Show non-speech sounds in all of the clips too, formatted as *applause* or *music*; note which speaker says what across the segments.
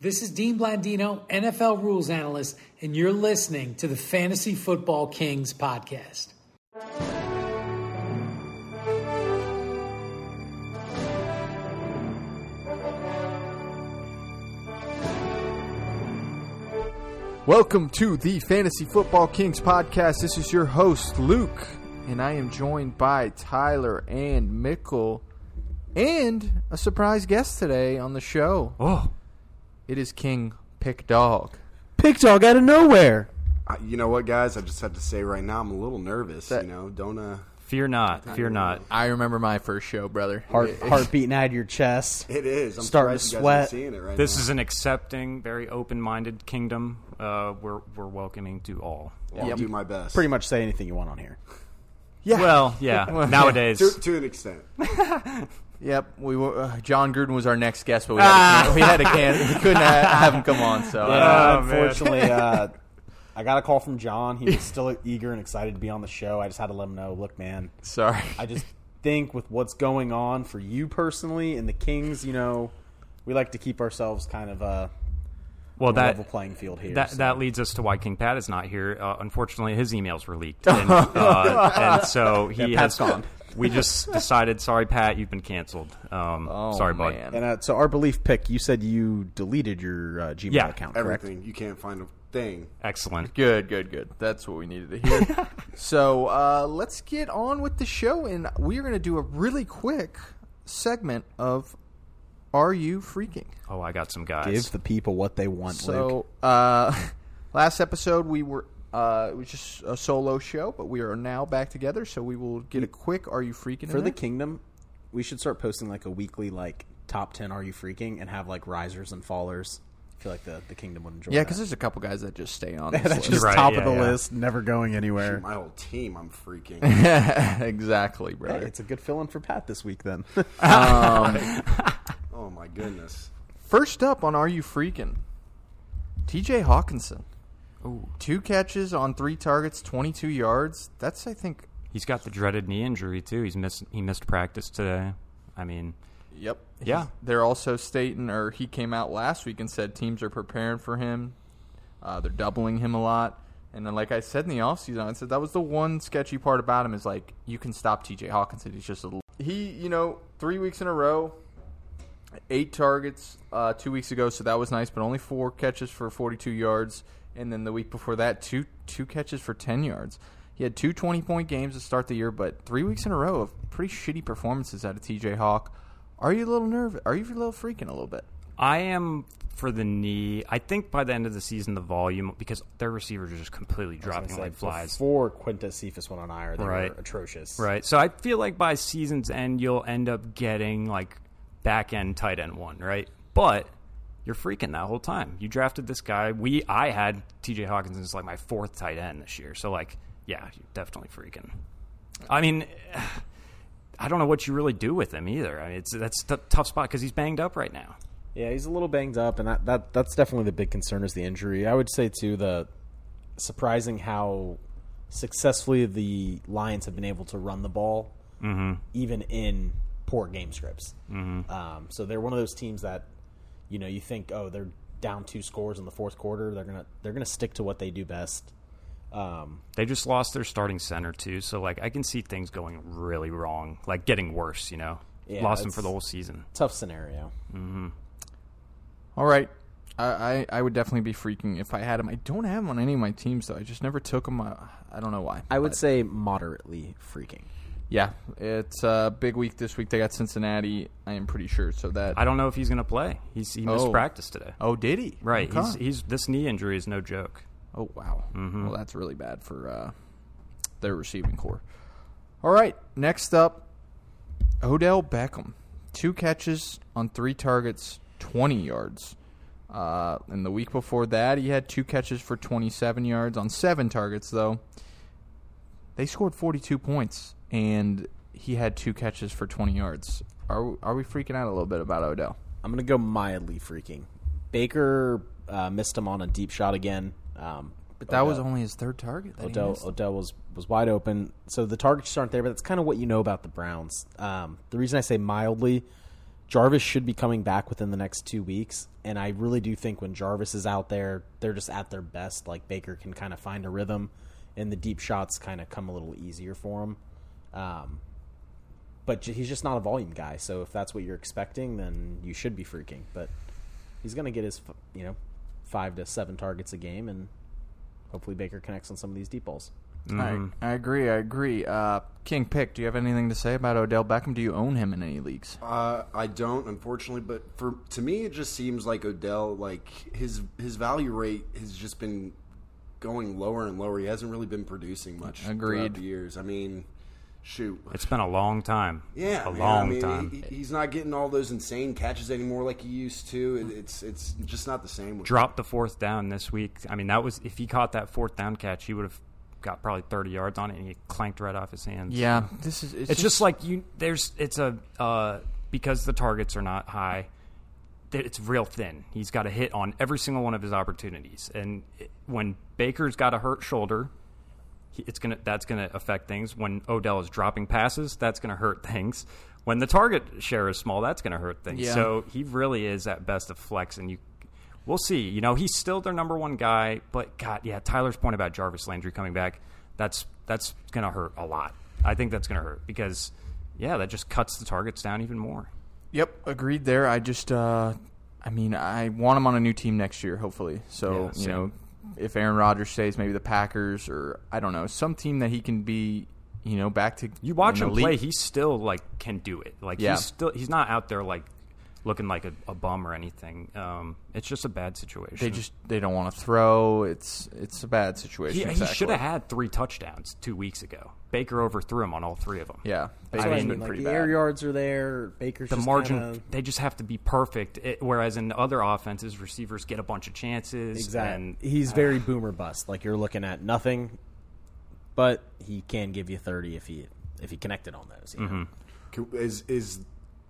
Speaker 1: This is Dean Blandino, NFL rules analyst, and you're listening to the Fantasy Football Kings podcast.
Speaker 2: Welcome to the Fantasy Football Kings podcast. This is your host, Luke, and I am joined by Tyler and Mickle and a surprise guest today on the show.
Speaker 3: Oh,
Speaker 2: It is King Pick Dog.
Speaker 3: Pig Dog out of nowhere.
Speaker 4: I, you know what, guys? I just have to say right now, I'm a little nervous.
Speaker 2: That-
Speaker 4: you know, don't uh,
Speaker 5: Fear not, fear not.
Speaker 2: I remember my first show, brother.
Speaker 3: Heart, heart beating out of your chest.
Speaker 4: *laughs* it is. I'm
Speaker 3: Starting to
Speaker 4: surprised you guys
Speaker 3: sweat.
Speaker 4: are seeing it right
Speaker 5: This
Speaker 4: now.
Speaker 5: is an accepting, very open-minded kingdom. Uh, we're we're welcoming to all.
Speaker 4: I'll do my best.
Speaker 3: Pretty much say anything you want on here.
Speaker 2: Yeah.
Speaker 5: Well, yeah. Nowadays,
Speaker 4: to, to
Speaker 3: *laughs*
Speaker 4: an extent.
Speaker 2: Yep. We were, uh, John Gruden was our next guest, but we had to can, we, had to can, we couldn't ha- have him come on. So uh,
Speaker 3: Uh, unfortunately, uh, I got a call from John. He was still eager and excited to be on the show. I just had to let him know. Look, man,
Speaker 2: sorry.
Speaker 3: I just think with what's going on for you personally and the Kings, you know, we like to keep ourselves kind of uh,
Speaker 5: well
Speaker 3: on a level
Speaker 5: that.
Speaker 3: playing field here.
Speaker 5: That,
Speaker 3: so.
Speaker 5: that leads us to why King Pat is not here. Uh, unfortunately, his emails were leaked, and, uh, and so he
Speaker 3: Yeah, Pat's
Speaker 5: has
Speaker 3: gone.
Speaker 5: We just decided, sorry, Pat, you've been canceled. Um,
Speaker 2: Oh,
Speaker 5: sorry, bud.
Speaker 2: man.
Speaker 3: and uh, so our belief pick. You said you deleted your uh, Gmail
Speaker 5: Yeah.
Speaker 3: account, correct?
Speaker 4: Everything. You can't find a thing.
Speaker 5: Excellent.
Speaker 2: Good, good, good. That's what we needed to
Speaker 3: *laughs*
Speaker 2: hear. so uh, let's get on with the show, and we are going to do a really quick segment of "Are You Freaking."
Speaker 5: Oh, I got some guys.
Speaker 3: Give the people what they want.
Speaker 2: So
Speaker 3: Luke.
Speaker 2: uh, *laughs* last episode we were uh, it was just a solo show, but we are now back together. So we will get a quick "Are You Freaking" in
Speaker 3: for the
Speaker 2: there.
Speaker 3: kingdom we should start posting like a weekly like top 10 are you freaking and have like risers and fallers i feel like the, the kingdom would enjoy
Speaker 2: Yeah, because
Speaker 3: because
Speaker 2: there's a couple guys that just stay on this
Speaker 3: *laughs* that's
Speaker 2: list.
Speaker 3: just
Speaker 5: Right,
Speaker 3: top
Speaker 5: yeah,
Speaker 3: of the
Speaker 5: yeah.
Speaker 3: list never going anywhere
Speaker 4: My whole team,
Speaker 3: *laughs*
Speaker 4: I'm freaking.
Speaker 2: *laughs* exactly, brother.
Speaker 3: it's a good fill-in for pat this week then
Speaker 4: oh my goodness.
Speaker 2: First up on Are You Freaking? TJ Hawkinson. Two catches on three targets, 22 yards. That's, I think,
Speaker 5: He's got the dreaded knee injury too. He's missed. He missed practice today. I mean,
Speaker 2: yep.
Speaker 5: Yeah.
Speaker 2: They're also stating, or he came out last week and said teams are preparing for him. Uh, they're doubling him a lot. And then, like I said in the offseason, I said that was the one sketchy part about him is like, you can stop TJ Hawkinson. He's just a. l- He, you know, three weeks in a row, eight targets uh, two weeks ago, so that was nice. But only four catches for 42 yards, and then the week before that, two two catches for 10 yards. He had two 20 point games to start the year, but three weeks in a row of pretty shitty performances out of T.J. Hawk. Are you a little nervous? Are you a little freaking a little bit?
Speaker 5: I am for the knee. I think by the end of the season, the volume because their receivers are just completely
Speaker 3: *laughs*
Speaker 5: dropping like flies.
Speaker 3: before quintus cephas went on ire they
Speaker 5: Right.
Speaker 3: were atrocious
Speaker 5: Right. So I feel like by season's end, you'll end up getting like back end tight end one, right? But you're freaking that whole time. You drafted this guy. We I had T.J. Hawkins as like my fourth tight end this year. So like, yeah, you're definitely freaking. I mean. *sighs* I don't know what you really do with him either. I mean, it's that's a t- tough spot because he's banged up right now.
Speaker 3: yeah he's a little banged up and that, that that's definitely the big concern is the injury i would say too the surprising how successfully the lions have been able to run the ball even in poor game scripts. Um, so they're one of those teams that, you know, you think, oh, they're down two scores in the fourth quarter. They're gonna they're gonna stick to what they do best. Um,
Speaker 5: They just lost their starting center too, so like I can see things going really wrong, like getting worse. You know,
Speaker 3: Yeah,
Speaker 5: lost them
Speaker 3: that's-
Speaker 5: for the whole season.
Speaker 3: tough scenario.
Speaker 2: All right. I, I, I would definitely be freaking if I had him. I don't have him on any of my teams, though. I just never took him. I, I don't know why.
Speaker 3: I would say moderately freaking.
Speaker 2: Yeah. It's a big week this week. They got Cincinnati, I am pretty sure. So that.
Speaker 5: I don't know if he's going to play. He's he missed
Speaker 2: Oh.
Speaker 5: practice today.
Speaker 2: oh, did he?
Speaker 5: Right,
Speaker 2: Okay.
Speaker 5: he's, he's this knee injury is no joke.
Speaker 2: Oh wow. Well, that's really bad for uh, their receiving core. All right, next up, Odell Beckham, two catches on three targets, twenty yards. Uh, and the week before that, he had two catches for twenty-seven yards on seven targets. Though they scored forty-two points, and he had two catches for twenty yards. Are are we freaking out a little bit about Odell?
Speaker 3: I'm gonna go mildly freaking. Baker uh, missed him on a deep shot again. Um,
Speaker 2: But that was
Speaker 3: Odell-
Speaker 2: only his third target. That he
Speaker 3: Odell
Speaker 2: missed.
Speaker 3: Odell was was wide open, so the targets just aren't there. But that's kind of what you know about the Browns. Um, the reason I say mildly, Jarvis should be coming back within the next two weeks, and I really do think when Jarvis is out there, they're just at their best. Like Baker can kind of find a rhythm, and the deep shots kind of come a little easier for him. Um, but j- he's just not a volume guy. So if that's what you're expecting, then you should be freaking. But he's going to get his, f- you know, five to seven targets a game, and hopefully Baker connects on some of these deep balls.
Speaker 5: Mm-hmm.
Speaker 2: I, I agree. I agree. Uh, King Pick, do you have anything to say about Odell Beckham? Do you own him in any leagues?
Speaker 4: Uh, I don't, unfortunately, but for to me, it just seems like Odell, like his his value rate has just been going lower and lower. He hasn't really been producing much. throughout
Speaker 2: Agreed.
Speaker 4: the years. I mean, shoot,
Speaker 5: It's been a long time.
Speaker 4: yeah,
Speaker 5: a
Speaker 4: man,
Speaker 5: long
Speaker 4: I mean,
Speaker 5: time.
Speaker 4: he- he- he's not getting all those insane catches anymore like he used to. It, it's it's just not the same. With
Speaker 5: dropped the fourth down this week. I mean, that was if he caught that fourth down catch, he would have got probably 30 yards on it, and he clanked right off his hands.
Speaker 2: Yeah, this is. It's,
Speaker 5: it's just like you. There's it's a uh, because the targets are not high. that It's real thin. He's got a hit on every single one of his opportunities, and it- when Baker's got a hurt shoulder, he- it's gonna that's gonna affect things. When Odell is dropping passes, that's gonna hurt *laughs* things. When the target share is small, that's gonna hurt things.
Speaker 2: Yeah.
Speaker 5: So he really is at best a flex, and you. We'll see. You know, he's still their number one guy, but God, yeah. Tyler's point about Jarvis Landry coming back, that's that's gonna hurt a lot. I think that's gonna hurt because, yeah, that just cuts the targets down even more.
Speaker 2: Yep, agreed there. I just, uh, I mean, I want him on a new team next year, hopefully. So,
Speaker 5: Yeah,
Speaker 2: you
Speaker 5: same.
Speaker 2: know, if Aaron Rodgers stays, maybe the Packers or, I don't know, some team that he can be, you know, back to.
Speaker 5: You watch
Speaker 2: an
Speaker 5: him
Speaker 2: elite-
Speaker 5: play; he still like can do it. Like
Speaker 2: Yeah.
Speaker 5: he's still he's not out there like looking like a, a bum or anything. Um, it's just a bad situation.
Speaker 2: They just they don't want to throw. It's it's a bad situation.
Speaker 5: He,
Speaker 2: exactly.
Speaker 5: he should have had three touchdowns two weeks ago. Baker overthrew him on all three of them.
Speaker 2: Yeah,
Speaker 5: I
Speaker 2: Baker's
Speaker 5: mean,
Speaker 2: been
Speaker 5: like,
Speaker 2: pretty
Speaker 3: the
Speaker 2: bad.
Speaker 3: air yards are there. Baker's
Speaker 5: The
Speaker 3: just
Speaker 5: margin,
Speaker 3: kinda-
Speaker 5: they just have to be perfect. It- whereas in other offenses, receivers get a bunch of chances.
Speaker 3: Exactly.
Speaker 5: And uh,
Speaker 3: He's very boomer bust. Like you're looking at nothing, but he can give you thirty if he if he connected on those. You know?
Speaker 5: Mm-hmm.
Speaker 4: Can- Is is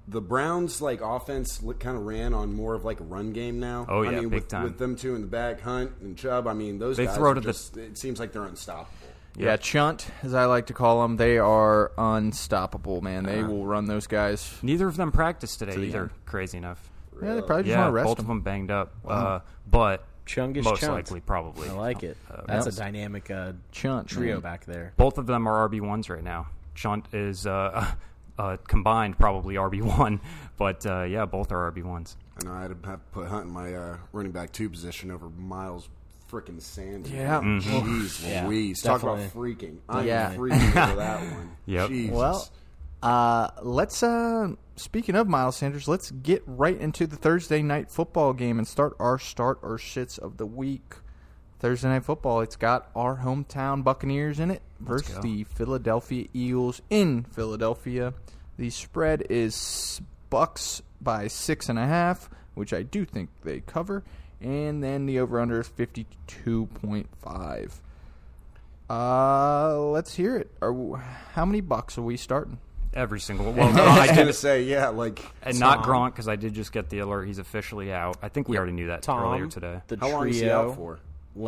Speaker 4: the Browns like offense kind of ran on more of like a run game now?
Speaker 5: Oh,
Speaker 4: I
Speaker 5: yeah,
Speaker 4: mean,
Speaker 5: big
Speaker 4: with,
Speaker 5: time.
Speaker 4: with them two in the back, Hunt and Chubb. I mean, those
Speaker 5: They
Speaker 4: guys
Speaker 5: throw
Speaker 4: are
Speaker 5: to the-
Speaker 4: just, It seems like they're unstoppable.
Speaker 2: Yeah, Chunt, as I like to call them, they are unstoppable, man. They will run those guys.
Speaker 5: neither of them practiced today
Speaker 2: the
Speaker 5: either.
Speaker 2: end.
Speaker 5: Crazy enough.
Speaker 2: Yeah, they probably just
Speaker 5: yeah,
Speaker 2: want to rest
Speaker 5: both of them banged up. Uh, but
Speaker 3: Chungus
Speaker 5: most
Speaker 3: Chunt.
Speaker 5: likely, probably.
Speaker 3: I like it. That's
Speaker 2: yep.
Speaker 3: a dynamic uh,
Speaker 2: Chunt,
Speaker 3: trio
Speaker 5: Mm-hmm.
Speaker 2: man.
Speaker 3: back there.
Speaker 5: both of them are RB ones right now. Chunt is uh, *laughs* uh, combined probably RB one, *laughs* but uh, yeah, both are RB ones.
Speaker 4: And I'd have to put Hunt in my uh, running back two position over Miles freaking Sanders.
Speaker 2: Yeah. Mhm.
Speaker 5: Mm-hmm.
Speaker 4: Jeez
Speaker 3: Yeah,
Speaker 4: Louise. Talk about
Speaker 3: definitely.
Speaker 4: freaking. I'm
Speaker 2: Yeah.
Speaker 4: freaking
Speaker 5: *laughs*
Speaker 4: over that one.
Speaker 5: Yep.
Speaker 4: Jesus.
Speaker 2: Well, uh, let's. Uh, speaking of Miles Sanders, let's get right into the Thursday night football game and start our start or shits of the week. Thursday night football. It's got our hometown Buccaneers in it versus
Speaker 5: go.
Speaker 2: the Philadelphia Eagles in Philadelphia. The spread is Bucks by six and a half, which I do think they cover, and then the over under is fifty two point five. Uh, let's hear it. Are w how many bucks are we starting?
Speaker 5: Every single well,
Speaker 3: *laughs*
Speaker 5: no,
Speaker 4: I
Speaker 5: I
Speaker 4: was
Speaker 5: did,
Speaker 4: *laughs* gonna say, yeah, like
Speaker 5: and not Gronk because I did just get the alert. He's officially out. I think we already knew that
Speaker 3: Tom,
Speaker 5: earlier today.
Speaker 3: The
Speaker 4: how
Speaker 3: trio
Speaker 4: long is he out for?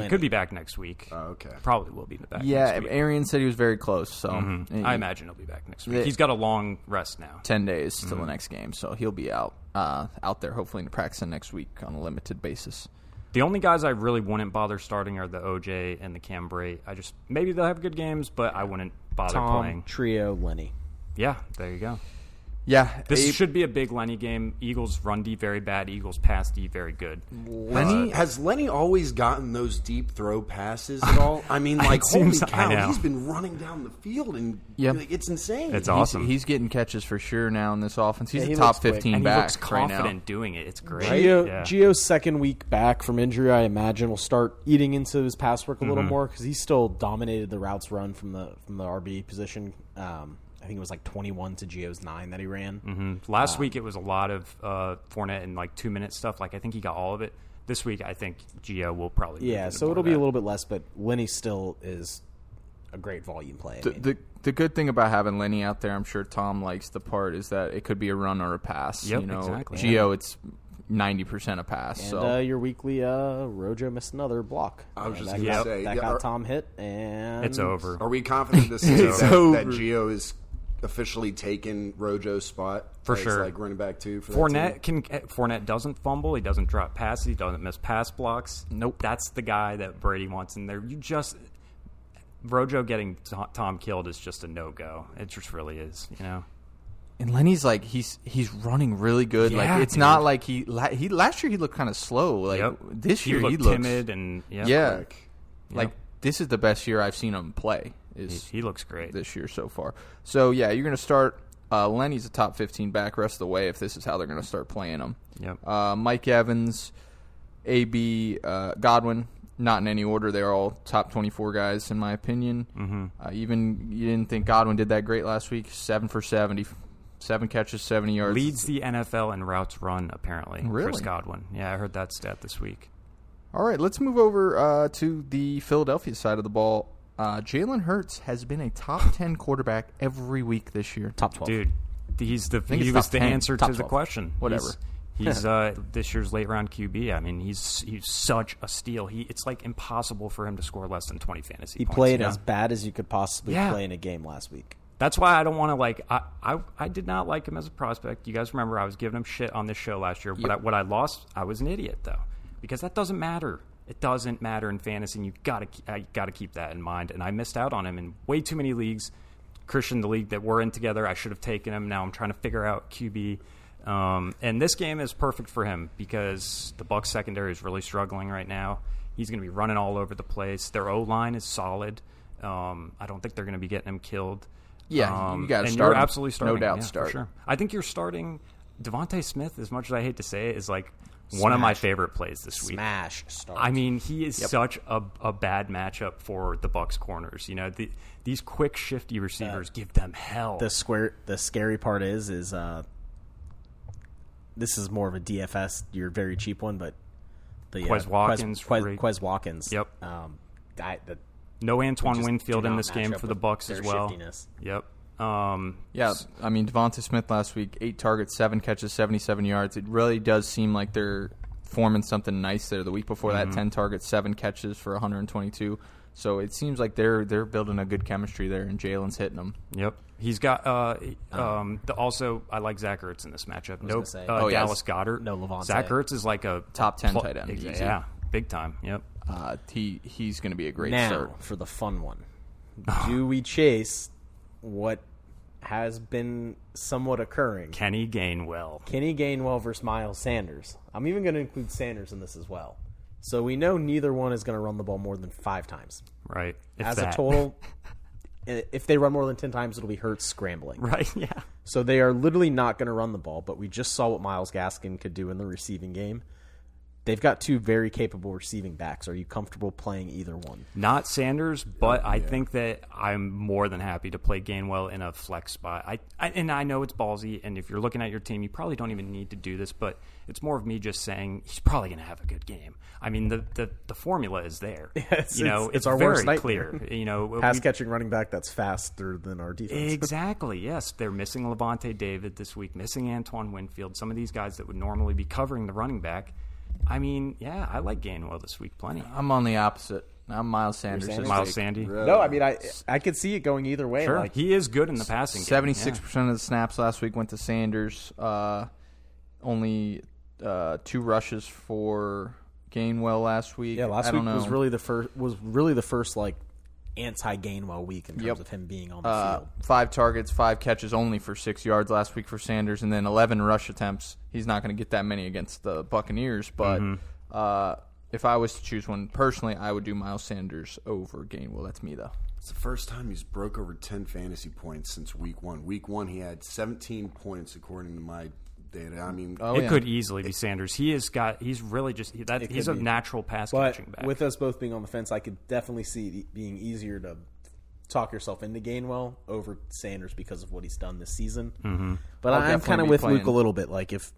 Speaker 5: He could be back next week.
Speaker 4: Oh, okay.
Speaker 5: Probably will be back.
Speaker 2: Yeah,
Speaker 5: next week. Mm-hmm.
Speaker 2: Arian said he was very close, so and-
Speaker 5: I imagine he'll be back next week.
Speaker 2: The-
Speaker 5: He's got a long rest now.
Speaker 2: ten days till
Speaker 5: Mm-hmm.
Speaker 2: the next game, so he'll be out uh, out there hopefully in practicing next week on a limited basis.
Speaker 5: The only guys I really wouldn't bother starting are the OJ and the Cam Bray. I just maybe they'll have good games, but I wouldn't bother
Speaker 3: Tom
Speaker 5: playing.
Speaker 3: trio Lenny.
Speaker 5: Yeah, there you go.
Speaker 2: Yeah,
Speaker 5: This
Speaker 2: Abe-
Speaker 5: should be a big Lenny game. Eagles run D very bad. Eagles pass D very good.
Speaker 2: Lenny.
Speaker 4: Has Lenny always gotten those deep throw passes
Speaker 5: *laughs*
Speaker 4: at all? I mean, like,
Speaker 5: It
Speaker 4: holy
Speaker 5: seems- I
Speaker 4: cow,
Speaker 5: know.
Speaker 4: he's been running down the field, and
Speaker 2: Yeah.
Speaker 4: like, it's insane.
Speaker 5: It's
Speaker 2: he's-
Speaker 5: awesome.
Speaker 2: He's, getting catches for sure now in this offense. He's
Speaker 3: Yeah,
Speaker 2: a
Speaker 3: he
Speaker 2: top
Speaker 3: looks quick.
Speaker 2: fifteen
Speaker 5: and he
Speaker 2: back
Speaker 5: looks confident
Speaker 2: right now.
Speaker 5: doing it. It's great.
Speaker 3: Geo
Speaker 5: Yeah.
Speaker 3: Geo's second week back from injury, I imagine, will start eating into his pass work a
Speaker 5: Mm-hmm.
Speaker 3: little more because he still dominated the routes run from the from the RB position. Um, I think it was like twenty one to Geo's nine that he ran.
Speaker 5: Mm-hmm. Last week it was a lot of uh, Fournette and like two minute stuff. Like I think he got all of it. This week I think Gio will probably
Speaker 3: Yeah, so it'll be a little bit less, but Lenny still is a great volume play. I
Speaker 2: The,
Speaker 3: mean,
Speaker 2: the the good thing about having Lenny out there, I'm sure Tom likes the part is that it could be a run or a pass.
Speaker 5: Yep,
Speaker 2: you know,
Speaker 5: exactly.
Speaker 2: Geo, it's ninety percent a pass.
Speaker 3: and
Speaker 2: so
Speaker 3: uh, your weekly uh, Rojo missed another block.
Speaker 4: I was just
Speaker 3: that
Speaker 4: gonna
Speaker 3: got,
Speaker 4: say,
Speaker 3: that
Speaker 4: yeah,
Speaker 3: got
Speaker 4: are-
Speaker 3: Tom hit, and
Speaker 5: It's over. *laughs*
Speaker 4: Are we confident this is that, that Geo is officially taken Rojo's spot
Speaker 5: For
Speaker 4: as,
Speaker 5: sure.
Speaker 4: Like running back two for that
Speaker 5: Fournette
Speaker 4: team.
Speaker 5: can eh, Fournette doesn't fumble. He doesn't drop passes. He doesn't miss pass blocks. Nope. That's the guy that Brady wants in there. You just Rojo getting To- Tom killed is just a no go. It just really is. You know.
Speaker 2: And Lenny's like he's he's running really good.
Speaker 5: Yeah,
Speaker 2: like it's
Speaker 5: dude.
Speaker 2: not like he la- he last year he looked kind of slow. Like
Speaker 5: Yep.
Speaker 2: this year
Speaker 5: he
Speaker 2: he,
Speaker 5: looked
Speaker 2: looks
Speaker 5: timid and yeah,
Speaker 2: yeah.
Speaker 4: Like,
Speaker 2: Like this is the best year I've seen him play.
Speaker 5: He,
Speaker 2: Is
Speaker 5: he looks great.
Speaker 2: this year so far. So yeah, you're gonna start. Uh, Lenny's a top 15 back rest of the way if this is how they're gonna start playing him.
Speaker 5: Yep.
Speaker 2: Uh, Mike Evans, AB uh, Godwin, not in any order. They're all top 24 guys in my opinion. Mm-hmm. Uh, even you didn't think Godwin did that great last week. Seven for 70, seven catches, 70 yards.
Speaker 5: Leads the NFL in routes run apparently. Chris
Speaker 2: Really?
Speaker 5: Godwin. Yeah, I heard that stat this week.
Speaker 2: All right, let's move over uh, to the Philadelphia side of the ball. Uh, Jalen Hurts has been a
Speaker 3: *laughs*
Speaker 2: top 10 quarterback every week this year.
Speaker 3: Top twelve.
Speaker 5: Dude, he's the
Speaker 2: it's
Speaker 5: he was
Speaker 2: top
Speaker 5: the
Speaker 2: 10,
Speaker 5: answer
Speaker 2: top
Speaker 5: to the
Speaker 2: 12,
Speaker 5: question.
Speaker 2: whatever.
Speaker 5: He's, he's uh, this year's late round QB. I mean, he's he's such a steal. He it's like impossible for him to score less than twenty fantasy.
Speaker 3: He
Speaker 5: points.
Speaker 3: played
Speaker 5: Yeah.
Speaker 3: as bad as you could possibly
Speaker 5: Yeah.
Speaker 3: play in a game last week.
Speaker 5: That's why I don't want to like. I, I I did not like him as a prospect. You guys remember I was giving him shit on this show last year. But I, what I lost, I was an idiot though, because that doesn't matter. It doesn't matter in fantasy, and you gotta I gotta keep that in mind. And I missed out on him in way too many leagues. Christian, the league that we're in together, I should have taken him. Now I'm trying to figure out QB. Um, and this game is perfect for him because the Bucks secondary is really struggling right now. He's going to be running all over the place. Their O line is solid. Um, I don't think they're going to be getting him killed.
Speaker 2: Yeah,
Speaker 5: Um,
Speaker 2: you gotta
Speaker 5: and
Speaker 2: start
Speaker 5: You're
Speaker 2: him.
Speaker 5: absolutely
Speaker 2: No
Speaker 5: starting.
Speaker 2: doubt
Speaker 5: yeah, for
Speaker 2: start.
Speaker 5: sure. I think you're starting Devonte Smith. As much as I hate to say it, is like one of my favorite plays this week.
Speaker 3: Smash start.
Speaker 5: I mean, he is such a, a bad matchup for the Bucks corners. You know, the, these quick shifty receivers give them hell.
Speaker 3: the square the scary part is is uh this is more of a DFS your very cheap one but the uh,
Speaker 5: Quez Watkins,
Speaker 3: Quez,
Speaker 5: Ray-
Speaker 3: Quez, Quez Watkins
Speaker 5: Yep.
Speaker 3: um I, the,
Speaker 5: no Antoine
Speaker 3: just
Speaker 5: Winfield
Speaker 3: do
Speaker 5: in
Speaker 3: not
Speaker 5: this
Speaker 3: match
Speaker 5: game
Speaker 3: up
Speaker 5: for the
Speaker 3: with
Speaker 5: Bucks as
Speaker 3: their
Speaker 5: well.
Speaker 3: shiftiness.
Speaker 5: Yep. Um,
Speaker 2: Yeah, I mean Devonta Smith last week, eight targets, seven catches, seventy-seven yards. It really does seem like they're forming something nice there. The week before that,
Speaker 3: Mm-hmm.
Speaker 2: ten targets, seven catches for one hundred and twenty-two. So it seems like they're they're building a good chemistry there, and Jalen's hitting them.
Speaker 5: Yep. He's got uh um the, also I like Zach Ertz in this matchup. No
Speaker 3: gonna say.
Speaker 5: uh,
Speaker 2: Oh, yeah.
Speaker 5: Dallas Goddard.
Speaker 3: No Levante.
Speaker 5: Zach Ertz is like a
Speaker 2: Top 10 tight end.
Speaker 5: Yeah,
Speaker 2: Easy.
Speaker 5: yeah, big time. Yep.
Speaker 2: Uh, he he's going to be a great
Speaker 3: now
Speaker 2: start.
Speaker 3: for the fun one do we chase what has been somewhat occurring
Speaker 5: Kenny Gainwell.
Speaker 3: Kenny Gainwell versus Miles Sanders I'm even going to include Sanders in this as well so we know neither one is going to run the ball more than 5 times
Speaker 5: Right. If
Speaker 3: as
Speaker 5: that.
Speaker 3: a total i- if they run more than 10 times it'll be Hurts
Speaker 5: *laughs*
Speaker 3: scrambling
Speaker 5: Right. Yeah.
Speaker 3: So they are literally not going to run the ball, but we just saw what Miles Gaskin could do in the receiving game. They've got two very capable receiving backs. Are you comfortable playing either one?
Speaker 5: Not Sanders, but I think that I'm more than happy to play Gainwell in a flex spot. I, I and I know it's ballsy, and if you're looking at your team, you probably don't even need to do this. But it's more of me just saying he's probably going to have a good game. I mean, the the, the formula is
Speaker 3: *laughs*
Speaker 5: there.
Speaker 3: it's-
Speaker 5: you know,
Speaker 3: it's our
Speaker 5: very
Speaker 3: worst nightmare.
Speaker 5: clear. You know,
Speaker 3: Pass
Speaker 5: we-
Speaker 3: catching running back that's faster than our defense.
Speaker 5: Exactly. Yes, they're missing Levante David this week, missing Antoine Winfield. Some of these guys that would normally be covering the running back. I mean, yeah, I like Gainwell this week plenty.
Speaker 2: I'm on the opposite. I'm Miles Sanders.
Speaker 3: Sanders?
Speaker 5: Miles Sandy,
Speaker 3: No, I mean I I could see it going either way.
Speaker 5: sure,
Speaker 3: Like,
Speaker 5: he is good in the passing. game, yeah.
Speaker 2: Seventy-six percent of the snaps last week went to Sanders. Uh, only uh, two rushes for Gainwell last week.
Speaker 3: yeah, last
Speaker 2: I
Speaker 3: week
Speaker 2: don't know.
Speaker 3: was really the first was really the first like anti Gainwell week in terms
Speaker 2: Yep.
Speaker 3: of him being on the field.
Speaker 2: Uh, five targets, five catches only for six yards last week for Sanders, and then 11 rush attempts. He's not going to get that many against the Buccaneers, but
Speaker 3: Mm-hmm.
Speaker 2: uh, if I was to choose one personally, I would do Miles Sanders over Gainwell. That's me, though.
Speaker 4: It's the first time he's broke over 10 fantasy points since week one. Week one, he had 17 points, according to my data. I mean,
Speaker 2: Oh,
Speaker 5: it
Speaker 2: yeah.
Speaker 5: could easily be Sanders. He has got. He's really just. He, that, he's a natural pass catching
Speaker 3: But
Speaker 5: back.
Speaker 3: with us both being on the fence, I could definitely see it being easier to talk yourself into Gainwell over Sanders because of what he's done this season. Mm-hmm. But i I'm
Speaker 2: definitely
Speaker 3: kind of
Speaker 2: be
Speaker 3: with
Speaker 2: playing-
Speaker 3: Luke a little bit. Like if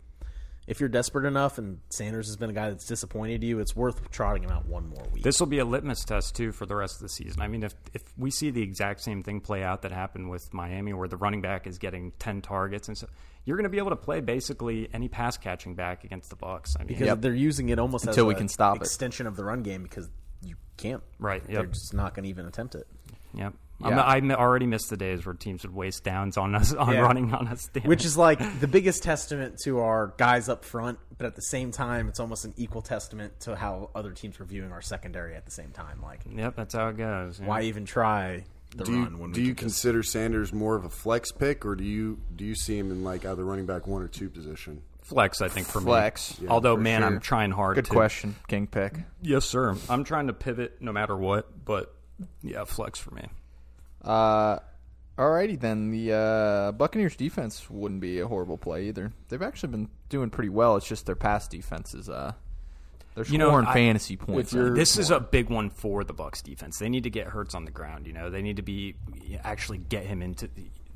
Speaker 3: if you're desperate enough, and Sanders has been a guy that's disappointed you, it's worth trotting him out one more week.
Speaker 5: this will be a litmus test too for the rest of the season. I mean, if if we see the exact same thing play out that happened with Miami, where the running back is getting ten targets, and so you're going to be able to play basically any pass catching back against the Bucks. I mean,
Speaker 3: because they're using it almost
Speaker 2: Until
Speaker 3: as
Speaker 2: we
Speaker 3: a
Speaker 2: can stop it.
Speaker 3: extension of the run game because you can't.
Speaker 5: Right,
Speaker 3: They're
Speaker 5: yep.
Speaker 3: just not going to even attempt it.
Speaker 5: yep. I'm, I mi- already missed the days where teams would waste downs on us on
Speaker 3: Yeah.
Speaker 5: running on us. Damn
Speaker 3: Which
Speaker 5: it.
Speaker 3: is like the biggest testament to our guys up front, but at the same time, it's almost an equal testament to how other teams were viewing our secondary at the same time. Like,
Speaker 5: *laughs* yep, that's how it goes. yeah.
Speaker 3: why even try the
Speaker 4: Do
Speaker 3: run
Speaker 4: you,
Speaker 3: when
Speaker 4: Mm, do
Speaker 3: we
Speaker 4: you
Speaker 3: can just-
Speaker 4: consider Sanders more of a flex pick, or do you do you see him in like either running back one or two position?
Speaker 5: flex? I think for me.
Speaker 2: Flex, yeah,
Speaker 5: Although,
Speaker 2: for
Speaker 5: man,
Speaker 2: sure.
Speaker 5: I'm trying hard.
Speaker 2: Good
Speaker 5: to,
Speaker 2: question, King Pick.
Speaker 5: Yes, sir. I'm trying to pivot no matter what, but yeah, flex for me.
Speaker 2: Uh, alrighty then. The uh, Buccaneers defense wouldn't be a horrible play either. They've actually been doing pretty well. It's just their pass defense is uh, they're
Speaker 5: You know,
Speaker 2: scoring
Speaker 5: I-
Speaker 2: fantasy points.
Speaker 4: your-
Speaker 5: This is a big one for the Bucks defense. They need to get Hurts on the ground. You know, they need to be actually get him into.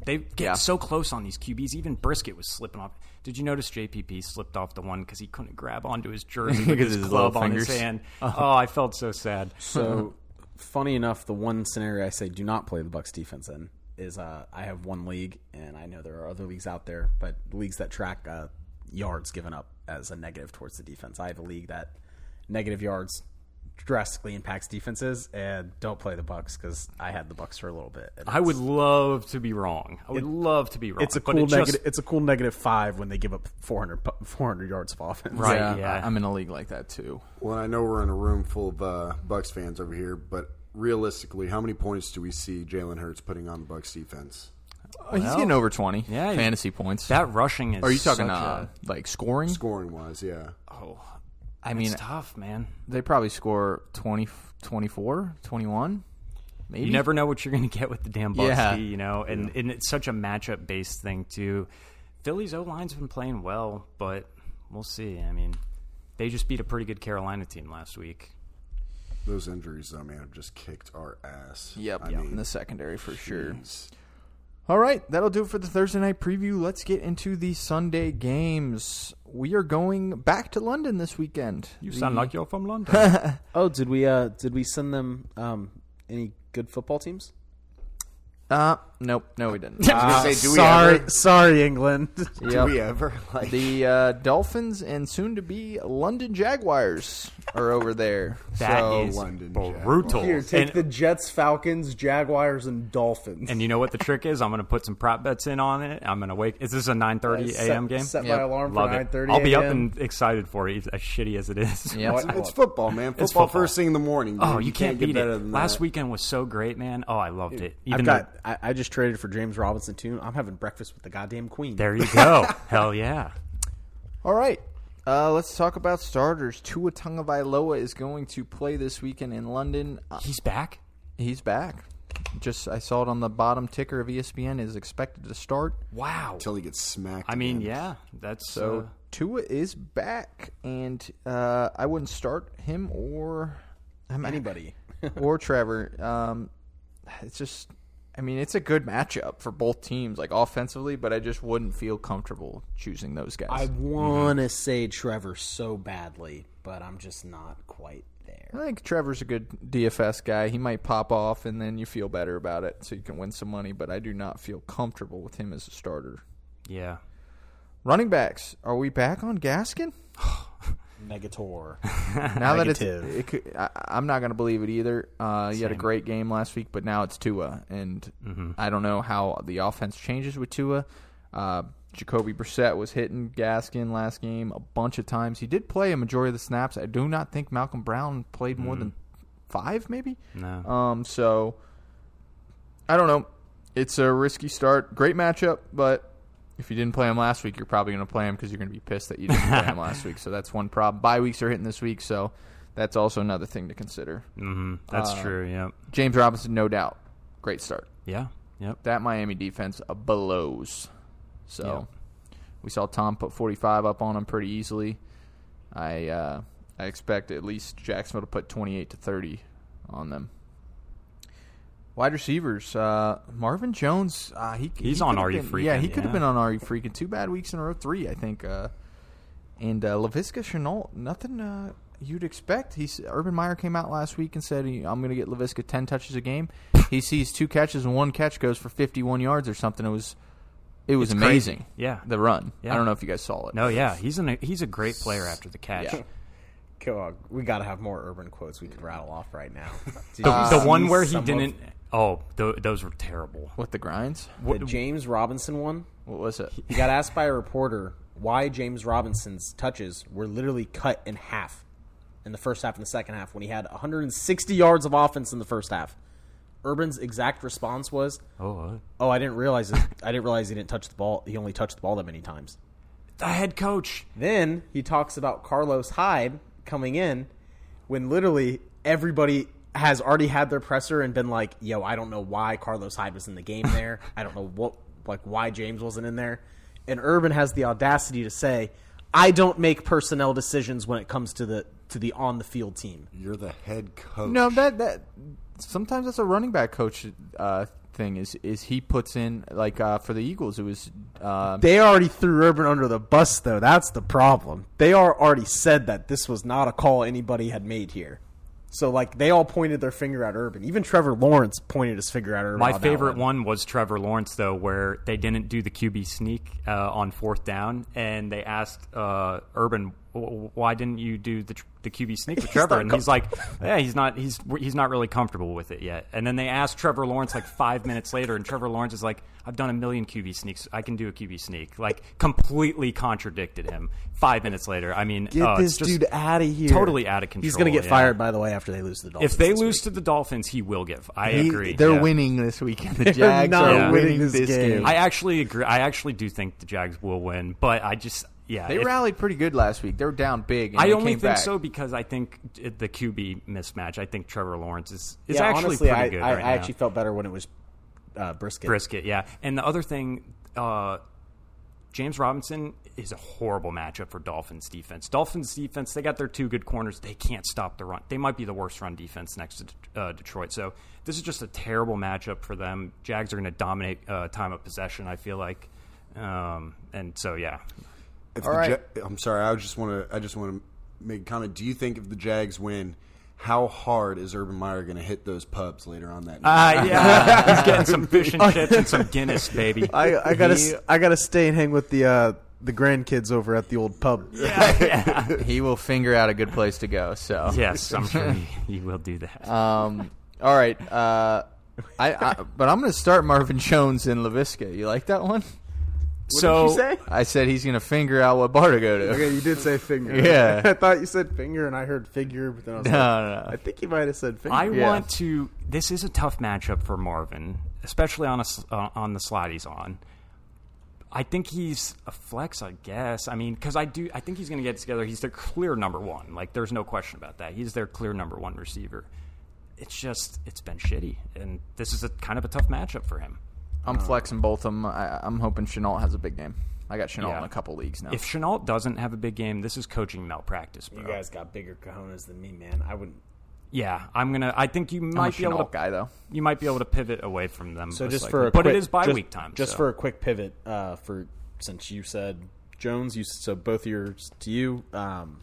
Speaker 5: They get
Speaker 2: Yeah.
Speaker 5: so close on these QBs. Even Brisket was slipping off. Did you notice JPP slipped off the one because he couldn't grab onto
Speaker 2: *laughs*
Speaker 5: his jersey with
Speaker 2: Because
Speaker 5: his,
Speaker 2: his
Speaker 5: club
Speaker 2: little
Speaker 5: on his
Speaker 2: fingers. *laughs* Uh-huh.
Speaker 5: hand? Oh, I felt so sad. *laughs*
Speaker 3: So, funny enough, the one scenario I say do not play the Bucks defense in is uh, I have one league, and I know there are other leagues out there, but leagues that track uh, yards given up as a negative towards the defense. I have a league that negative yards drastically impacts defenses, and don't play the Bucks because I had the Bucks for a little bit. and
Speaker 5: I would love to be wrong. I would love to be wrong.
Speaker 3: It's a
Speaker 5: but
Speaker 3: cool
Speaker 5: it just-
Speaker 3: negative. It's a cool negative five when they give up 400, pu- 400 yards of offense.
Speaker 5: Right.
Speaker 2: yeah,
Speaker 5: yeah.
Speaker 2: I, I'm in a league like that too.
Speaker 4: Well, I know we're in a room full of uh, Bucks fans over here, but realistically, how many points do we see Jalen Hurts putting on the Bucks defense?
Speaker 2: Oh, he's getting over twenty.
Speaker 5: Yeah, he-
Speaker 2: fantasy points.
Speaker 5: That rushing is.
Speaker 2: Are you talking
Speaker 5: such
Speaker 2: uh, like scoring?
Speaker 4: Scoring wise, yeah.
Speaker 5: A, oh,
Speaker 2: I
Speaker 5: it's
Speaker 2: mean,
Speaker 5: tough, man.
Speaker 2: they probably score 20, 24, 21, maybe.
Speaker 5: You never know what you're going to get with the damn Bucks,
Speaker 2: Yeah.
Speaker 5: D, you know, and and it's such a matchup based thing too. Philly's O line's been playing well, but we'll see. I mean, they just beat a pretty good Carolina team last week.
Speaker 4: Those injuries, though, man, have just kicked our ass.
Speaker 2: Yep,
Speaker 4: I
Speaker 2: in the secondary for sure.
Speaker 4: jeez.
Speaker 2: All right, that'll do it for the Thursday night preview. Let's get into the Sunday games. We are going back to London this weekend. The-
Speaker 5: like you're from London.
Speaker 3: Oh, did we uh, did we send them um, any good football teams?
Speaker 2: Uh, nope, no, we *laughs* didn't. Uh,
Speaker 5: Ah,
Speaker 4: I was gonna say, do
Speaker 3: sorry,
Speaker 4: we ever?
Speaker 3: sorry, England. *laughs*
Speaker 2: yep.
Speaker 4: Do we ever? Like,
Speaker 2: The uh, Dolphins and soon to be London Jaguars are over *laughs* there.
Speaker 5: *laughs* That
Speaker 2: so,
Speaker 5: is
Speaker 4: London
Speaker 5: brutal. and,
Speaker 3: Jets, Falcons, Jaguars, and Dolphins.
Speaker 5: and you know what the trick is? I'm going to put some prop bets in on it. I'm going to wake. Is this a 9:30
Speaker 3: Uh,
Speaker 5: a.m. game?
Speaker 2: Yep. alarm
Speaker 5: Love it. I'll be up and excited for it, as shitty as it is.
Speaker 2: Yep.
Speaker 4: It's football, man. Football,
Speaker 5: football.
Speaker 4: first thing in the morning.
Speaker 5: *laughs* Oh,
Speaker 4: dude.
Speaker 5: you, can't,
Speaker 4: get
Speaker 5: beat
Speaker 4: better
Speaker 5: it.
Speaker 4: than
Speaker 5: Last
Speaker 4: that.
Speaker 5: weekend was so great, man. Oh, I loved it. Even
Speaker 3: I've
Speaker 5: though-
Speaker 3: got. I, I just traded for James Robinson too. I'm having breakfast with the goddamn queen.
Speaker 5: there you go. Hell yeah.
Speaker 2: All right. Uh, let's talk about starters. Tua Tagovailoa is going to play this weekend in London. Uh,
Speaker 5: He's back.
Speaker 2: he's back. Just I saw it on the bottom ticker of E ESPN is expected to start.
Speaker 5: Wow.
Speaker 4: until he gets smacked.
Speaker 5: I mean,
Speaker 4: again.
Speaker 5: yeah, that's
Speaker 2: So
Speaker 5: so.
Speaker 2: Tua is back, and uh, I wouldn't start him or I'm-
Speaker 3: *laughs* Anybody?
Speaker 2: or Trevor. Um, it's just, I mean, it's a good matchup for both teams, like offensively, but I just wouldn't feel comfortable choosing those guys.
Speaker 3: I want to say Trevor so badly, but I'm just not quite there.
Speaker 2: I think Trevor's a good DFS guy. He might pop off, and then you feel better about it, so you can win some money. But I do not feel comfortable with him as a starter.
Speaker 5: yeah.
Speaker 2: Running backs, are we back on Gaskin?
Speaker 3: Megator.
Speaker 5: *laughs*
Speaker 2: Now that it's,
Speaker 3: Negative.
Speaker 2: it could, I, I'm not going to believe it either. Uh, he had a great game last week, but now it's Tua, and I don't know how the offense changes with Tua. Uh, Jacoby Brissett was hitting Gaskin last game a bunch of times. He did play a majority of the snaps. I do not think Malcolm Brown played more than five, maybe.
Speaker 5: No.
Speaker 2: Um, so I don't know. It's a risky start. Great matchup, but if you didn't play him last week, you're probably going to play him because you're going to be pissed that you didn't play him last week. So that's one problem. Bye weeks are hitting this week, so that's also another thing to consider.
Speaker 5: hmm That's true. Yep.
Speaker 2: James Robinson, no doubt, great start.
Speaker 5: Yeah. Yep.
Speaker 2: That Miami defense uh, blows. So we saw Tom put 45 up on him pretty easily. I uh, I expect at least Jacksonville to put 28 to 30 on them. Wide receivers, uh, Marvin Jones. Uh, he
Speaker 5: He's
Speaker 2: he
Speaker 5: on
Speaker 2: could've
Speaker 5: Ari
Speaker 2: been- Yeah, he
Speaker 5: Freakin',
Speaker 2: could have
Speaker 5: yeah.
Speaker 2: been on Ari Freakin. Two bad weeks in a row, three I think. Uh, and uh, Lavisca Chenault, nothing uh, you'd expect. He's Urban Meyer came out last week and said, "I'm going to get Lavisca ten touches a game." he sees two catches and one catch goes for 51 yards or something. It was, it was
Speaker 5: It's crazy.
Speaker 2: amazing.
Speaker 5: Yeah.
Speaker 2: the run.
Speaker 5: Yeah.
Speaker 2: I don't know if you guys saw it.
Speaker 5: No. Yeah. He's an he's a great player after the catch.
Speaker 2: Yeah.
Speaker 3: Go on. We got to have more urban quotes we could rattle off right now. Did
Speaker 5: The,
Speaker 3: you
Speaker 5: the
Speaker 3: see
Speaker 5: one where he
Speaker 3: Uh, some of
Speaker 5: didn't. Oh, tho- those were terrible.
Speaker 2: What the grinds?
Speaker 3: the James Robinson one.
Speaker 2: What was it?
Speaker 3: He got asked by a reporter why James Robinson's touches were literally cut in half in the first half and the second half when he had 160 yards of offense in the first half. Urban's exact response was,
Speaker 5: Oh,
Speaker 3: "Oh, I didn't realize this. I didn't realize he didn't touch the ball. He only touched the ball that many times."
Speaker 5: the head coach.
Speaker 3: Then he talks about Carlos Hyde coming in when literally everybody has already had their presser and been like, "Yo, I don't know why Carlos Hyde was in the game there. I don't know what like why James wasn't in there." And Urban has the audacity to say, "I don't make personnel decisions when it comes to the to the on the field team."
Speaker 4: You're the head coach.
Speaker 2: No, that that sometimes that's a running back coach uh, thing. Is is he puts in like uh, for the Eagles? It was uh,
Speaker 3: They already threw Urban under the bus though. That's the problem. They are already said that this was not a call anybody had made here. So like they all pointed their finger at Urban. Even Trevor Lawrence pointed his finger at Urban.
Speaker 5: My
Speaker 3: on that
Speaker 5: favorite one was Trevor Lawrence, though, where they didn't do the QB sneak uh, on fourth down, and they asked uh, Urban, "W- w- "Why didn't you do the, tr- the QB sneak
Speaker 3: *laughs*
Speaker 5: with Trevor?" And he's like, "Yeah, he's not he's he's not really comfortable with it yet." And then they asked Trevor Lawrence like five minutes later, and Trevor Lawrence is like, "I've done a million QB sneaks. I can do a QB sneak." Like completely contradicted him five minutes later. I mean,
Speaker 3: Get
Speaker 5: oh, it's
Speaker 3: this
Speaker 5: just
Speaker 3: dude out of here.
Speaker 5: Totally out of control.
Speaker 3: He's gonna get
Speaker 5: yeah.
Speaker 3: fired, by the way, after they lose to the Dolphins.
Speaker 5: If they
Speaker 3: this
Speaker 5: lose
Speaker 3: week.
Speaker 5: to the Dolphins, he will give. I
Speaker 2: he-
Speaker 5: agree.
Speaker 2: They're
Speaker 5: yeah.
Speaker 2: winning this weekend.
Speaker 5: *laughs*
Speaker 2: The Jags
Speaker 3: not
Speaker 2: are
Speaker 3: winning
Speaker 2: winning
Speaker 3: this
Speaker 2: this,
Speaker 3: game.
Speaker 2: game.
Speaker 5: I actually agree. I actually do think the Jags will win, but I just yeah.
Speaker 2: they
Speaker 5: if-
Speaker 2: rallied pretty good last week. They were down big. And
Speaker 5: I
Speaker 2: they
Speaker 5: only
Speaker 2: came
Speaker 5: think
Speaker 2: back.
Speaker 5: so because I think it- the QB mismatch. I think Trevor Lawrence is is
Speaker 3: yeah,
Speaker 5: actually
Speaker 3: honestly,
Speaker 5: pretty
Speaker 3: I,
Speaker 5: good
Speaker 3: I,
Speaker 5: right
Speaker 3: I
Speaker 5: now.
Speaker 3: actually felt better when it was uh, brisket.
Speaker 5: Brisket, yeah. And the other thing, uh, James Robinson is a horrible matchup for Dolphins defense. Dolphins defense, they got their two good corners. They can't stop the run. They might be the worst run defense next to De- uh, Detroit. So this is just a terrible matchup for them. Jags are going to dominate uh, time of possession. I feel like, um, and so yeah,
Speaker 4: If
Speaker 2: All
Speaker 4: the
Speaker 2: right.
Speaker 4: Ja- I'm sorry. I just want to. I just want to make a comment. Do you think if the Jags win, how hard is Urban Meyer going to hit those pubs later on that night?
Speaker 5: Uh,
Speaker 3: *laughs*
Speaker 5: yeah, he's getting some fish and chips and some Guinness, baby.
Speaker 3: Oh, I, I gotta
Speaker 2: He-
Speaker 3: I gotta stay and hang with the uh, the grandkids over at the old pub.
Speaker 2: He will finger out a good place to go. So
Speaker 5: *laughs* yes, I'm sure he, he will do that.
Speaker 3: Uh,
Speaker 2: Um, all right. Uh, I, I but I'm going to start Marvin Jones in Lavisca. You like that one?
Speaker 5: so
Speaker 2: I said he's going to finger out what bar to go to.
Speaker 3: Okay, you did say finger.
Speaker 2: Yeah.
Speaker 3: *laughs* I thought you said finger, and I heard figure, but then I was
Speaker 2: *laughs*
Speaker 3: like,
Speaker 2: No, no.
Speaker 3: I think you might have said finger.
Speaker 5: I
Speaker 2: Yeah.
Speaker 5: want to. This is a tough matchup for Marvin, especially on a s uh, on the slide he's on. I think he's a flex, I guess. I mean, because I do. I think he's going to get it together. He's their clear number one. Like, there's no question about that. He's their clear number one receiver. It's just it's been shitty, and this is a kind of a tough matchup for him.
Speaker 2: I'm flexing both of them. I, I'm hoping Chenault has a big game. I got Chenault
Speaker 5: Yeah.
Speaker 2: in a couple leagues now.
Speaker 5: If Chenault doesn't have a big game, this is coaching malpractice, bro.
Speaker 3: you guys got bigger cojones than me, man. I wouldn't.
Speaker 5: Yeah, I'm gonna. I think you
Speaker 2: I'm a
Speaker 5: might be able
Speaker 2: Chenault
Speaker 5: to.
Speaker 2: guy though.
Speaker 5: You might be able to pivot away from them.
Speaker 3: So
Speaker 5: most
Speaker 3: just
Speaker 5: likely.
Speaker 3: for a
Speaker 5: but
Speaker 3: quick,
Speaker 5: it is bye
Speaker 3: just-
Speaker 5: week time.
Speaker 3: Just
Speaker 5: so.
Speaker 3: for a quick pivot, uh, for since you said Jones, you so both yours to you. Um,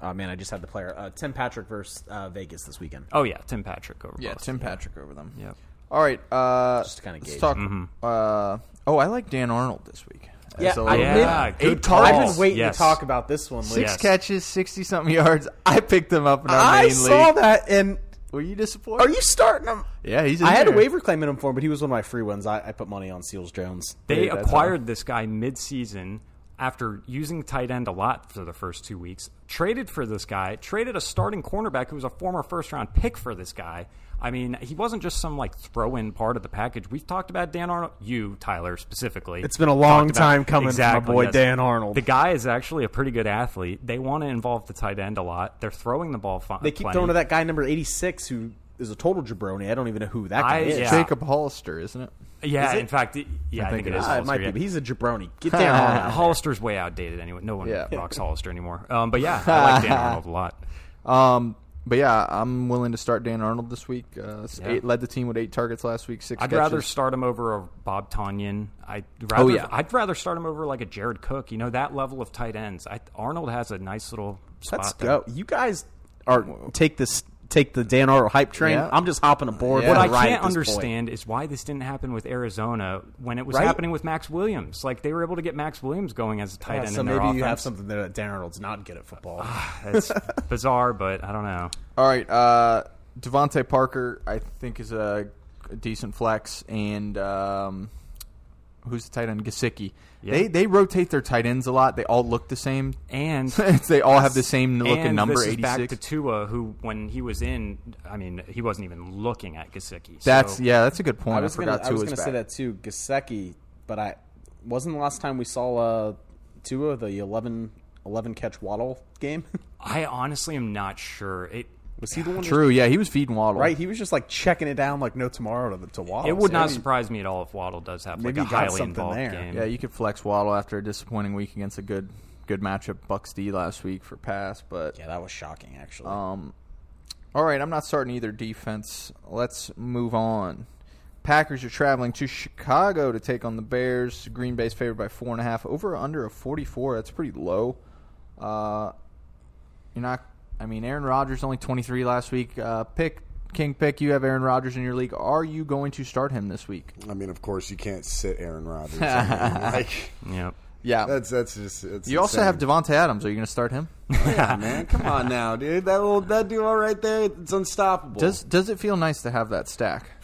Speaker 3: oh man, I just had the player uh, Tim Patrick versus uh, Vegas this weekend.
Speaker 5: Oh yeah, Tim Patrick over. Mm-hmm.
Speaker 2: Yeah,
Speaker 5: Boston.
Speaker 2: Tim Patrick over them.
Speaker 5: Yep.
Speaker 2: All right. Uh,
Speaker 3: Just to kinda
Speaker 2: let's
Speaker 3: gauge.
Speaker 2: talk. Uh, oh, I like Dan Arnold this week.
Speaker 3: Yeah,
Speaker 2: As a
Speaker 3: I
Speaker 2: little-
Speaker 3: did-
Speaker 5: Yeah, good
Speaker 2: eight
Speaker 5: call.
Speaker 2: targets,
Speaker 3: I've been waiting
Speaker 5: yes.
Speaker 3: to talk about this one.
Speaker 2: six
Speaker 3: Luke.
Speaker 5: Yes.
Speaker 2: catches, sixty something yards. I picked him up in our
Speaker 3: I
Speaker 2: main
Speaker 3: saw
Speaker 2: league.
Speaker 3: that, and
Speaker 2: Were you disappointed?
Speaker 3: are you starting him?
Speaker 2: Yeah, he's. In
Speaker 3: I had a
Speaker 2: there.
Speaker 3: waiver claim in him for him, but he was one of my free ones. I, I put money on Seals Jones.
Speaker 5: They
Speaker 2: Yeah, that's
Speaker 5: acquired this guy mid-season after using tight end a lot for the first two weeks. Traded for this guy. Traded a starting cornerback who was a former first-round pick for this guy. I mean, he wasn't just some like throw-in part of the package. We've talked about Dan Arnold, you Tyler specifically.
Speaker 3: It's been a long
Speaker 5: talked
Speaker 3: time coming for my
Speaker 5: Exactly,
Speaker 3: boy
Speaker 5: yes.
Speaker 3: Dan Arnold.
Speaker 5: The guy is actually a pretty good athlete. They want to involve the tight end a lot. They're throwing the ball. Fi-
Speaker 3: They keep
Speaker 5: plenty.
Speaker 3: throwing to that guy number eighty six who is a total jabroni. I don't even know who that guy
Speaker 5: I-
Speaker 3: is.
Speaker 5: yeah.
Speaker 2: Jacob Hollister, isn't it?
Speaker 5: Yeah,
Speaker 3: Is it?
Speaker 5: in fact, it- yeah, I, think, it is.
Speaker 3: Ah, it might
Speaker 5: Hollister, yeah.
Speaker 3: be. But he's a jabroni. Get
Speaker 5: *laughs*
Speaker 3: down on
Speaker 5: Uh,
Speaker 3: that.
Speaker 5: Hollister's way outdated anyway. No one
Speaker 2: Yeah.
Speaker 5: rocks Hollister anymore. Um, but
Speaker 3: *laughs*
Speaker 5: yeah, I like Dan Arnold a lot.
Speaker 2: Um, but yeah, I'm willing to start Dan Arnold this week. Uh, s- eight, led the team with eight targets last week. Six.
Speaker 5: I'd
Speaker 2: catches.
Speaker 5: rather start him over a Bob Tanyan. I'd
Speaker 3: Oh,
Speaker 5: rather,
Speaker 2: yeah.
Speaker 5: I'd rather start him over like a Jared Cook. You know that level of tight ends. I, Arnold has a nice little spot.
Speaker 3: Let's
Speaker 5: there.
Speaker 3: go. You guys are take this take the Dan Art hype train.
Speaker 2: Yeah.
Speaker 3: I'm just hopping aboard.
Speaker 2: Yeah.
Speaker 3: for
Speaker 2: What
Speaker 5: What
Speaker 3: the
Speaker 5: I
Speaker 3: ride
Speaker 5: can't
Speaker 3: at this point.
Speaker 5: understand is why this didn't happen with Arizona when it was
Speaker 3: Right?
Speaker 5: happening with Max Williams. Like they were able to get Max Williams going as a tight
Speaker 3: Yeah,
Speaker 5: end.
Speaker 3: Ah, so
Speaker 5: in
Speaker 3: maybe
Speaker 5: their
Speaker 3: you have
Speaker 5: offense. Ah,
Speaker 3: something there that Dan Arnold's not good at football.
Speaker 5: *sighs* That's bizarre, but I don't know.
Speaker 2: All right, uh, Devonte Parker, I think is a, a decent flex, and um, who's the tight end? Gasicki.
Speaker 5: Yeah.
Speaker 2: They they rotate their tight ends a lot. They all look the same. *laughs*
Speaker 3: *laughs*
Speaker 5: And
Speaker 2: they all have the same looking
Speaker 5: and
Speaker 2: number,
Speaker 5: this is
Speaker 2: eighty
Speaker 5: back to
Speaker 2: six.
Speaker 5: Tua, who when he was in, I mean, he wasn't even looking at Gasicki. So
Speaker 2: That's yeah, that's a good point.
Speaker 3: I
Speaker 2: I,
Speaker 3: was
Speaker 2: forgot
Speaker 3: gonna, I was
Speaker 2: Tua's
Speaker 3: gonna
Speaker 2: back.
Speaker 3: say that too. Gasecki, but I wasn't the last time we saw uh, Tua the 11, 11 catch waddle game. *laughs*
Speaker 5: I honestly am not sure. It
Speaker 3: was he the one?
Speaker 2: True, yeah, he was feeding Waddle.
Speaker 3: Right, he was just like checking it down like no tomorrow to, to waddle.
Speaker 5: it would
Speaker 3: So
Speaker 5: not
Speaker 3: maybe-
Speaker 5: surprise me at all if Waddle does have like
Speaker 3: maybe
Speaker 5: a
Speaker 3: he got
Speaker 5: highly
Speaker 3: something
Speaker 5: involved
Speaker 3: there.
Speaker 5: game.
Speaker 2: Yeah, you could flex Waddle after a disappointing week against a good good matchup Bucks D last week for pass, but
Speaker 3: Yeah, that was shocking actually.
Speaker 2: All right, I'm not starting either defense. Let's move on. Packers are traveling to Chicago to take on the Bears. Green Bay's favored by four and a half. Over or under a 44. That's pretty low. Uh, you're not. I mean, Aaron Rodgers only 23 last week. Uh, pick King. Pick. You have Aaron Rodgers in your league. Are you going to start him this week?
Speaker 4: I mean, of course, you can't sit Aaron Rodgers. I
Speaker 5: *laughs*
Speaker 4: mean, like
Speaker 5: Yep.
Speaker 2: Yeah.
Speaker 4: that's that's just. It's
Speaker 2: you also have
Speaker 4: insane.
Speaker 2: Devonte Adams. Are you going to start him?
Speaker 4: Yeah, man. Come on now, dude. That little that dude right there, it's unstoppable.
Speaker 2: Does Does it feel nice to have that stack? *sighs*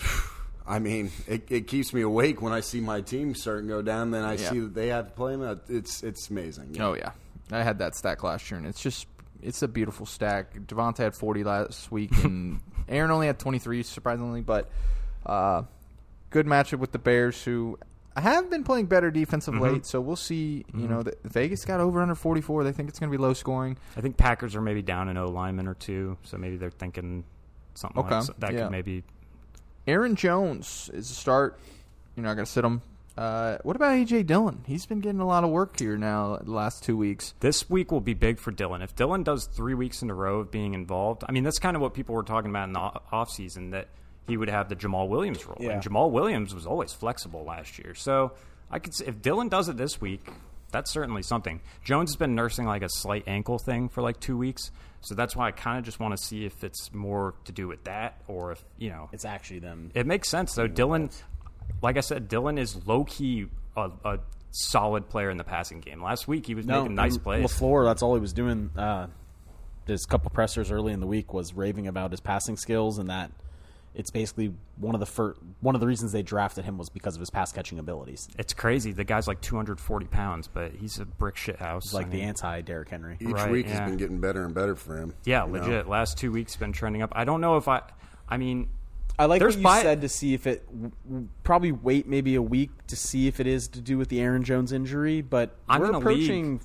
Speaker 4: I mean, it, it keeps me awake when I see my team starting to go down. Then I
Speaker 2: Yeah.
Speaker 4: see that they have to play him. It's it's amazing.
Speaker 2: Oh yeah, I had that stack last year, and it's just it's a beautiful stack. Devontae had forty last week, and Aaron only had twenty three, surprisingly. But uh, good matchup with the Bears, who have been playing better defense of late. So we'll see. You know, the, Vegas got over under forty four. They think it's going to be low scoring.
Speaker 5: I think Packers are maybe down an O lineman or two, so maybe they're thinking something
Speaker 2: Okay,
Speaker 5: like so that
Speaker 2: yeah.
Speaker 5: could maybe
Speaker 2: Aaron Jones is a start. You're not going to sit him. Uh, what about AJ Dillon? He's been getting a lot of work here now the last two weeks.
Speaker 5: This week will be big for Dylan. If Dylan does three weeks in a row of being involved, I mean, that's kind of what people were talking about in the o- offseason that he would have the Jamal Williams role.
Speaker 3: Yeah.
Speaker 5: And Jamal Williams was always flexible last year. So I could s if Dylan does it this week, that's certainly something. Jones has been nursing like a slight ankle thing for like two weeks. So that's why I kind of just want to see if it's more to do with that or if, you know,
Speaker 3: it's actually them.
Speaker 5: it makes sense though. Dylan, like I said, Dylan is low key a, a solid player in the passing game. Last week he was making nice
Speaker 3: and
Speaker 5: plays.
Speaker 3: LaFleur, that's all he was doing. Uh, his couple pressers early in the week was raving about his passing skills and that it's basically one of the fir- one of the reasons they drafted him was because of his pass catching abilities.
Speaker 5: It's crazy. The guy's like 240 pounds, but he's a brick shit house.
Speaker 3: It's like
Speaker 5: I
Speaker 3: the
Speaker 5: mean,
Speaker 3: anti Derrick Henry.
Speaker 4: Each
Speaker 5: Right,
Speaker 4: week
Speaker 5: yeah.
Speaker 4: has been getting better and better for him.
Speaker 5: yeah,
Speaker 4: you know?
Speaker 5: legit. Last two weeks been trending up. I don't know if I. I mean,
Speaker 3: I like
Speaker 5: There's
Speaker 3: what you
Speaker 5: bi-
Speaker 3: said to see if it w- w- probably wait maybe a week to see if it is to do with the Aaron Jones injury, but
Speaker 5: I'm
Speaker 3: we're
Speaker 5: in a
Speaker 3: approaching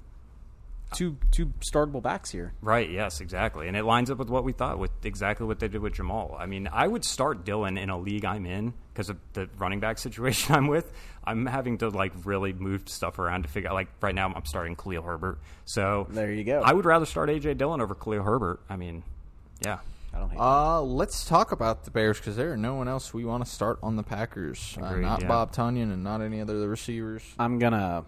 Speaker 3: two two startable backs here.
Speaker 5: right? Yes, exactly. And it lines up with what we thought with exactly what they did with Jamal. I mean, I would start Dylan in a league I'm in because of the running back *laughs* situation I'm with. I'm having to like really move stuff around to figure. out Like right now, I'm starting Khalil Herbert. So
Speaker 3: There you go.
Speaker 5: I would rather start AJ Dylan over Khalil Herbert. I mean, yeah.
Speaker 3: I don't hate
Speaker 2: Uh, let's talk about the Bears because there are no one else we want to start on the Packers. Uh,
Speaker 5: Agreed,
Speaker 2: not
Speaker 5: yeah.
Speaker 2: Bob Tunyon and not any other of the receivers.
Speaker 3: I'm gonna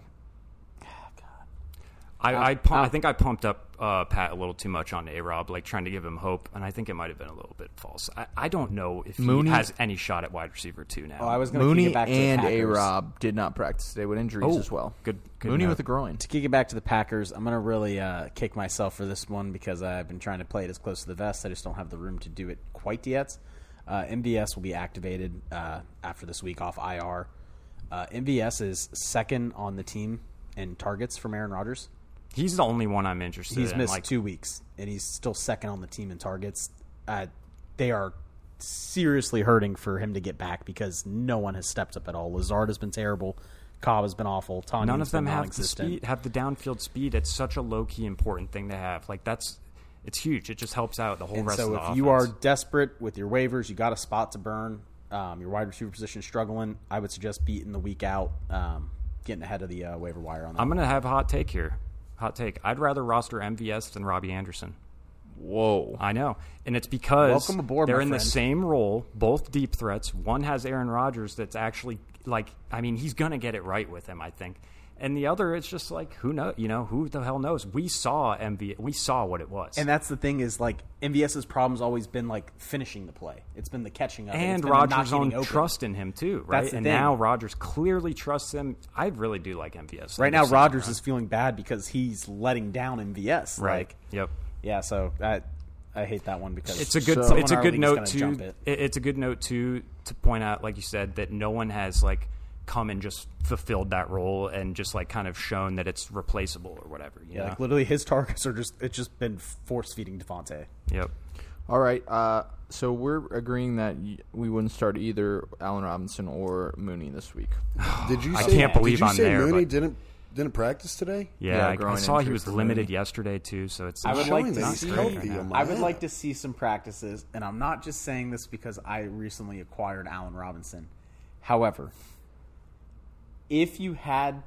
Speaker 5: I I, pump, I think I pumped up uh, Pat a little too much on A Rob, like trying to give him hope, and I think it might have been a little bit false. I, I don't know if
Speaker 2: Mooney-
Speaker 5: he has any shot at wide receiver two now.
Speaker 3: Oh, I was gonna kick
Speaker 2: Mooney
Speaker 3: it back to the
Speaker 2: and A
Speaker 3: Packers.
Speaker 2: Rob did not practice today with injuries
Speaker 5: Oh,
Speaker 2: as well.
Speaker 5: good- good
Speaker 2: Mooney
Speaker 5: note.
Speaker 2: with a groin.
Speaker 3: to kick it back to the Packers, I'm gonna really uh, kick myself for this one because I've been trying to play it as close to the vest. I just don't have the room to do it quite yet. Uh, MVS will be activated uh, after this week off IR. Uh, MVS is second on the team in targets from Aaron Rodgers.
Speaker 5: He's the only one I'm interested
Speaker 3: He's
Speaker 5: in.
Speaker 3: missed
Speaker 5: like,
Speaker 3: two weeks, and he's still second on the team in targets. Uh, they are seriously hurting for him to get back because no one has stepped up at all. Lazard has been terrible. Cobb has been awful. Tanya's
Speaker 5: None of them
Speaker 3: been
Speaker 5: have the
Speaker 3: non-existent.
Speaker 5: speed, have the downfield speed. It's such a low key important thing to have. Like that's it's huge. It just helps out the whole
Speaker 3: And
Speaker 5: rest
Speaker 3: so,
Speaker 5: of
Speaker 3: if
Speaker 5: the
Speaker 3: you are
Speaker 5: offense.
Speaker 3: desperate with your waivers, you got a spot to burn. Um, your wide receiver position is struggling. I would suggest beating the week out, um, getting ahead of the uh, waiver wire on that.
Speaker 5: I'm gonna have a hot take here. Hot take. I'd rather roster MVS than Robbie Anderson.
Speaker 2: Whoa.
Speaker 5: I know, and it's because
Speaker 3: Welcome aboard,
Speaker 5: they're
Speaker 3: my
Speaker 5: in the
Speaker 3: friend.
Speaker 5: same role, both deep threats. One has Aaron Rodgers, that's actually like, I mean, he's gonna get it right with him, I think. And the other, it's just like who know, you know, who the hell knows? We saw MV, we saw what it was,
Speaker 3: And that's the thing is like MVS's problem's always been like finishing the play. It's been the catching up.
Speaker 5: and Rogers' own trust in him too, right?
Speaker 3: That's the
Speaker 5: and
Speaker 3: thing.
Speaker 5: now Rogers clearly trusts him. I really do like MVS
Speaker 3: Right now,
Speaker 5: This
Speaker 3: Rogers is feeling bad because he's letting down MVS.
Speaker 5: right.
Speaker 3: Like,
Speaker 5: yep.
Speaker 3: yeah. So I, I hate that one because
Speaker 5: It's a good.
Speaker 3: someone
Speaker 5: it's a
Speaker 3: in our
Speaker 5: good
Speaker 3: league is
Speaker 5: note
Speaker 3: gonna
Speaker 5: to.
Speaker 3: jump it.
Speaker 5: it- It's a good note to to point out, like you said, that no one has like come and just fulfilled that role and just like kind of shown that it's replaceable or whatever. You
Speaker 3: Yeah,
Speaker 5: know?
Speaker 3: like literally his *laughs* targets are just it's just been force feeding Devontae.
Speaker 5: yep.
Speaker 2: All right. Uh, so we're agreeing that y- we wouldn't start either Allen Robinson or Mooney this week.
Speaker 4: Did you?
Speaker 5: I
Speaker 4: say-
Speaker 5: can't believe
Speaker 4: did you
Speaker 5: I'm
Speaker 4: say
Speaker 5: there,
Speaker 4: Mooney
Speaker 5: but-
Speaker 4: didn't didn't practice today?
Speaker 5: Yeah,
Speaker 2: Yeah,
Speaker 5: I- I,
Speaker 2: groin
Speaker 5: saw he
Speaker 2: injury
Speaker 5: was
Speaker 2: for
Speaker 5: limited
Speaker 2: Mooney.
Speaker 5: yesterday too, so it's.
Speaker 3: I would
Speaker 4: showing
Speaker 3: like to
Speaker 4: that
Speaker 3: see
Speaker 4: he's
Speaker 5: great
Speaker 4: healthy.
Speaker 5: right now.
Speaker 4: I'm
Speaker 3: I would like
Speaker 4: Yeah.
Speaker 3: to see some practices, and I'm not just saying this because I recently acquired Allen Robinson. However, if you had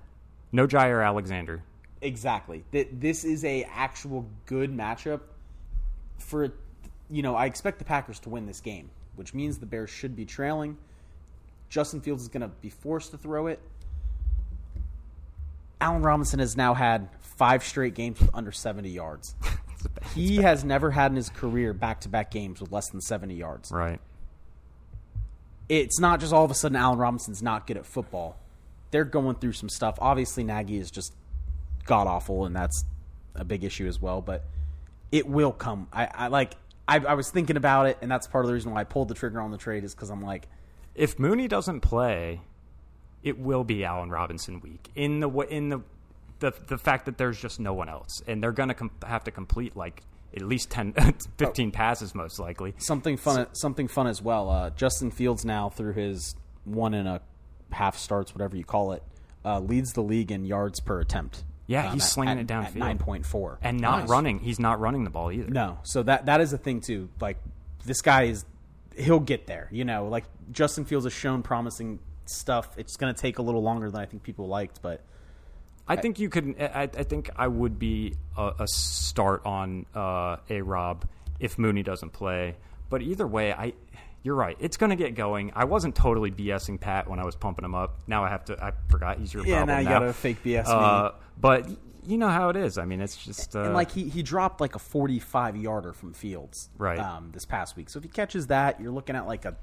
Speaker 5: no Jair Alexander.
Speaker 3: exactly that this is a actual good matchup for you know, I expect the Packers to win this game, which means the Bears should be trailing. Justin Fields is going to be forced to throw it. Allen Robinson has now had five straight games with under 70 yards. he has never had in his career back to back games with less than 70 yards.
Speaker 5: Right.
Speaker 3: It's not just all of a sudden Allen Robinson's not good at football. They're going through some stuff. Obviously, Nagy is just god awful, and that's a big issue as well. But it will come. I, I like. I, I was thinking about it, and that's part of the reason why I pulled the trigger on the trade is because I'm like,
Speaker 5: If Mooney doesn't play, it will be Allen Robinson week in the wa- in the the the fact that there's just no one else, and they're gonna com- have to complete like at least *laughs* 10, 15 passes most likely.
Speaker 3: something fun something fun as well uh, justin fields now through his one and a half starts whatever you call it uh, leads the league in yards per attempt
Speaker 5: Yeah, he's slinging it
Speaker 3: down
Speaker 5: downfield.
Speaker 3: at 9.4
Speaker 5: and not running. He's not running the ball either.
Speaker 3: no so that that is a thing too like this guy is he'll get there you know like justin fields has shown promising stuff it's going to take a little longer than i think people liked but
Speaker 5: I think you could. I, I think I would be a, a start on uh, a Rob if Mooney doesn't play. But either way, I you're right. It's going to get going. I wasn't totally BSing Pat when I was pumping him up. Now I have to. I forgot he's your
Speaker 3: Yeah,
Speaker 5: problem.
Speaker 3: now you gotta fake BS me.
Speaker 5: Uh, But you know how it is. I mean, it's just uh,
Speaker 3: and like he, he dropped like a 45 yarder from Fields
Speaker 5: Right.
Speaker 3: um, this past week. So if he catches that, you're looking at like a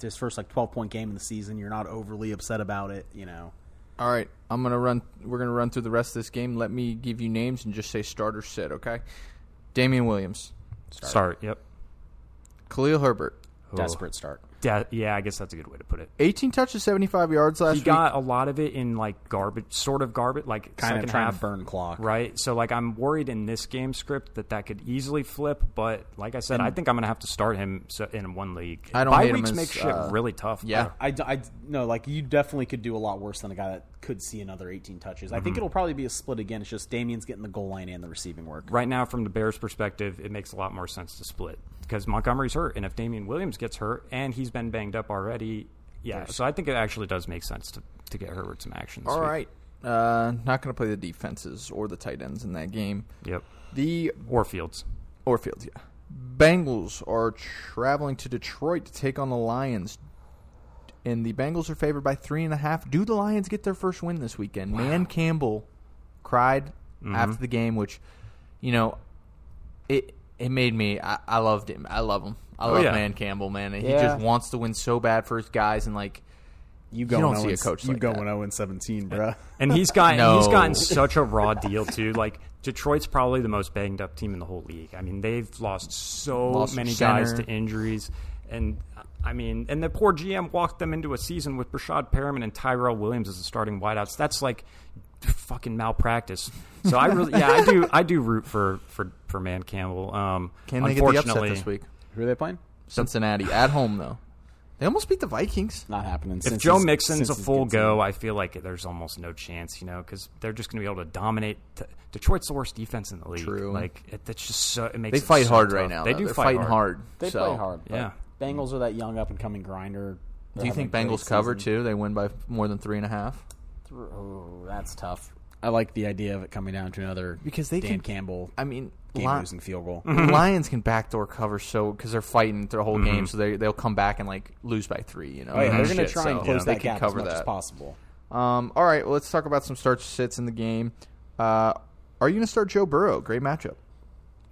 Speaker 3: this first like 12 point game in the season. You're not overly upset about it, you know.
Speaker 2: All right, I'm gonna run. We're gonna run through the rest of this game. Let me give you names and just say starter sit. Okay, Damian Williams,
Speaker 5: start. Yep.
Speaker 2: Khalil Herbert,
Speaker 5: Oh.
Speaker 3: Desperate start.
Speaker 5: De- yeah, I guess that's a good way to put it.
Speaker 2: 18 touches, 75 yards last
Speaker 5: He
Speaker 2: week.
Speaker 5: got a lot of it in like garbage, sort of garbage, like
Speaker 3: Kind
Speaker 5: second
Speaker 3: of trying
Speaker 5: half
Speaker 3: to burn clock.
Speaker 5: right? So like I'm worried in this game script that that could easily flip, but like I said, I think I'm gonna have to start him so- in one league.
Speaker 2: I don't
Speaker 5: Bye
Speaker 2: hate him
Speaker 5: weeks
Speaker 2: as,
Speaker 5: make shit
Speaker 2: uh,
Speaker 5: really tough.
Speaker 2: yeah.
Speaker 3: I, d- I d- no like you definitely could do a lot worse than a guy that could see another 18 touches. I
Speaker 2: Mm-hmm.
Speaker 3: think it'll probably be a split again. It's just Damien's getting the goal line and the receiving work.
Speaker 5: Right now, from the Bears' perspective, it makes a lot more sense to split because Montgomery's hurt, and if Damian Williams gets hurt and he's been banged up already, yeah. So I think it actually does make sense to to get Herbert some action. This
Speaker 2: All
Speaker 5: week.
Speaker 2: right, uh, not gonna play the defenses or the tight ends in that game.
Speaker 5: Yep.
Speaker 2: The
Speaker 5: Or Fields.
Speaker 2: or Fields, yeah. Bengals are traveling to Detroit to take on the Lions. And the Bengals are favored by three and a half. Do the Lions get their first win this weekend? Man Campbell cried after the game, which, you know, it it made me. I, I loved him. I love him. I love
Speaker 5: yeah.
Speaker 2: Man Campbell, man. And He
Speaker 3: Yeah.
Speaker 2: just wants to win so bad for his guys, and like
Speaker 3: You oh
Speaker 2: don't see a coach
Speaker 3: You
Speaker 2: like
Speaker 3: going
Speaker 2: that.
Speaker 3: 0 and 17, bruh.
Speaker 5: And he's gotten
Speaker 2: No.
Speaker 5: he's gotten such a raw deal too. Like Detroit's probably the most banged up team in the whole league. I mean, they've lost so
Speaker 2: Lost their
Speaker 5: many guys
Speaker 2: center.
Speaker 5: to injuries, and I mean, and the poor GM walked them into a season with Brashad Perriman and Tyrell Williams as the starting wideouts. That's like fucking malpractice. So I really, yeah, I do, I do root for for for Man Campbell. Um,
Speaker 2: can they get the upset
Speaker 5: unfortunately,
Speaker 2: this week?
Speaker 3: Who are they playing?
Speaker 2: Cincinnati at home though. They almost beat the Vikings.
Speaker 3: Not happening.
Speaker 5: If Joe Mixon's a full go, I feel like there's almost no chance, you know, because they're just going to be able to dominate. T- Detroit's the worst defense in the league.
Speaker 2: True.
Speaker 5: Like it, that's just so it makes
Speaker 2: They
Speaker 5: it
Speaker 2: fight
Speaker 5: so
Speaker 2: hard
Speaker 5: tough.
Speaker 2: right now.
Speaker 5: They
Speaker 2: though.
Speaker 5: do
Speaker 2: They're
Speaker 5: fight
Speaker 2: fighting
Speaker 5: hard.
Speaker 2: hard.
Speaker 3: They
Speaker 2: so.
Speaker 3: play hard. but
Speaker 5: Yeah.
Speaker 3: Bengals are that young up and coming grinder. They're
Speaker 2: Do you think
Speaker 3: having a great
Speaker 2: Bengals cover
Speaker 3: season.
Speaker 2: too? They win by more than three and a half.
Speaker 3: Oh, that's tough. I like the idea of it coming down to another
Speaker 2: Because they
Speaker 3: Dan
Speaker 2: can-
Speaker 3: Campbell
Speaker 2: I mean,
Speaker 3: game
Speaker 2: Li-
Speaker 3: losing
Speaker 2: *laughs*
Speaker 3: field goal. Oh, *laughs*
Speaker 2: Lions can backdoor cover so because they're fighting through the whole game, so they they'll come back and like lose by three. You know,
Speaker 3: Mm-hmm.
Speaker 2: Mm-hmm.
Speaker 3: Oh, yeah, they're
Speaker 2: Shit,
Speaker 3: going to try and
Speaker 2: so
Speaker 3: close
Speaker 2: they
Speaker 3: that
Speaker 2: can
Speaker 3: gap as
Speaker 2: cover
Speaker 3: much as
Speaker 2: that.
Speaker 3: possible.
Speaker 2: Um, all right, well, let's talk about some starts sits in the game. Uh, are you going to start Joe Burrow? Great matchup.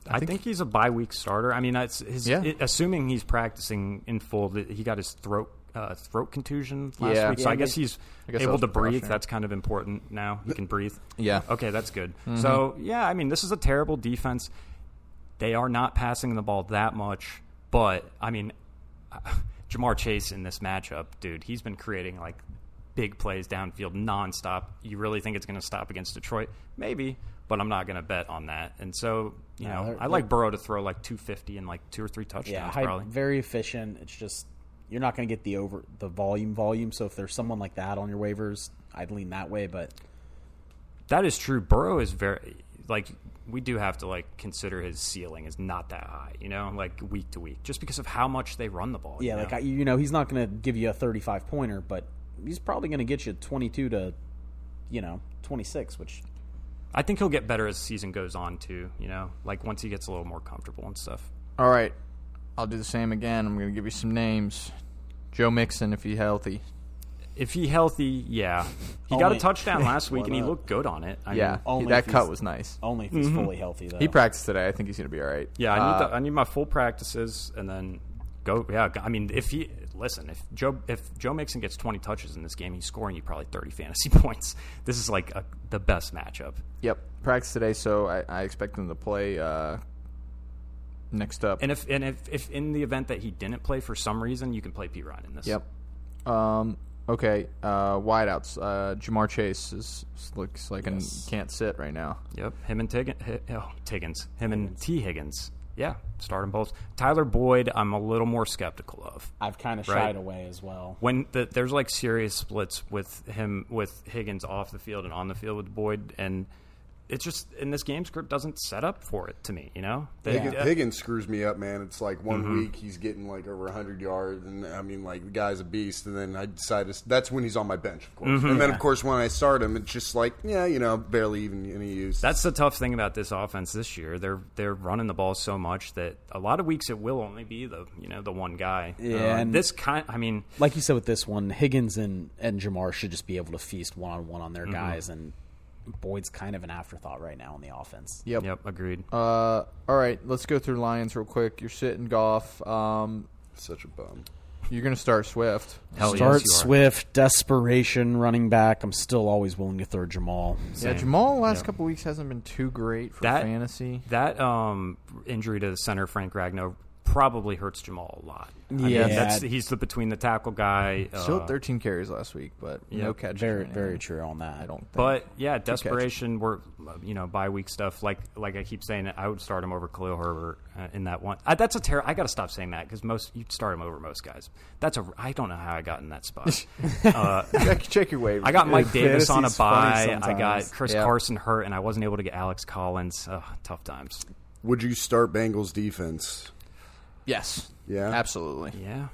Speaker 5: I, think, he's a bye week starter. I mean, that's his.
Speaker 2: Yeah.
Speaker 5: i- assuming he's practicing in full, th- he got his throat uh, throat contusion last
Speaker 2: Yeah.
Speaker 5: week, so
Speaker 2: Yeah,
Speaker 5: I guess he's
Speaker 2: I guess that
Speaker 5: able
Speaker 2: was
Speaker 5: to breathe.
Speaker 2: precautionary.
Speaker 5: That's kind of important now. He can breathe.
Speaker 2: Yeah.
Speaker 5: Okay, that's good.
Speaker 3: Mm-hmm.
Speaker 5: So yeah, I mean, this is a terrible defense. They are not passing the ball that much, but I mean, *laughs* Jamar Chase in this matchup, dude, he's been creating like big plays downfield nonstop. You really think it's going to stop against Detroit? Maybe, but I'm not going to bet on that. And so, you
Speaker 3: No,
Speaker 5: know,
Speaker 3: they're-
Speaker 5: I like Burrow to throw like 250 and like two or three touchdowns,
Speaker 3: Yeah, high,
Speaker 5: probably.
Speaker 3: very efficient. It's just you're not going to get the over the volume volume. So if there's someone like that on your waivers, I'd lean that way. But
Speaker 5: That is true. Burrow is very like we do have to like consider his ceiling is not that high, you know, like week to week, just because of how much they run the ball.
Speaker 3: yeah,
Speaker 5: you
Speaker 3: like
Speaker 5: know?
Speaker 3: I, you know, he's not going to give you a 35 pointer, but he's probably going to get you 22 to, you know, 26, which
Speaker 5: I think he'll get better as the season goes on too. You know, like once he gets a little more comfortable and stuff.
Speaker 2: All right, I'll do the same again. I'm going to give you some names. Joe Mixon, if he's healthy.
Speaker 5: If he healthy, yeah, he got
Speaker 3: Only- *laughs*
Speaker 5: a touchdown last week and he
Speaker 3: up?
Speaker 5: looked good on it. I
Speaker 2: Yeah,
Speaker 5: mean,
Speaker 2: he-
Speaker 3: only if
Speaker 2: that
Speaker 3: he's-
Speaker 2: cut was nice.
Speaker 3: only if he's fully healthy though.
Speaker 2: He practiced today. I think he's going to be all right.
Speaker 5: yeah, I
Speaker 2: Uh,
Speaker 5: need the, I need my full practices and then go. Yeah, I mean, if he listen, if Joe if Joe Mixon gets twenty touches in this game, he's scoring you probably thirty fantasy *laughs* points. This is like a, the best matchup.
Speaker 2: Yep, practice today, so I, I expect him to play. Uh, next up,
Speaker 5: And if and if, if in the event that he didn't play for some reason, you can play P Ryan in this.
Speaker 2: yep. Um, okay, uh, wideouts. Uh, Jamar Chase is, looks like an can't sit right now.
Speaker 5: Yep. Him and Tiggins. Oh, Tiggins. Him and T Higgins. Yeah. Start them both. Tyler Boyd, I'm a little more skeptical of.
Speaker 3: I've kind of shied
Speaker 5: Right.
Speaker 3: away as well.
Speaker 5: When the, there's like serious splits with him with Higgins off the field and on the field with Boyd, and it's just in this game script doesn't set up for it to me. You know, They-
Speaker 4: Higgins,
Speaker 5: uh,
Speaker 4: Higgins screws me up, man. It's like one
Speaker 5: Mm-hmm.
Speaker 4: week he's getting like over 100 yards, and I mean, like the guy's a beast. And then I decide to, that's when he's on my bench, of course.
Speaker 5: Mm-hmm.
Speaker 4: And then, of course, when I start him, it's just like, yeah, you know, barely even any use.
Speaker 5: That's the tough thing about this offense this year. They're they're running the ball so much that a lot of weeks it will only be the you know the one guy.
Speaker 3: Yeah,
Speaker 5: Uh,
Speaker 3: and-
Speaker 5: this kind. I mean,
Speaker 3: Like you said with this one, Higgins and and Jamar should just be able to feast one on one on their guys, and Boyd's kind of an afterthought right now on the offense.
Speaker 2: Yep.
Speaker 5: yep, agreed.
Speaker 2: Uh, all right, let's go through Lions real quick. You're sitting golf. Um,
Speaker 4: such a bum.
Speaker 2: you're going to start Swift.
Speaker 5: Hell
Speaker 3: Start
Speaker 5: yes, you are.
Speaker 3: Swift, desperation, running back. I'm still always willing to throw Jamal.
Speaker 2: Yeah,
Speaker 5: Same.
Speaker 2: Jamal last couple weeks hasn't been too great for
Speaker 5: That-
Speaker 2: fantasy.
Speaker 5: That um, injury to the center, Frank Ragnow, probably hurts Jamal a lot. I mean,
Speaker 3: Yeah.
Speaker 5: that's, he's the between the tackle guy. Uh,
Speaker 2: Still 13 carries last week, but no
Speaker 5: Yep.
Speaker 2: catches.
Speaker 3: Very,
Speaker 2: right now.
Speaker 3: very true on that.
Speaker 2: I don't. Think.
Speaker 5: But yeah, desperation. We're you know bye week stuff. Like like I keep saying, I would start him over Khalil Herbert uh, in that one. I, that's a terror. I got to stop saying that because most you'd start him over most guys. That's a. I don't know how I got in that
Speaker 3: *laughs*
Speaker 5: spot.
Speaker 2: check, check your waivers.
Speaker 5: I got Mike Davis on a
Speaker 3: Fantasy's funny
Speaker 5: bye. I got
Speaker 3: sometimes.
Speaker 5: Chris
Speaker 2: Yeah.
Speaker 5: Carson hurt, and I wasn't able to get Alex Collins. Ugh, tough times.
Speaker 4: Would you start Bengals defense?
Speaker 2: yes.
Speaker 4: Yeah.
Speaker 2: Absolutely.
Speaker 5: Yeah,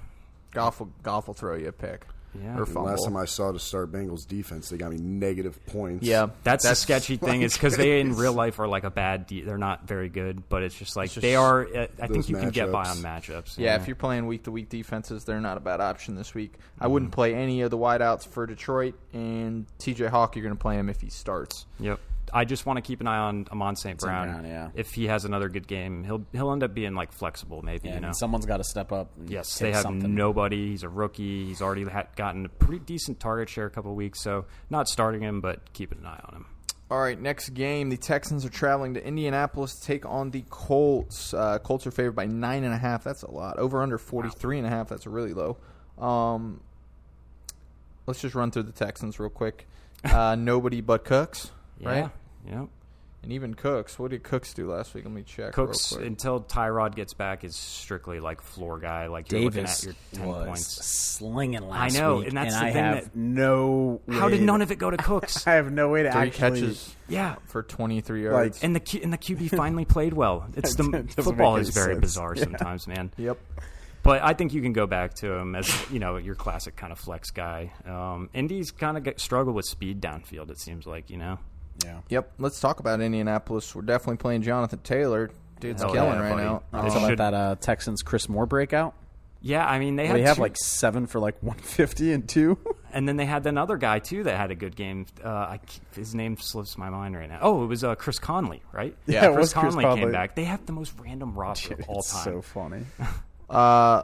Speaker 2: Golf will, golf will throw you a pick.
Speaker 5: Yeah.
Speaker 2: Or
Speaker 5: Last
Speaker 2: fumble.
Speaker 4: Last time I saw to start Bengals defense, they got me negative points.
Speaker 2: yeah.
Speaker 5: That's, the
Speaker 2: That's
Speaker 5: sketchy thing is because they in real life are like a bad. De- they're not very good, but it's just like they are. Uh, I think
Speaker 4: those
Speaker 5: you can get by on
Speaker 4: matchups.
Speaker 5: matchups.
Speaker 2: Yeah, if you're playing week to week defenses, they're not a bad option this week. I
Speaker 5: Mm-hmm.
Speaker 2: wouldn't play any of the wideouts for Detroit and TJ Hawk. You're going to play him if he starts.
Speaker 5: Yep. I just want to keep an eye on Amon St. Brown.
Speaker 3: Brown, yeah.
Speaker 5: If he has another good game, he'll he'll end up being like flexible, maybe.
Speaker 3: Yeah,
Speaker 5: you
Speaker 3: I mean,
Speaker 5: know.
Speaker 3: someone's got to step up. And
Speaker 5: Yes,
Speaker 3: take
Speaker 5: they have
Speaker 3: something.
Speaker 5: nobody. He's a rookie. He's already ha- gotten a pretty decent target share a couple weeks, so not starting him, but keeping an eye on him.
Speaker 2: All right, next game. The Texans are traveling to Indianapolis to take on the Colts. Uh, Colts are favored by nine and a half. That's a lot. Over under forty three and a half. That's really low. Um, let's just run through the Texans real
Speaker 5: *laughs*
Speaker 2: quick. Uh, nobody but Cooks,
Speaker 5: Yeah.
Speaker 2: right?
Speaker 5: Yep.
Speaker 2: And even Cooks. What did Cooks do last week? Let me check.
Speaker 5: Cooks
Speaker 2: real quick.
Speaker 5: until Tyrod gets back is strictly like floor guy. Like you're
Speaker 3: Davis
Speaker 5: looking at your ten
Speaker 3: was
Speaker 5: points.
Speaker 3: slinging last
Speaker 5: know,
Speaker 3: week,
Speaker 5: and that's
Speaker 3: and
Speaker 5: the
Speaker 3: I
Speaker 5: thing
Speaker 3: have
Speaker 5: that-
Speaker 3: no.
Speaker 5: How did
Speaker 3: way
Speaker 5: none
Speaker 3: to-
Speaker 5: of it go to Cooks?
Speaker 3: *laughs* I have no way to
Speaker 2: three
Speaker 3: actually
Speaker 2: catches
Speaker 5: yeah.
Speaker 2: for twenty three yards.
Speaker 5: And the Q, and the QB finally played
Speaker 3: *laughs*
Speaker 5: well. It's the
Speaker 3: doesn't
Speaker 5: football
Speaker 3: make
Speaker 5: is
Speaker 3: any
Speaker 5: very
Speaker 3: sense.
Speaker 5: bizarre sometimes, man.
Speaker 2: yep.
Speaker 5: But I think you can go back to him as you know your classic kind of flex guy. Um, Indy's kind of struggle with speed downfield. It seems like you know.
Speaker 3: Yeah.
Speaker 5: Oh,
Speaker 2: Yep. Let's talk about Indianapolis. We're definitely playing Jonathan Taylor. Dude's
Speaker 5: Hell
Speaker 2: killing
Speaker 5: yeah,
Speaker 2: right
Speaker 5: buddy.
Speaker 2: now.
Speaker 5: They
Speaker 3: Talk about
Speaker 5: should-
Speaker 3: that uh, Texans Chris Moore breakout.
Speaker 5: Yeah, I mean they had
Speaker 3: They have
Speaker 5: two-
Speaker 3: *laughs* like seven for like 150 and two.
Speaker 5: And then they had that other guy too that had a good game. Uh, I, ke- his name slips my mind right now. Oh, it was uh, Chris Conley, right?
Speaker 3: Yeah, it
Speaker 5: Chris
Speaker 3: was Chris
Speaker 5: Conley,
Speaker 3: Conley.
Speaker 5: came back. They have the most random roster of all
Speaker 6: it's
Speaker 5: time.
Speaker 6: so funny.
Speaker 2: Uh,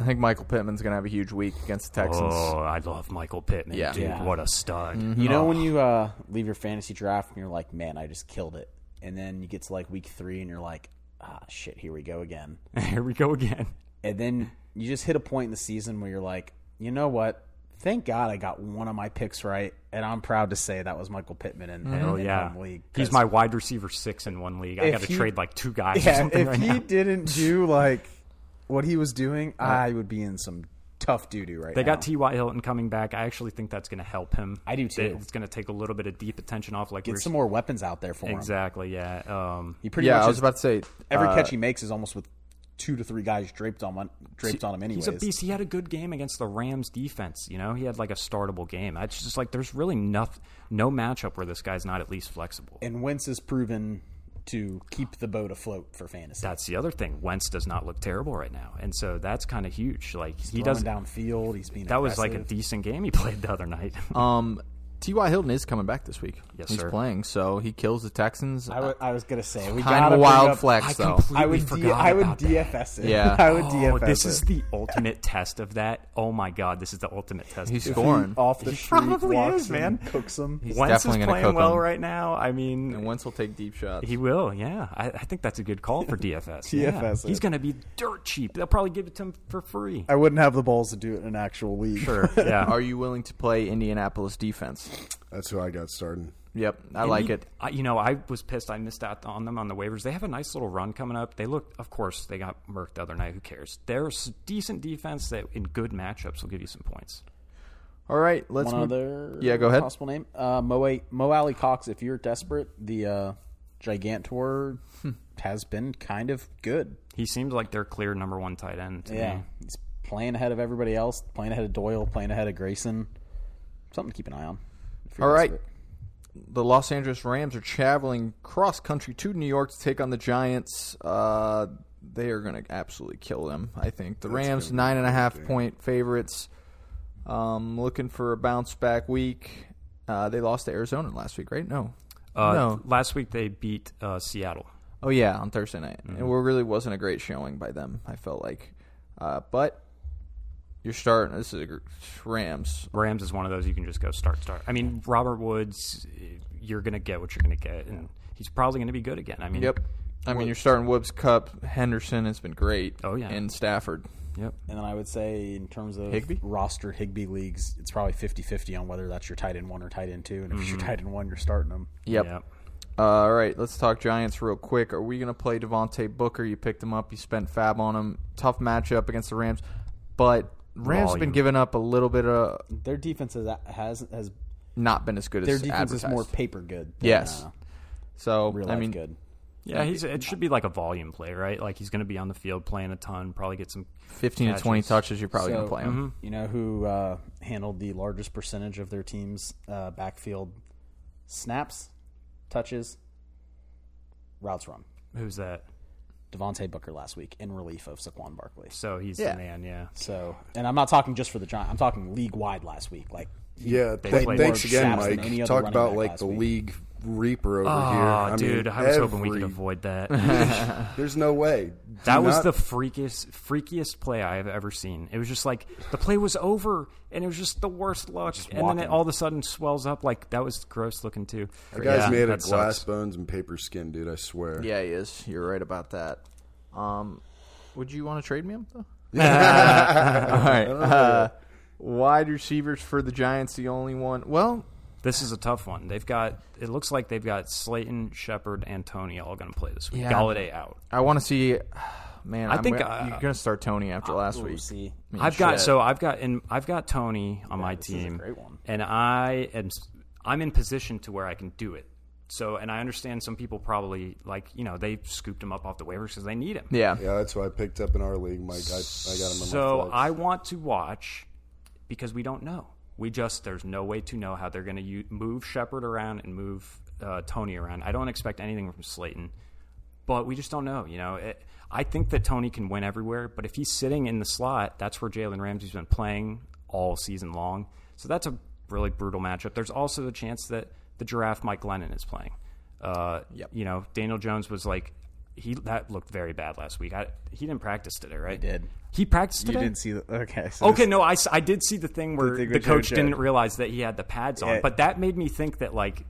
Speaker 2: I think Michael Pittman's gonna have a huge week against the Texans.
Speaker 5: oh, I love Michael Pittman,
Speaker 2: Yeah.
Speaker 5: dude.
Speaker 3: Yeah. Mm-hmm.
Speaker 5: What a stud!
Speaker 3: You know when you uh, leave your fantasy draft and you're like, man, I just killed it, and then you get to like week three and you're like, ah, shit, here we go again,
Speaker 5: *laughs* Here we go again.
Speaker 3: and then you just hit a point in the season where you're like, you know what? Thank God I got one of my picks right, and I'm proud to say that was Michael Pittman in, in-
Speaker 5: Oh
Speaker 3: in
Speaker 5: yeah,
Speaker 3: home league.
Speaker 5: he's
Speaker 3: 'cause-
Speaker 5: my wide receiver six in one league. I
Speaker 3: If
Speaker 5: got to
Speaker 3: he-
Speaker 5: trade like two guys or
Speaker 3: *laughs* Yeah,
Speaker 5: something
Speaker 3: if
Speaker 5: right
Speaker 3: he
Speaker 5: now. Uh,
Speaker 3: didn't
Speaker 5: *laughs*
Speaker 3: do like what he was doing, I would be in some tough doo doo right
Speaker 5: They
Speaker 3: now.
Speaker 5: got T.Y. Hilton coming back. I actually think that's going to help him.
Speaker 3: I do,
Speaker 5: That
Speaker 3: too.
Speaker 5: It's going to take a little bit of deep attention off, like we
Speaker 3: Get
Speaker 5: were-
Speaker 3: some more weapons out there for him.
Speaker 5: exactly. Yeah, um,
Speaker 3: He pretty
Speaker 2: Yeah,
Speaker 3: much
Speaker 2: I
Speaker 3: is-
Speaker 2: was about to say
Speaker 3: every
Speaker 2: uh,
Speaker 3: catch he makes is almost with two to three guys draped on one, draped on him. Anyways,
Speaker 5: he's a beast. He had a good game against the Rams defense. You know, he had like a startable game. I just like there's really nothing, no matchup where this guy's not at least flexible.
Speaker 3: and Wentz is proven to keep the boat afloat for fantasy.
Speaker 5: That's the other thing. Wentz does not look terrible right now, and so that's kind of huge. Like he
Speaker 3: He
Speaker 5: does.
Speaker 3: does
Speaker 5: not
Speaker 3: downfield. He's being
Speaker 5: That was like a
Speaker 3: aggressive.
Speaker 5: decent game he played the other night. *laughs*
Speaker 2: Um, T.Y. Hilton is coming back this week.
Speaker 5: Yes,
Speaker 2: He's
Speaker 5: sir.
Speaker 2: playing, so he kills the Texans.
Speaker 3: I wa- I was gonna say we
Speaker 2: kind
Speaker 3: got
Speaker 2: of a wild flex,
Speaker 5: I
Speaker 2: though.
Speaker 5: completely
Speaker 3: I would
Speaker 5: forgot.
Speaker 3: D- I would
Speaker 5: about that.
Speaker 3: DFS it.
Speaker 2: Yeah.
Speaker 3: *laughs* I would
Speaker 5: Oh,
Speaker 3: DFS
Speaker 5: this
Speaker 3: it.
Speaker 5: is the ultimate test of that. Oh my god, this is the ultimate test.
Speaker 2: He's
Speaker 5: of that.
Speaker 2: scoring.
Speaker 3: off the
Speaker 5: He
Speaker 3: street,
Speaker 5: probably
Speaker 3: walks
Speaker 5: is,
Speaker 3: him,
Speaker 5: man.
Speaker 3: Cooks him.
Speaker 2: He's
Speaker 5: Wentz is
Speaker 2: definitely going to
Speaker 5: playing
Speaker 2: cook
Speaker 5: well
Speaker 2: him.
Speaker 5: right now. I mean,
Speaker 2: And Wentz will take deep shots.
Speaker 5: he will. Yeah, I, I think that's a good call
Speaker 6: *laughs*
Speaker 5: for DFS. yeah.
Speaker 6: DFS it.
Speaker 5: he's going to be dirt cheap. They'll probably give it to him for free.
Speaker 6: I wouldn't have the balls to do it in an actual league.
Speaker 3: *laughs*
Speaker 5: Sure. Yeah.
Speaker 2: Are you willing to play Indianapolis defense?
Speaker 4: That's who I got started.
Speaker 2: Yep, I
Speaker 5: And
Speaker 2: like
Speaker 5: he-
Speaker 2: it.
Speaker 5: I, you know, I was pissed I missed out on them on the waivers. They have a nice little run coming up. They look, of course, they got murked the other night. Who cares? They're a s- decent defense that in good matchups will give you some points.
Speaker 2: All right, let's
Speaker 3: One
Speaker 2: move-
Speaker 3: other
Speaker 2: Yeah, go ahead.
Speaker 3: possible name. Uh, Mo, Mo Alley Cox, if you're desperate, the uh, Gigantor
Speaker 2: Hmm.
Speaker 3: has been kind of good.
Speaker 5: He seems like their clear number one tight end. To
Speaker 3: Yeah.
Speaker 5: me.
Speaker 3: He's playing ahead of everybody else, playing ahead of Doyle, playing ahead of Grayson. Something to keep an eye on. if you're
Speaker 2: All right.
Speaker 3: desperate.
Speaker 2: The Los Angeles Rams are traveling cross country to New York to take on the Giants. Uh, they are going to absolutely kill them, I think. The Rams, nine and a half point favorites, um, looking for a bounce back week. Uh, they lost to Arizona last week, right? No.
Speaker 5: Uh,
Speaker 2: no.
Speaker 5: Last week they beat uh, Seattle.
Speaker 2: Oh, yeah, on Thursday night. It really wasn't a great showing by them, I felt like. Uh, but you're starting. This is a, gr- Rams.
Speaker 5: Rams is one of those you can just go start start. I mean, Robert Woods, you're going to get what you're going to get, and he's probably going to be good again. I mean,
Speaker 2: Yep. I mean, you're starting Whoops Cup. Henderson has been great.
Speaker 5: Oh, yeah.
Speaker 2: And Stafford.
Speaker 5: yep.
Speaker 3: And then I would say, in terms of
Speaker 2: Higbee?
Speaker 3: roster Higby leagues, it's probably 50 50 on whether that's your tight end one or tight end two. And if it's
Speaker 2: Mm-hmm.
Speaker 3: your tight end one, you're starting them.
Speaker 5: Yep.
Speaker 2: Uh, all right, let's talk Giants real quick. Are we going to play Devontae Booker? You picked him up. You spent fab on him. Tough matchup against the Rams, but Rams have
Speaker 5: Volume.
Speaker 2: been giving up a little bit of
Speaker 3: Their defense is, has, has
Speaker 2: not been as good
Speaker 3: their
Speaker 2: as
Speaker 3: defense is
Speaker 2: advertised.
Speaker 3: more paper good. Than,
Speaker 2: yes.
Speaker 3: uh,
Speaker 2: so
Speaker 3: real
Speaker 2: I
Speaker 3: life
Speaker 2: mean,
Speaker 3: good.
Speaker 5: Yeah, he's it should be like a volume play, right? Like he's going to be on the field playing a ton, probably get some
Speaker 2: fifteen to
Speaker 5: catches.
Speaker 2: twenty touches. You're probably going to play him.
Speaker 3: You know who uh, handled the largest percentage of their team's uh, backfield snaps, touches, routes run?
Speaker 5: Who's that?
Speaker 3: Devontae Booker last week in relief of Saquon Barkley.
Speaker 5: So he's
Speaker 2: Yeah.
Speaker 5: the man. Yeah.
Speaker 3: So, and I'm not talking just for the Giants. I'm talking league wide last week. Like,
Speaker 4: Yeah, th-
Speaker 5: played
Speaker 4: thanks
Speaker 5: more
Speaker 4: again,
Speaker 3: snaps than any
Speaker 4: Mike.
Speaker 3: other
Speaker 4: Talk
Speaker 3: running
Speaker 4: about
Speaker 3: back
Speaker 4: like
Speaker 3: last
Speaker 4: the
Speaker 3: week.
Speaker 4: league reaper over
Speaker 5: Oh,
Speaker 4: here. I mean,
Speaker 5: dude, I was hoping we could
Speaker 4: every-
Speaker 5: avoid that.
Speaker 4: *laughs* There's no way.
Speaker 5: that
Speaker 4: Do
Speaker 5: was
Speaker 4: not-
Speaker 5: the freakiest, freakiest play I have ever seen. It was just like the play was over, and it was just the worst luck. and then it all of a sudden swells up. Like that was gross looking too.
Speaker 4: That guy's
Speaker 5: Yeah,
Speaker 4: made
Speaker 5: that
Speaker 4: of glass
Speaker 5: sucks.
Speaker 4: bones and paper skin, dude. I swear.
Speaker 5: *laughs*
Speaker 2: Yeah, he is. You're right about that. Um, would you want to trade me him
Speaker 3: *laughs*
Speaker 2: though? *laughs* all right. Uh, wide receivers for the Giants. The only one. Well,
Speaker 5: This is a tough one. They've got. It looks like they've got Slayton, Shepard, and Tony all going to play this week.
Speaker 2: Yeah.
Speaker 5: Galladay out.
Speaker 2: I want to see. *sighs* Man, I am
Speaker 5: think,
Speaker 2: think
Speaker 5: uh,
Speaker 2: you're going to start Tony after last week.
Speaker 3: see.
Speaker 2: mean,
Speaker 5: I've got
Speaker 2: shit.
Speaker 5: so I've got and I've got Tony on my
Speaker 3: is a
Speaker 5: team,
Speaker 3: great one.
Speaker 5: and I am s- I'm in position to where I can do it. So and I understand some people probably like you know they scooped him up off the waivers because they need him.
Speaker 2: Yeah.
Speaker 4: Yeah, that's why I picked up in our league, Mike. I, I got him. On my
Speaker 5: So
Speaker 4: flex.
Speaker 5: I want to watch because we don't know. We just there's no way to know how they're going to move Shepard around and move uh, Tony around. I don't expect anything from Slayton, but we just don't know. You know, it, I think that Tony can win everywhere, but if he's sitting in the slot, that's where Jalen Ramsey's been playing all season long. So that's a really brutal matchup. There's also the chance that the giraffe Mike Lennon is playing. Uh,
Speaker 2: Yep.
Speaker 5: You know, Daniel Jones was like, he that looked very bad last week. I, he didn't practice today, right? He
Speaker 3: did.
Speaker 5: He practiced
Speaker 3: You
Speaker 5: today.
Speaker 3: didn't see that. Okay. So
Speaker 5: Okay,
Speaker 3: this-
Speaker 5: no, I, s- I did see the thing where
Speaker 3: thing
Speaker 5: the
Speaker 3: with
Speaker 5: coach
Speaker 3: JoJo.
Speaker 5: didn't realize that he had the pads on,
Speaker 3: Yeah.
Speaker 5: but that made me think that like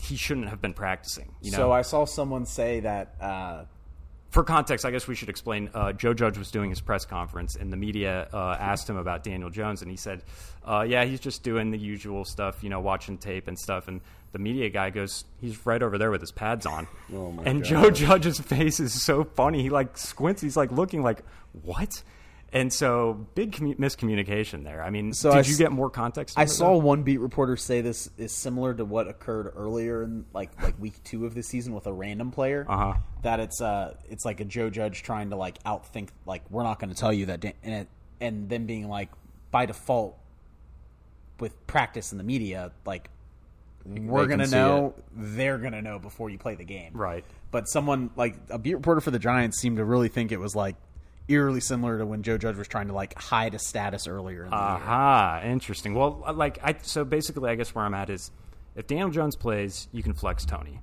Speaker 5: he shouldn't have been practicing. You know,
Speaker 3: So I saw someone say that uh,
Speaker 5: for context, I guess we should explain. Uh, Joe Judge was doing his press conference, and the media uh, asked him about Daniel Jones, and he said, uh, "Yeah, he's just doing the usual stuff, you know, watching tape and stuff." And the media guy goes, "He's right over there with his pads on."
Speaker 4: Oh my
Speaker 5: and
Speaker 4: God.
Speaker 5: Joe Judge's face is so funny. He like squints. He's like looking like what? And so big commu- miscommunication there. I mean,
Speaker 3: So
Speaker 5: did
Speaker 3: I
Speaker 5: you
Speaker 3: s-
Speaker 5: get more context?
Speaker 3: I
Speaker 5: over
Speaker 3: saw
Speaker 5: that?
Speaker 3: one beat reporter say this is similar to what occurred earlier in like like week two of the season with a random player.
Speaker 5: Uh-huh.
Speaker 3: That it's uh it's like a Joe Judge trying to like outthink like we're not going to tell you that Dan- and it, and then being like by default with practice in the media like we're
Speaker 2: they can
Speaker 3: going to
Speaker 2: see
Speaker 3: know they're going to know before you play the game.
Speaker 5: Right.
Speaker 3: But someone like a beat reporter for the Giants seemed to really think it was like eerily similar to when Joe Judge was trying to like hide a status earlier in the year.
Speaker 5: Aha, interesting. Well, uh, like I so basically, I guess where I'm at is, if Daniel Jones plays, you can flex Tony.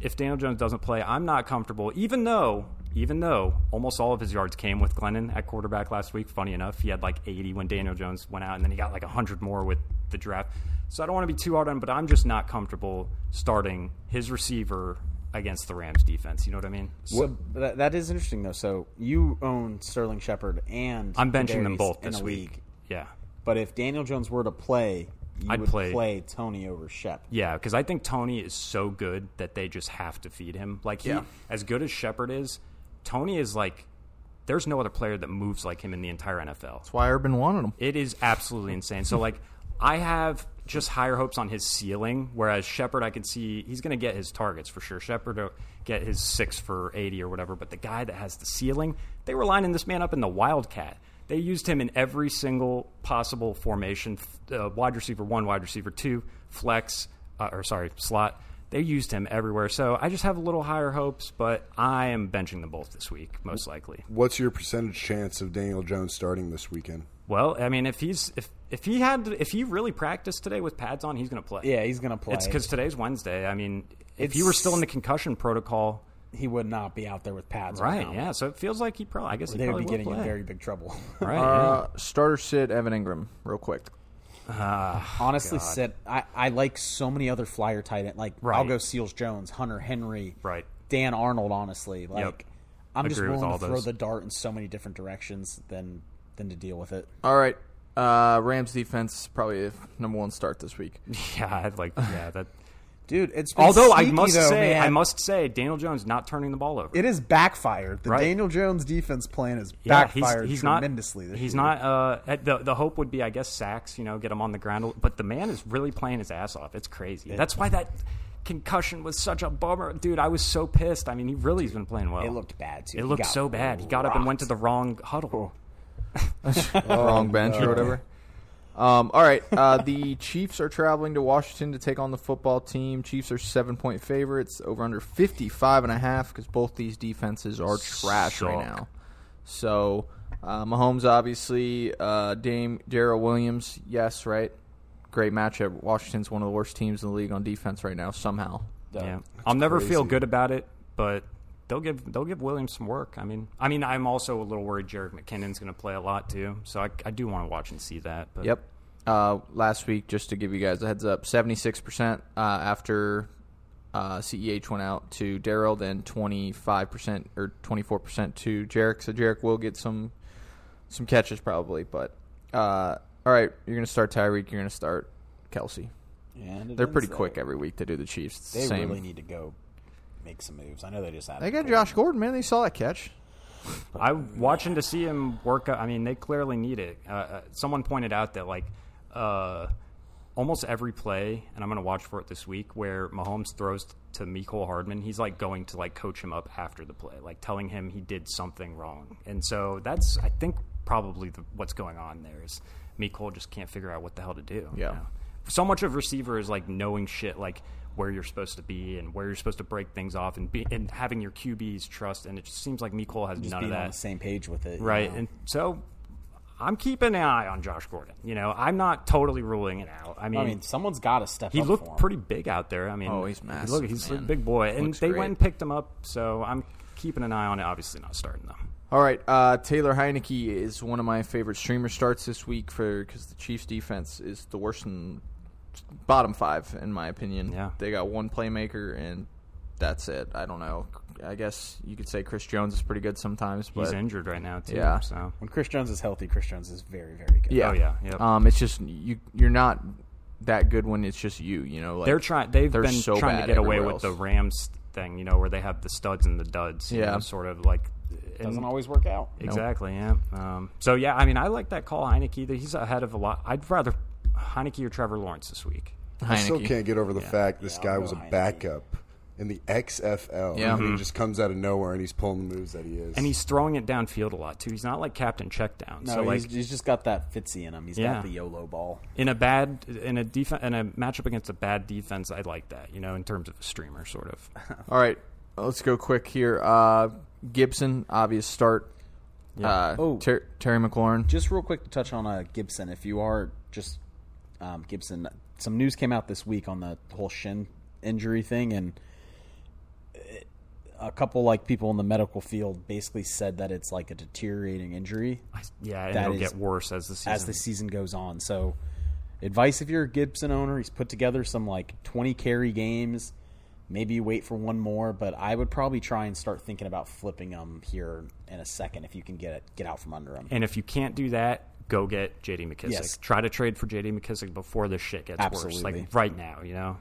Speaker 5: If Daniel Jones doesn't play, I'm not comfortable. Even though, even though almost all of his yards came with Glennon at quarterback last week. Funny enough, he had like 80 when Daniel Jones went out, and then he got like 100 more with the draft. So I don't want to be too hard on, him, but I'm just not comfortable starting his receiver against the Rams defense. You know what I mean?
Speaker 3: So that, that is interesting though. So you own Sterling Shepard and
Speaker 5: I'm benching them
Speaker 3: Kadarius
Speaker 5: both
Speaker 3: in
Speaker 5: this
Speaker 3: a
Speaker 5: week.
Speaker 3: league.
Speaker 5: Yeah.
Speaker 3: But if Daniel Jones were to play, you
Speaker 5: I'd
Speaker 3: would
Speaker 5: play-
Speaker 3: play. Tony over Shep.
Speaker 5: Yeah, because I think Tony is so good that they just have to feed him. Like he,
Speaker 2: Yeah.
Speaker 5: as good as Shepard is, Tony is like. There's no other player that moves like him in the entire NFL.
Speaker 2: That's why Urban wanted him.
Speaker 5: It is absolutely insane. So like, I have just higher hopes on his ceiling, whereas Shepard, I can see he's going to get his targets for sure. Shepard will get his six for eighty or whatever. But the guy that has the ceiling, they were lining this man up in the Wildcat. They used him in every single possible formation: f- uh, wide receiver one, wide receiver two, flex, uh, or sorry, slot. They used him everywhere. So I just have a little higher hopes, but I am benching them both this week, most likely.
Speaker 4: What's your percentage chance of Daniel Jones starting this weekend?
Speaker 5: Well, I mean, if he's if if he had if he really practiced today with pads on, he's going to play.
Speaker 3: Yeah, he's gonna play.
Speaker 5: it's because today's Wednesday. I mean, if he
Speaker 3: It's-
Speaker 5: were still in the concussion protocol,
Speaker 3: he would not be out there with pads.
Speaker 5: right?
Speaker 3: now.
Speaker 5: Yeah, so it feels like he probably. I guess he
Speaker 3: they would
Speaker 5: probably
Speaker 3: be getting
Speaker 5: will play.
Speaker 3: in very big trouble.
Speaker 5: *laughs*
Speaker 3: *laughs*
Speaker 5: right. *laughs*
Speaker 2: Uh, starter sit Evan Ingram real quick.
Speaker 3: Honestly, said I, I like so many other flyer tight end. Like I'll
Speaker 5: Right.
Speaker 3: go Seals Jones, Hunter Henry,
Speaker 5: Right.
Speaker 3: Dan Arnold. Honestly, like I'm just
Speaker 5: Agree with
Speaker 3: willing
Speaker 5: all
Speaker 3: to throw
Speaker 5: those.
Speaker 3: the dart in so many different directions than than to deal with it.
Speaker 2: All right. Uh, Rams defense probably a number one start this week.
Speaker 5: yeah. yeah, I'd like yeah. That
Speaker 3: Dude, it's been
Speaker 5: although I
Speaker 3: sneaky,
Speaker 5: must
Speaker 3: though,
Speaker 5: say I
Speaker 3: man.
Speaker 5: must say Daniel Jones not turning the ball over.
Speaker 6: It is backfired. The
Speaker 5: Right.
Speaker 6: Daniel Jones defense plan is
Speaker 5: yeah, he's,
Speaker 6: backfired
Speaker 5: he's not
Speaker 6: tremendously. this
Speaker 5: he's
Speaker 6: year.
Speaker 5: not. Uh, at the the hope would be, I guess, sacks. You know, get him on the ground. a li- But the man is really playing his ass off. It's crazy. That's why that concussion was such a bummer, dude. I was so pissed. I mean, he really has been playing well.
Speaker 3: It looked bad too.
Speaker 5: It
Speaker 3: He
Speaker 5: looked
Speaker 3: got
Speaker 5: so bad. He got up and went to the wrong huddle.
Speaker 2: Wrong bench or whatever. Um, all right. Uh, the Chiefs are traveling to Washington to take on the football team. Chiefs are seven point favorites, over under 55 and a half because both these defenses are trash right
Speaker 5: Suck.
Speaker 2: now. So uh, Mahomes, obviously, uh, Dame Daryl Williams, yes, right. Great matchup. Washington's one of the worst teams in the league on defense right now. Somehow,
Speaker 5: Yeah, I'll never feel good about it, but they'll give they'll give Williams some work. I mean, I mean, I'm also a little worried Jared McKinnon's going to play a lot too, so I, I do want to watch and see that. But
Speaker 2: Yep. Uh, last week, just to give you guys a heads up, 76% uh, after uh, CEH went out to Daryl, then 25% or 24% to Jarek. So Jarek will get some some catches probably. But uh, all right, you're going to start Tyreek. You're going to start Kelsey.
Speaker 3: And it
Speaker 2: They're
Speaker 3: ends
Speaker 2: pretty
Speaker 3: there.
Speaker 2: quick every week to do the Chiefs. It's the
Speaker 3: They
Speaker 2: same.
Speaker 3: really need to go make some moves. I know they just had.
Speaker 2: they got Josh Gordon, man. They saw that catch.
Speaker 5: I'm watching to see him work. out- I mean, they clearly need it. Uh, Uh, someone pointed out that like uh, almost every play, and I'm going to watch for it this week, where Mahomes throws to Miko Hardman, he's like going to like coach him up after the play, like telling him he did something wrong. And so that's I think probably the, what's going on there is Miko just can't figure out what the hell to do. you
Speaker 2: Yeah.
Speaker 5: know? so much of receiver is like knowing shit like where you're supposed to be and where you're supposed to break things off and be and having your QB's trust and it just seems like Miko has
Speaker 3: Just
Speaker 5: none of
Speaker 3: being
Speaker 5: that
Speaker 3: on the same page with it, you
Speaker 5: right
Speaker 3: know.
Speaker 5: and so I'm keeping an eye on Josh Gordon. You know, I'm not totally ruling it out. I mean,
Speaker 3: I mean, someone's got to step
Speaker 5: he
Speaker 3: up.
Speaker 5: looked
Speaker 3: for him.
Speaker 5: pretty big out there. I mean,
Speaker 2: Oh, he's
Speaker 5: he
Speaker 2: massive,
Speaker 5: looked- he's a
Speaker 2: man.
Speaker 5: big boy, and
Speaker 2: Looks
Speaker 5: they
Speaker 2: great.
Speaker 5: went and picked him up. So I'm keeping an eye on it. Obviously, not starting them.
Speaker 2: All right, uh, Taylor Heineke is one of my favorite streamer starts this week for because the Chiefs' defense is the worst in bottom five in my opinion.
Speaker 5: Yeah.
Speaker 2: they got one playmaker and that's it. I don't know. I guess you could say Chris Jones is pretty good sometimes, but
Speaker 5: He's injured right now too.
Speaker 2: Yeah.
Speaker 5: So
Speaker 3: When Chris Jones is healthy, Chris Jones is very, very good.
Speaker 2: yeah,
Speaker 5: Oh, yeah, yep.
Speaker 2: Um, it's just you. You're not that good when it's just you. You know, like,
Speaker 5: they're trying. They've
Speaker 2: they're
Speaker 5: been
Speaker 2: so
Speaker 5: trying
Speaker 2: bad
Speaker 5: to get away
Speaker 2: everywhere
Speaker 5: with the
Speaker 2: else.
Speaker 5: Rams thing, you know, where they have the studs and the duds. you
Speaker 2: Yeah.
Speaker 5: know, sort of like and-
Speaker 3: doesn't always work out.
Speaker 5: Exactly. Yeah. Um, so yeah, I mean, I like that call Heineke. That he's ahead of a lot. I'd rather Heineke or Trevor Lawrence this week.
Speaker 4: I still
Speaker 2: Heineke.
Speaker 4: can't get over the fact this guy
Speaker 3: I'll
Speaker 4: was
Speaker 3: go
Speaker 4: a
Speaker 3: Heineke.
Speaker 4: backup in the XFL.
Speaker 2: Yeah.
Speaker 4: And he just comes out of nowhere and he's pulling the moves that he is.
Speaker 5: Mm-hmm. And he's throwing it downfield a lot too. He's not like captain checkdown.
Speaker 3: No,
Speaker 5: so like
Speaker 3: he's, he's just got that fitzy in him. He's
Speaker 5: Yeah.
Speaker 3: got the YOLO ball.
Speaker 5: in a bad in a def- in a matchup against a bad defense, I like that. You know, in terms of a streamer, sort
Speaker 3: *laughs*
Speaker 5: of.
Speaker 2: All right, let's go quick here. Uh, Gibson, obvious start. Uh,
Speaker 3: Oh.
Speaker 2: Ter- Terry McLaurin.
Speaker 3: Just real quick to touch on uh, Gibson, if you are just um, Gibson, some news came out this week on the whole shin injury thing, and it- a couple like people in the medical field basically said that it's like a deteriorating injury
Speaker 5: Yeah, and
Speaker 3: That
Speaker 5: it'll
Speaker 3: is-
Speaker 5: get worse as the season.
Speaker 3: as the season goes on. So, advice if you're a Gibson owner, he's put together some like 20 carry games. Maybe wait for one more, but I would probably try and start thinking about flipping him here in a second if you can get it, get out from under him.
Speaker 5: and if you can't do that, go get J.D. McKissick.
Speaker 3: Yes.
Speaker 5: Try to trade for J.D. McKissick before this shit gets worse.
Speaker 3: Absolutely.
Speaker 5: Like right now, you know.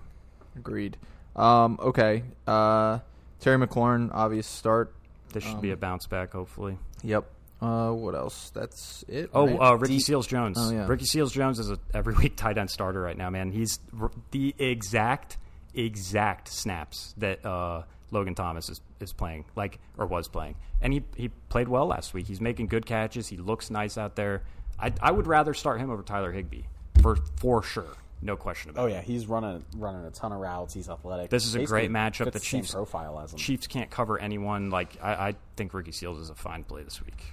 Speaker 2: Agreed. Um, okay. Uh, Terry McLaurin, obvious start.
Speaker 5: This should be
Speaker 3: Um,
Speaker 5: a bounce back, hopefully.
Speaker 2: Yep. Uh, what else? That's it.
Speaker 5: Oh,
Speaker 2: right?
Speaker 5: uh, Ricky Seals Jones.
Speaker 2: Oh, yeah.
Speaker 5: Ricky Seals Jones is a every *laughs* week tight end starter right now, man. He's r- the exact, exact snaps that uh, Logan Thomas is, is playing, like or was playing, and he he played well last week. He's making good catches. He looks nice out there. I I would rather start him over Tyler Higbee for for sure, no question about
Speaker 3: Oh
Speaker 5: it.
Speaker 3: yeah, he's running running a ton of routes. He's athletic.
Speaker 5: This is a
Speaker 3: Basically
Speaker 5: great matchup.
Speaker 3: fits
Speaker 5: The
Speaker 3: same
Speaker 5: Chiefs
Speaker 3: profile as him.
Speaker 5: Chiefs can't cover anyone. Like I, I think Ricky Seals is a fine play this week.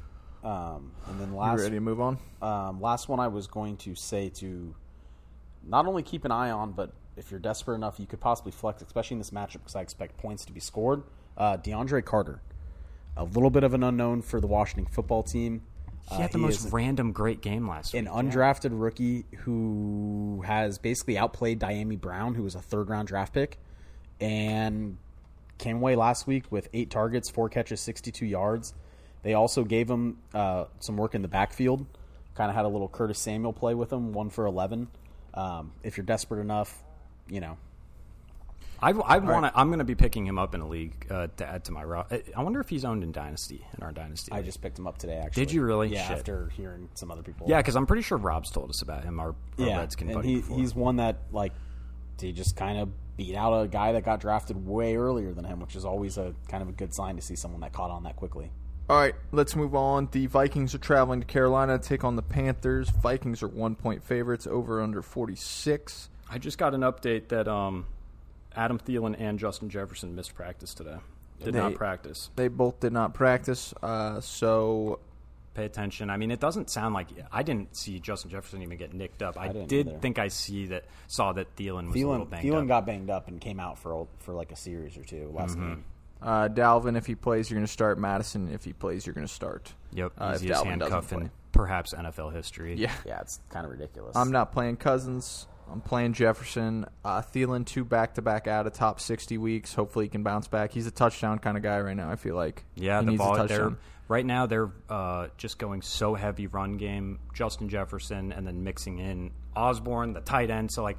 Speaker 3: Um, and then
Speaker 2: You
Speaker 3: last
Speaker 2: ready to move on? Uh,
Speaker 3: um, last one I was going to say to not only keep an eye on, but if you're desperate enough, you could possibly flex, especially in this matchup because I expect points to be scored. Uh, DeAndre Carter, a little bit of an unknown for the Washington football team.
Speaker 5: He
Speaker 3: Uh,
Speaker 5: had the
Speaker 3: is
Speaker 5: most random great game last
Speaker 3: an
Speaker 5: week.
Speaker 3: undrafted rookie who has basically outplayed Diami Brown, who was a third round draft pick, and came away last week with eight targets, four catches, 62 yards. They also gave him uh, some work in the backfield. Kind of had a little Curtis Samuel play with him, one for 11. Um, if you're desperate enough, you know,
Speaker 5: I, I want to. I'm going to be picking him up in a league uh, to add to my. ro- I I wonder if he's owned in Dynasty in our Dynasty.
Speaker 3: I
Speaker 5: league.
Speaker 3: just picked him up today, actually.
Speaker 5: you really?
Speaker 3: Yeah,
Speaker 5: Shit.
Speaker 3: after hearing some other people.
Speaker 5: yeah, because I'm pretty sure Rob's told us about him. Our, our Redskin
Speaker 3: and
Speaker 5: buddy.
Speaker 3: he,
Speaker 5: before.
Speaker 3: he's one that like he just kind of beat out a guy that got drafted way earlier than him, which is always a kind of a good sign to see someone that caught on that quickly.
Speaker 2: All right, let's move on. The Vikings are traveling to Carolina to take on the Panthers. Vikings are one point favorites over under 46.
Speaker 5: I just got an update that um, Adam Thielen and Justin Jefferson missed practice today. Did
Speaker 2: They-
Speaker 5: not practice.
Speaker 2: They both did not practice, uh, so
Speaker 5: Pay attention. I mean, it doesn't sound like I didn't see Justin Jefferson even get nicked up. I,
Speaker 3: didn't
Speaker 5: did
Speaker 3: either.
Speaker 5: think I see that saw that Thielen was a little
Speaker 3: Thielen,
Speaker 5: banged
Speaker 3: Thielen
Speaker 5: up.
Speaker 3: got banged up and came out for a- for like a series or two last
Speaker 5: Mm-hmm.
Speaker 3: game.
Speaker 2: uh, Dalvin, if he plays, you're going to start. Madison, if he plays, you're going to start.
Speaker 5: yep,
Speaker 2: Uh, if
Speaker 5: easiest
Speaker 2: Dalvin doesn't
Speaker 5: handcuff
Speaker 2: play.
Speaker 5: in perhaps NFL history.
Speaker 2: Yeah.
Speaker 3: Yeah, it's kind of ridiculous.
Speaker 2: I'm not playing Cousins. I'm playing Jefferson. Uh, Thielen, two back to back out of top 60 weeks. Hopefully he can bounce back. He's a touchdown kind of guy right now, I feel like.
Speaker 5: Yeah,
Speaker 2: he
Speaker 5: the
Speaker 2: needs a
Speaker 5: ball. They're,
Speaker 2: touchdown.
Speaker 5: right now, they're uh, just going so heavy run game. Justin Jefferson, and then mixing in Osborne, the tight end. So like,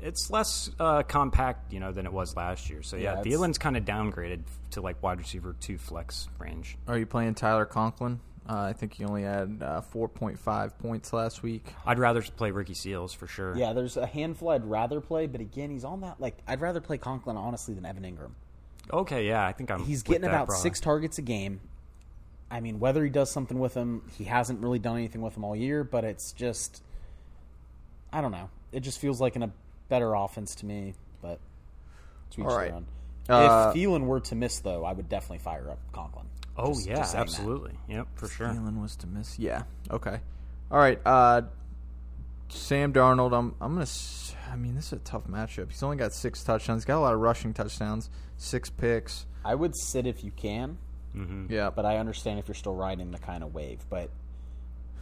Speaker 5: it's less uh, compact, you know, than it was last year. So yeah,
Speaker 3: Yeah, it's-
Speaker 5: Thielen's kind of downgraded to like wide receiver two flex range.
Speaker 2: Are you playing Tyler Conklin? Uh, I think he only had uh, 4.5 points last week.
Speaker 5: I'd rather play Ricky Seals for sure.
Speaker 3: Yeah, there's a handful I'd rather play, but again, he's on that like I'd rather play Conklin honestly than Evan Ingram.
Speaker 5: Okay. Yeah, I think I'm.
Speaker 3: He's
Speaker 5: with
Speaker 3: getting
Speaker 5: that,
Speaker 3: about
Speaker 5: probably.
Speaker 3: six targets a game. I mean, whether he does something with him, he hasn't really done anything with him all year, but it's just I don't know. It just feels like in a better offense to me, but to each
Speaker 2: All
Speaker 3: their
Speaker 2: right.
Speaker 3: own.
Speaker 2: Uh,
Speaker 3: if Thielen were to miss though, I would definitely fire up Conklin.
Speaker 5: Oh
Speaker 3: Just-
Speaker 5: yeah,
Speaker 3: just saying that.
Speaker 5: absolutely. Yep, for sure.
Speaker 2: Thielen was to miss. Yeah. Okay. All right, uh, Sam Darnold. I'm I'm gonna. s- I mean, this is a tough matchup. He's only got six touchdowns. He's got a lot of rushing touchdowns. Six picks.
Speaker 3: I would sit if you can,
Speaker 5: Hmm.
Speaker 2: Yeah,
Speaker 3: but I understand if you're still riding the kind of wave. But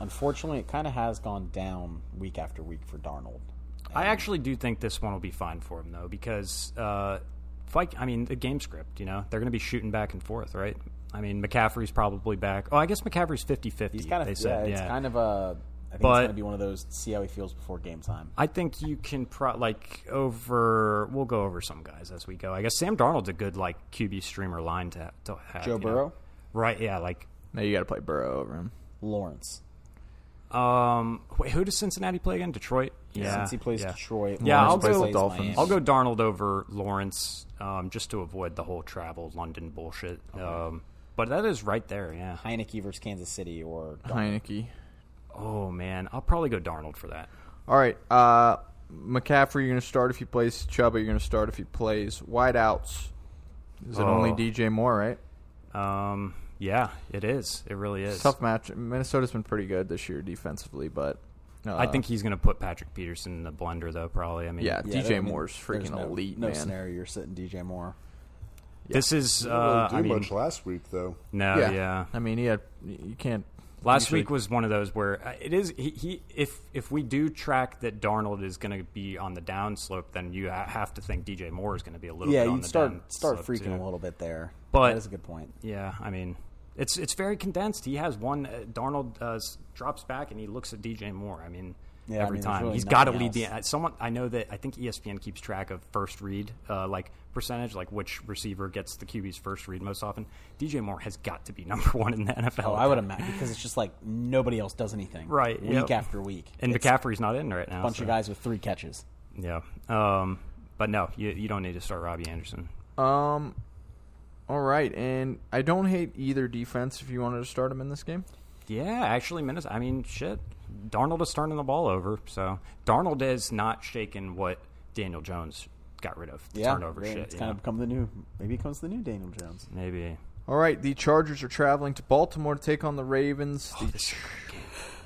Speaker 3: unfortunately, it kind of has gone down week after week for Darnold.
Speaker 5: I actually do think this one will be fine for him though, because uh, Vik- I mean the game script. You know, they're going to be shooting back and forth, right? I mean, McCaffrey's probably back. Oh, I guess McCaffrey's 50-50.
Speaker 3: He's kind of
Speaker 5: they
Speaker 3: yeah,
Speaker 5: said,
Speaker 3: It's kind of a. I think
Speaker 5: But-
Speaker 3: it's going to be one of those see how he feels before game time.
Speaker 5: I think you can pro like over. We'll go over some guys as we go. I guess Sam Darnold's a good like QB streamer line to, to have.
Speaker 3: Joe
Speaker 5: you know?
Speaker 3: Burrow,
Speaker 5: right? Yeah, like
Speaker 2: now you got to play Burrow over him.
Speaker 3: Lawrence.
Speaker 5: um, wait, who does Cincinnati play again? Detroit. Yeah,
Speaker 3: Since he plays
Speaker 5: yeah.
Speaker 3: Detroit,
Speaker 5: Yeah,
Speaker 3: Lawrence
Speaker 5: I'll
Speaker 3: plays
Speaker 5: go-
Speaker 3: Miami.
Speaker 2: Dolphins.
Speaker 5: I'll go Darnold over Lawrence um, just to avoid the whole travel London bullshit. Um, but that is right there. Yeah.
Speaker 3: Heineke versus Kansas
Speaker 5: *laughs*
Speaker 3: City or
Speaker 2: Heineke.
Speaker 5: Oh man, I'll probably go Darnold for that.
Speaker 2: All right, uh, McCaffrey. You're gonna start if he plays. Chuba. You're gonna start if he plays. Wideouts. Is it only
Speaker 5: Oh.
Speaker 2: DJ Moore? Right.
Speaker 5: Um, yeah, it is. It really is.
Speaker 2: Tough match. Minnesota's been pretty good this year defensively, but uh,
Speaker 5: I think he's going to put Patrick Peterson in the blender, though. Probably. I mean,
Speaker 2: yeah, DJ
Speaker 3: Yeah, that- I mean,
Speaker 2: Moore's
Speaker 3: there's
Speaker 2: freaking
Speaker 3: no,
Speaker 2: elite,
Speaker 3: No
Speaker 2: man.
Speaker 3: scenario you're sitting DJ Moore.
Speaker 5: this is.
Speaker 4: Didn't really
Speaker 5: Uh,
Speaker 4: do
Speaker 5: I mean,
Speaker 4: much last week though.
Speaker 5: no,
Speaker 2: uh, Yeah.
Speaker 5: yeah.
Speaker 2: I mean, he had. You can't.
Speaker 5: Last
Speaker 2: usually-
Speaker 5: week was one of those where uh, it is he, he if if we do track that Darnold is going to be on the downslope, then you ha- have to think DJ Moore is going to be a little
Speaker 3: Yeah,
Speaker 5: bit on
Speaker 3: you
Speaker 5: the
Speaker 3: start start
Speaker 5: downslope,
Speaker 3: freaking
Speaker 5: too.
Speaker 3: a little bit there.
Speaker 5: But-
Speaker 3: that is a good point.
Speaker 5: Yeah, I mean, it's it's very condensed. He has one. Uh, Darnold uh, s- drops back and he looks at DJ Moore. I mean,
Speaker 3: Yeah, I
Speaker 5: every
Speaker 3: mean, there's
Speaker 5: time
Speaker 3: really
Speaker 5: he's got to
Speaker 3: nothing
Speaker 5: lead the
Speaker 3: else.
Speaker 5: uh, someone. I know that I think E ESPN keeps track of first read, uh, like percentage, like which receiver gets the QB's first read most often. DJ Moore has got to be *laughs* number one in the NFL.
Speaker 3: Oh, I would imagine because it's just like nobody else does anything.
Speaker 5: Right,
Speaker 3: week
Speaker 5: yep.
Speaker 3: after week,
Speaker 5: And
Speaker 3: It's
Speaker 5: McCaffrey's not in right now.
Speaker 3: a bunch
Speaker 5: so-
Speaker 3: of guys with three catches.
Speaker 5: Yeah. Um, but no, you, you don't need to start Robbie Anderson.
Speaker 2: Um. All right, and I don't hate either defense. If you wanted to start him in this game,
Speaker 5: Yeah, actually, Minnesota. I mean, shit. Darnold is turning the ball over, so Darnold is not shaking what Daniel Jones got rid of. The
Speaker 3: Yeah,
Speaker 5: turnover
Speaker 3: really,
Speaker 5: shit.
Speaker 3: It's
Speaker 5: you
Speaker 3: kind
Speaker 5: know?
Speaker 3: of become the new. Maybe it becomes the new Daniel Jones.
Speaker 5: Maybe.
Speaker 2: all right. The Chargers are traveling to Baltimore to take on the Ravens.
Speaker 5: Oh,
Speaker 2: The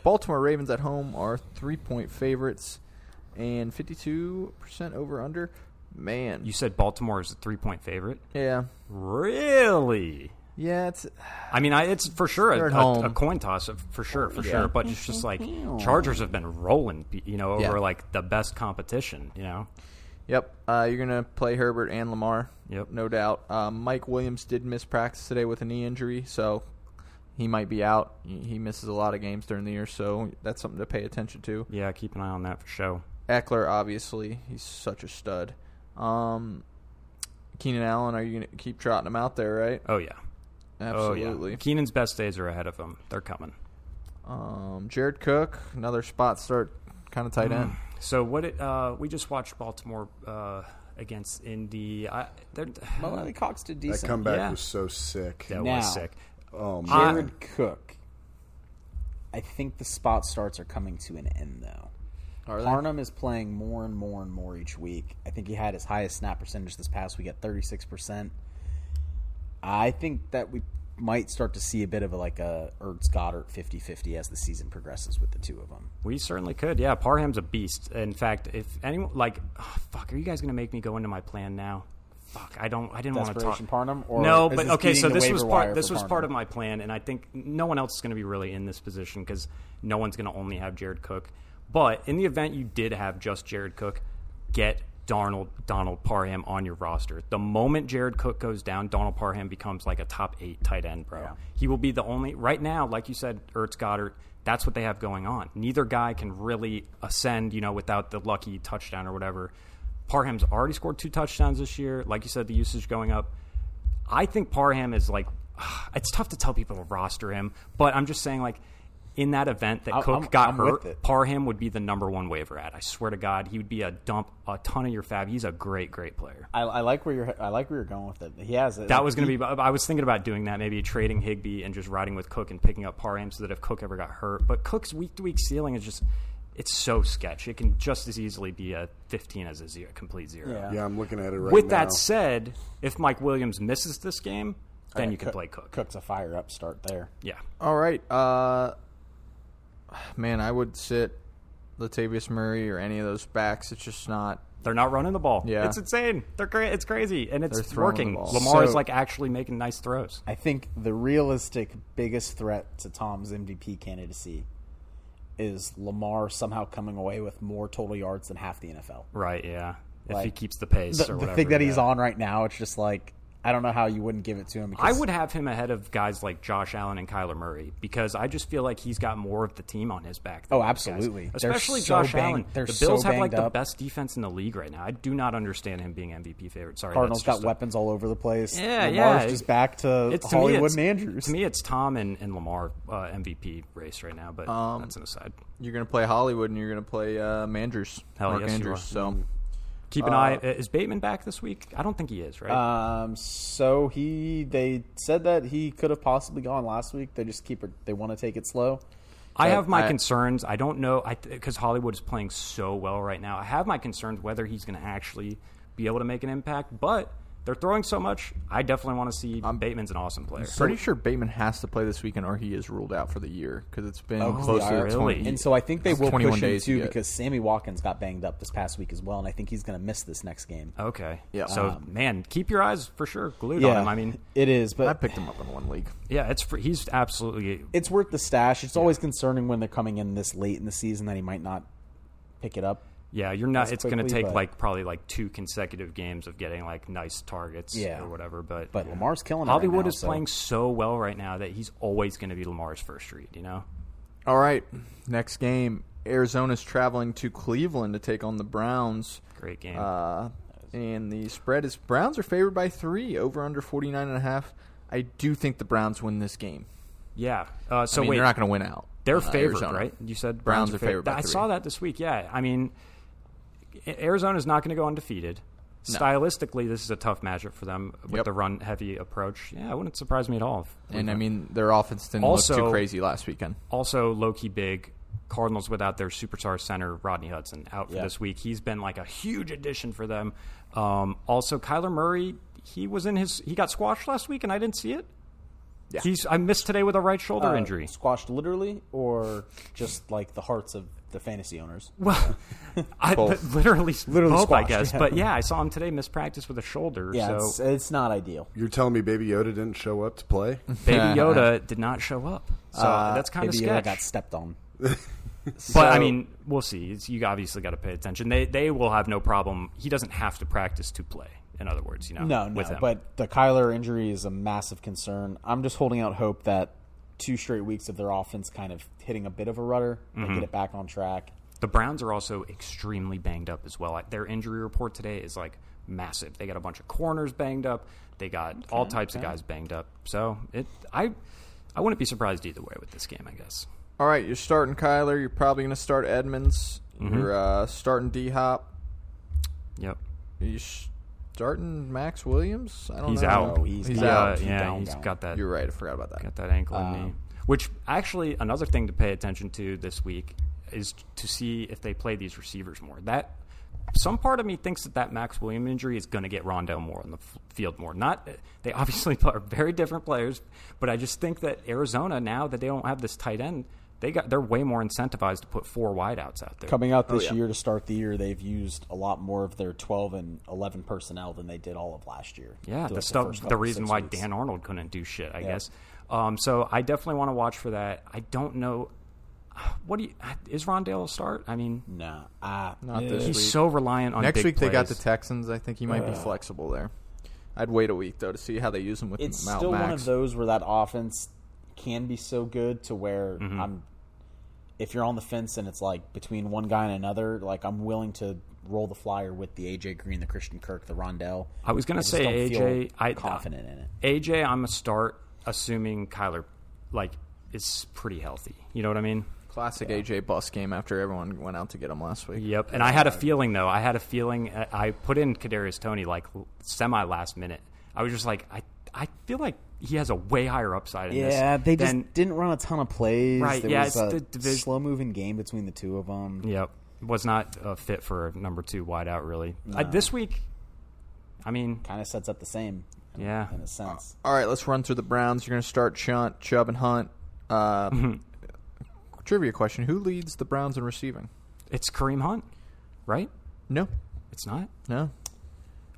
Speaker 2: Baltimore Ravens at home are three-point favorites, and fifty-two percent over/under. Man,
Speaker 5: You said Baltimore is a three point favorite?
Speaker 2: yeah,
Speaker 5: Really?
Speaker 2: yeah. It's
Speaker 5: I mean, I, it's for sure
Speaker 2: They're
Speaker 5: a,
Speaker 2: at
Speaker 5: a,
Speaker 2: home.
Speaker 5: a coin toss, of- for sure, for sure. But it's just like Chargers have been rolling, you know, over
Speaker 2: Yeah.
Speaker 5: like the best competition, you know?
Speaker 2: Yep. Uh, you're going to play Herbert and Lamar.
Speaker 5: Yep.
Speaker 2: No doubt. Uh, Mike Williams did miss practice today with a knee injury, so he might be out. He he misses a lot of games during the year, so that's something to pay attention to.
Speaker 5: Yeah, keep an eye on that for sure.
Speaker 2: Eckler, obviously, he's such a stud. Um, Keenan Allen, are you going to keep trotting him out there, right?
Speaker 5: Oh, yeah. Oh,
Speaker 2: Absolutely.
Speaker 5: yeah. Keenan's best days are ahead of him. They're coming.
Speaker 2: Um, Jared Cook, another spot start kind of tight end.
Speaker 5: Mm. So what it uh, we just watched Baltimore uh, against Indy. I, they're, *sighs*
Speaker 3: Molly Cox did
Speaker 4: That
Speaker 3: decent.
Speaker 4: comeback
Speaker 5: Yeah.
Speaker 4: was so sick.
Speaker 5: that
Speaker 3: Now.
Speaker 5: was sick.
Speaker 4: Oh man.
Speaker 3: Jared Cook. I think the spot starts are coming to an end though.
Speaker 2: they?
Speaker 3: Parnum is playing more and more and more each week. I think he had his highest snap percentage this past week at thirty six percent. I think that we might start to see a bit of a, like a Ertz Goddard 50-50 as the season progresses with the two of them.
Speaker 5: We certainly could. Yeah, Parham's a beast. In fact, if anyone like, oh, fuck, are you guys gonna make me go into my plan now? Fuck, I don't. I didn't want to
Speaker 3: Desperation
Speaker 5: talk.
Speaker 3: Parnum, or
Speaker 5: no,
Speaker 3: is
Speaker 5: but
Speaker 3: this
Speaker 5: okay.
Speaker 3: being
Speaker 5: So
Speaker 3: the
Speaker 5: this
Speaker 3: waiver
Speaker 5: was
Speaker 3: wire
Speaker 5: part. This
Speaker 3: for
Speaker 5: was part
Speaker 3: Parnum?
Speaker 5: of my plan, and I think no one else is going to be really in this position because no one's going to only have Jared Cook. But in the event you did have just Jared Cook, get Darnold Donald Parham on your roster. The moment Jared Cook goes down, Donald Parham becomes like a top eight tight end, bro. He will be the only right now. Like you said, Ertz Goddard. That's what they have going on. Neither guy can really ascend, you know, without the lucky touchdown or whatever. Parham's already scored two touchdowns this year. Like you said, the usage going up. I think Parham is like, *sighs* it's tough to tell people to roster him, but I'm just saying, like, in that event that
Speaker 3: I'm-
Speaker 5: Cook
Speaker 3: I'm-
Speaker 5: got
Speaker 3: I'm with
Speaker 5: hurt,
Speaker 3: it.
Speaker 5: Parham would be the number one waiver ad. I swear to God, he would be a dump, a ton of your fab. He's a great, great player.
Speaker 3: I, I like where you're. I like where you're going with it. He has it.
Speaker 5: That was going to be. I was thinking about doing that, maybe trading Higby and just riding with Cook and picking up Parham, so that if Cook ever got hurt, but Cook's week to week ceiling is just, it's so sketch. It can just as easily be a 15 as a zero, complete zero.
Speaker 3: Yeah.
Speaker 4: Yeah, I'm looking at it right
Speaker 5: With
Speaker 4: now.
Speaker 5: that said, if Mike Williams misses this game, then you can play Cook.
Speaker 3: Cook's a fire up start there.
Speaker 5: Yeah.
Speaker 2: All right. Uh, man, I would sit Latavius Murray or any of those backs. It's just not.
Speaker 5: They're not running the ball.
Speaker 2: Yeah.
Speaker 5: It's insane. They're cra- It's crazy. And
Speaker 2: They're
Speaker 5: it's
Speaker 2: throwing the
Speaker 5: working.
Speaker 2: ball.
Speaker 5: Lamar is
Speaker 3: So-
Speaker 5: like actually making nice throws.
Speaker 3: I think the realistic biggest threat to Tom's MVP candidacy is Lamar somehow coming away with more total yards than half the NFL.
Speaker 5: Right. Yeah. if he
Speaker 3: Like,
Speaker 5: keeps the pace
Speaker 3: The,
Speaker 5: or
Speaker 3: the
Speaker 5: whatever.
Speaker 3: thing that he's
Speaker 5: yeah.
Speaker 3: on right now, it's just like I don't know how you wouldn't give it to him.
Speaker 5: I
Speaker 3: Because
Speaker 5: would have him ahead of guys like Josh Allen and Kyler Murray because I just feel like he's got more of the team on his back. than
Speaker 3: Oh,
Speaker 5: those guys.
Speaker 3: absolutely. They're
Speaker 5: Especially
Speaker 3: so
Speaker 5: Josh
Speaker 3: bang-
Speaker 5: Allen.
Speaker 3: they're
Speaker 5: the Bills
Speaker 3: so
Speaker 5: have like
Speaker 3: banged
Speaker 5: the
Speaker 3: up.
Speaker 5: best defense in the league right now. I do not understand him being MVP favorite. Sorry,
Speaker 3: Cardinals
Speaker 5: that's
Speaker 3: got
Speaker 5: just a-
Speaker 3: weapons all over the place.
Speaker 5: Yeah,
Speaker 3: Lamar's
Speaker 5: yeah.
Speaker 3: just back to
Speaker 5: It's to me,
Speaker 3: Hollywood
Speaker 5: it's-
Speaker 3: and Andrews.
Speaker 5: To me, it's Tom and, and Lamar uh, MVP race right now. But
Speaker 3: Um,
Speaker 5: that's an aside.
Speaker 2: You're going to play Hollywood and you're going to play uh, Mandrews.
Speaker 5: Hell
Speaker 2: Mark
Speaker 5: yes, you are. Mm.
Speaker 2: Andrews. So
Speaker 5: Keep an eye. uh, Is Bateman back this week? I don't think he is. Right.
Speaker 3: Um, so he they said that he could have possibly gone last week. They just keep it. They want to take it slow.
Speaker 5: I have my
Speaker 2: I-
Speaker 5: concerns. I don't know because Hollywood is playing so well right now. I have my concerns whether he's going to actually be able to make an impact. But they're throwing so much. I definitely want to see Bateman's an awesome player.
Speaker 2: pretty sure Bateman has to play this weekend or he is ruled out for the year because it's been close to the
Speaker 5: IR. Oh, Really?
Speaker 2: 20.
Speaker 3: And so I think they
Speaker 2: It's
Speaker 3: will
Speaker 2: 21
Speaker 3: push him
Speaker 2: days to
Speaker 3: too
Speaker 2: get-
Speaker 3: because Sammy Watkins got banged up this past week as well, and I think he's going to miss this next game.
Speaker 5: Okay.
Speaker 2: Yeah.
Speaker 5: So man, keep your eyes for sure glued on him. I mean,
Speaker 3: it is,
Speaker 2: I
Speaker 3: but
Speaker 2: picked him up in one league.
Speaker 5: yeah, it's fr- he's absolutely
Speaker 3: it's worth the stash. It's always concerning when they're coming in this late in the season that he might not pick it up.
Speaker 5: Yeah, you're not.
Speaker 3: as
Speaker 5: It's going to
Speaker 3: quickly,
Speaker 5: take
Speaker 3: but-
Speaker 5: like probably like two consecutive games of getting like nice targets,
Speaker 3: Yeah.
Speaker 5: or whatever. But
Speaker 3: But Lamar's killing it right
Speaker 5: Hollywood
Speaker 3: now,
Speaker 5: is
Speaker 3: so-
Speaker 5: playing so well right now that he's always going to be Lamar's first read. You know,
Speaker 2: All right. Next game. Arizona's traveling to Cleveland to take on the Browns.
Speaker 5: great game.
Speaker 2: Uh, and the spread is Browns are favored by three, over under 49 and a half. I do think the Browns win this game.
Speaker 5: yeah. Uh,
Speaker 2: I
Speaker 5: so
Speaker 2: mean,
Speaker 5: wait,
Speaker 2: they're not going to win out.
Speaker 5: They're
Speaker 2: uh,
Speaker 5: favored,
Speaker 2: Arizona.
Speaker 5: right? You said
Speaker 2: Browns, are
Speaker 5: fav-
Speaker 2: favored. by
Speaker 5: I
Speaker 2: three.
Speaker 5: saw that this week. Yeah, I mean, A- Arizona's not going to go undefeated. Stylistically, this is a tough matchup for them with
Speaker 2: Yep.
Speaker 5: the run-heavy approach. Yeah, it wouldn't surprise me at all. if-
Speaker 2: And I mean, their offense didn't look
Speaker 5: Also-
Speaker 2: too crazy last weekend.
Speaker 5: also low key big. Cardinals without their superstar center Rodney Hudson out for
Speaker 3: Yeah.
Speaker 5: this week. He's been like a huge addition for them. Um, also, Kyler Murray, he was in his he got squashed last week, and I didn't see it.
Speaker 2: Yeah.
Speaker 5: He's I missed today with a right shoulder
Speaker 3: Uh,
Speaker 5: injury.
Speaker 3: squashed literally, or just like the hearts of the fantasy owners.
Speaker 5: *laughs*
Speaker 3: *laughs*
Speaker 5: Well, I,
Speaker 2: Both.
Speaker 5: literally
Speaker 3: Literally
Speaker 5: both, I
Speaker 3: squashed,
Speaker 5: guess.
Speaker 3: yeah.
Speaker 5: But yeah, I saw him today miss practice with a shoulder. so
Speaker 3: Yeah, it's, it's not ideal.
Speaker 4: You're telling me Baby Yoda didn't show up to play?
Speaker 5: *laughs*
Speaker 3: uh,
Speaker 5: Baby Yoda did not show up. So Uh, that's kind of
Speaker 3: Maybe
Speaker 5: sketch.
Speaker 3: uh, Yoda got stepped on.
Speaker 5: But I mean, we'll see. It's, you obviously got to pay attention. They they will have no problem. He doesn't have to practice to play. In other words, you know,
Speaker 3: No, no,
Speaker 5: um, with him.
Speaker 3: but the Kyler injury is a massive concern. I'm just holding out hope that two straight weeks of their offense kind of hitting a bit of a rudder, they
Speaker 5: Mm-hmm.
Speaker 3: get it back on track.
Speaker 5: the Browns are also extremely banged up as well. Their injury report today is like massive. They got a bunch of corners banged up. They got all types of guys banged up. So it, I, I wouldn't be surprised either way with this game. I guess.
Speaker 2: All right, you're starting Kyler. You're probably going to start Edmonds.
Speaker 5: Mm-hmm.
Speaker 2: You're uh, starting D Hop.
Speaker 5: Yep.
Speaker 2: You sh- starting Max Williams? I don't
Speaker 5: He's
Speaker 2: know.
Speaker 5: out.
Speaker 3: No, he's
Speaker 2: He's
Speaker 3: down.
Speaker 2: out.
Speaker 5: Yeah,
Speaker 3: Down,
Speaker 5: he's
Speaker 3: down.
Speaker 5: got that.
Speaker 2: You're right. I forgot about that.
Speaker 5: got that ankle and knee. Which actually, another thing to pay attention to this week is to see if they play these receivers more. That some part of me thinks that that Max William injury is going to get Rondell more on the f- field more. Not they obviously *laughs* are very different players, but I just think that Arizona now that they don't have this tight end, they got they're way more incentivized to put four wideouts out there.
Speaker 3: Coming
Speaker 2: Oh,
Speaker 3: out this year to start the year, they've used a lot more of their 12 and 11 personnel than they did all of last year.
Speaker 5: Yeah,
Speaker 3: throughout
Speaker 5: the stuff.
Speaker 3: first
Speaker 5: The,
Speaker 3: couple,
Speaker 5: reason
Speaker 3: six
Speaker 5: why
Speaker 3: weeks.
Speaker 5: Dan Arnold couldn't do shit, I guess. Um, so I definitely want to watch for that. I don't know. *sighs* What do you? Is Rondale a start? I mean,
Speaker 3: Nah, ah,
Speaker 2: Not this
Speaker 5: he's
Speaker 2: week.
Speaker 5: so reliant on.
Speaker 2: Next
Speaker 5: big
Speaker 2: week they got the
Speaker 5: plays.
Speaker 2: Texans. I think he might
Speaker 3: Uh,
Speaker 2: be flexible there. I'd wait a week though to see how they use him with
Speaker 3: it's
Speaker 2: Mount
Speaker 3: still
Speaker 2: Max.
Speaker 3: one of those where that offense can be so good to where
Speaker 5: Mm-hmm.
Speaker 3: I'm if you're on the fence and it's like between one guy and another, like I'm willing to roll the flyer with the AJ Green, the Christian Kirk, the Rondell.
Speaker 5: I was gonna
Speaker 3: just
Speaker 5: say
Speaker 3: don't
Speaker 5: AJ,
Speaker 3: feel
Speaker 5: I- uh,
Speaker 3: confident in it.
Speaker 5: AJ, I'm a start, assuming Kyler, like, is pretty healthy. You know what I mean?
Speaker 2: Classic AJ bus game after everyone went out to get him last week.
Speaker 5: Yep. And I had a feeling though. I had a feeling. I- I put in Kadarius Tony like semi last minute. I was just like, I, I feel like he has a way higher upside. In
Speaker 3: Yeah,
Speaker 5: this
Speaker 3: they just
Speaker 5: than-
Speaker 3: didn't run a ton of plays.
Speaker 5: Right,
Speaker 3: There
Speaker 5: yeah,
Speaker 3: was
Speaker 5: it's
Speaker 3: a
Speaker 5: the divis-
Speaker 3: slow moving game between the two of them.
Speaker 5: Yep. Was not a fit for a number two wideout, really. Uh, this week, I mean,
Speaker 3: Kind of sets up the same. in a-
Speaker 5: yeah.
Speaker 3: in a sense.
Speaker 5: *laughs*
Speaker 2: All right, let's run through the Browns. You're going to start Chunt, Chubb, and Hunt. Uh, Trivia question: Who leads the Browns in receiving?
Speaker 5: It's Kareem Hunt, right?
Speaker 2: No,
Speaker 5: It's not.
Speaker 2: no.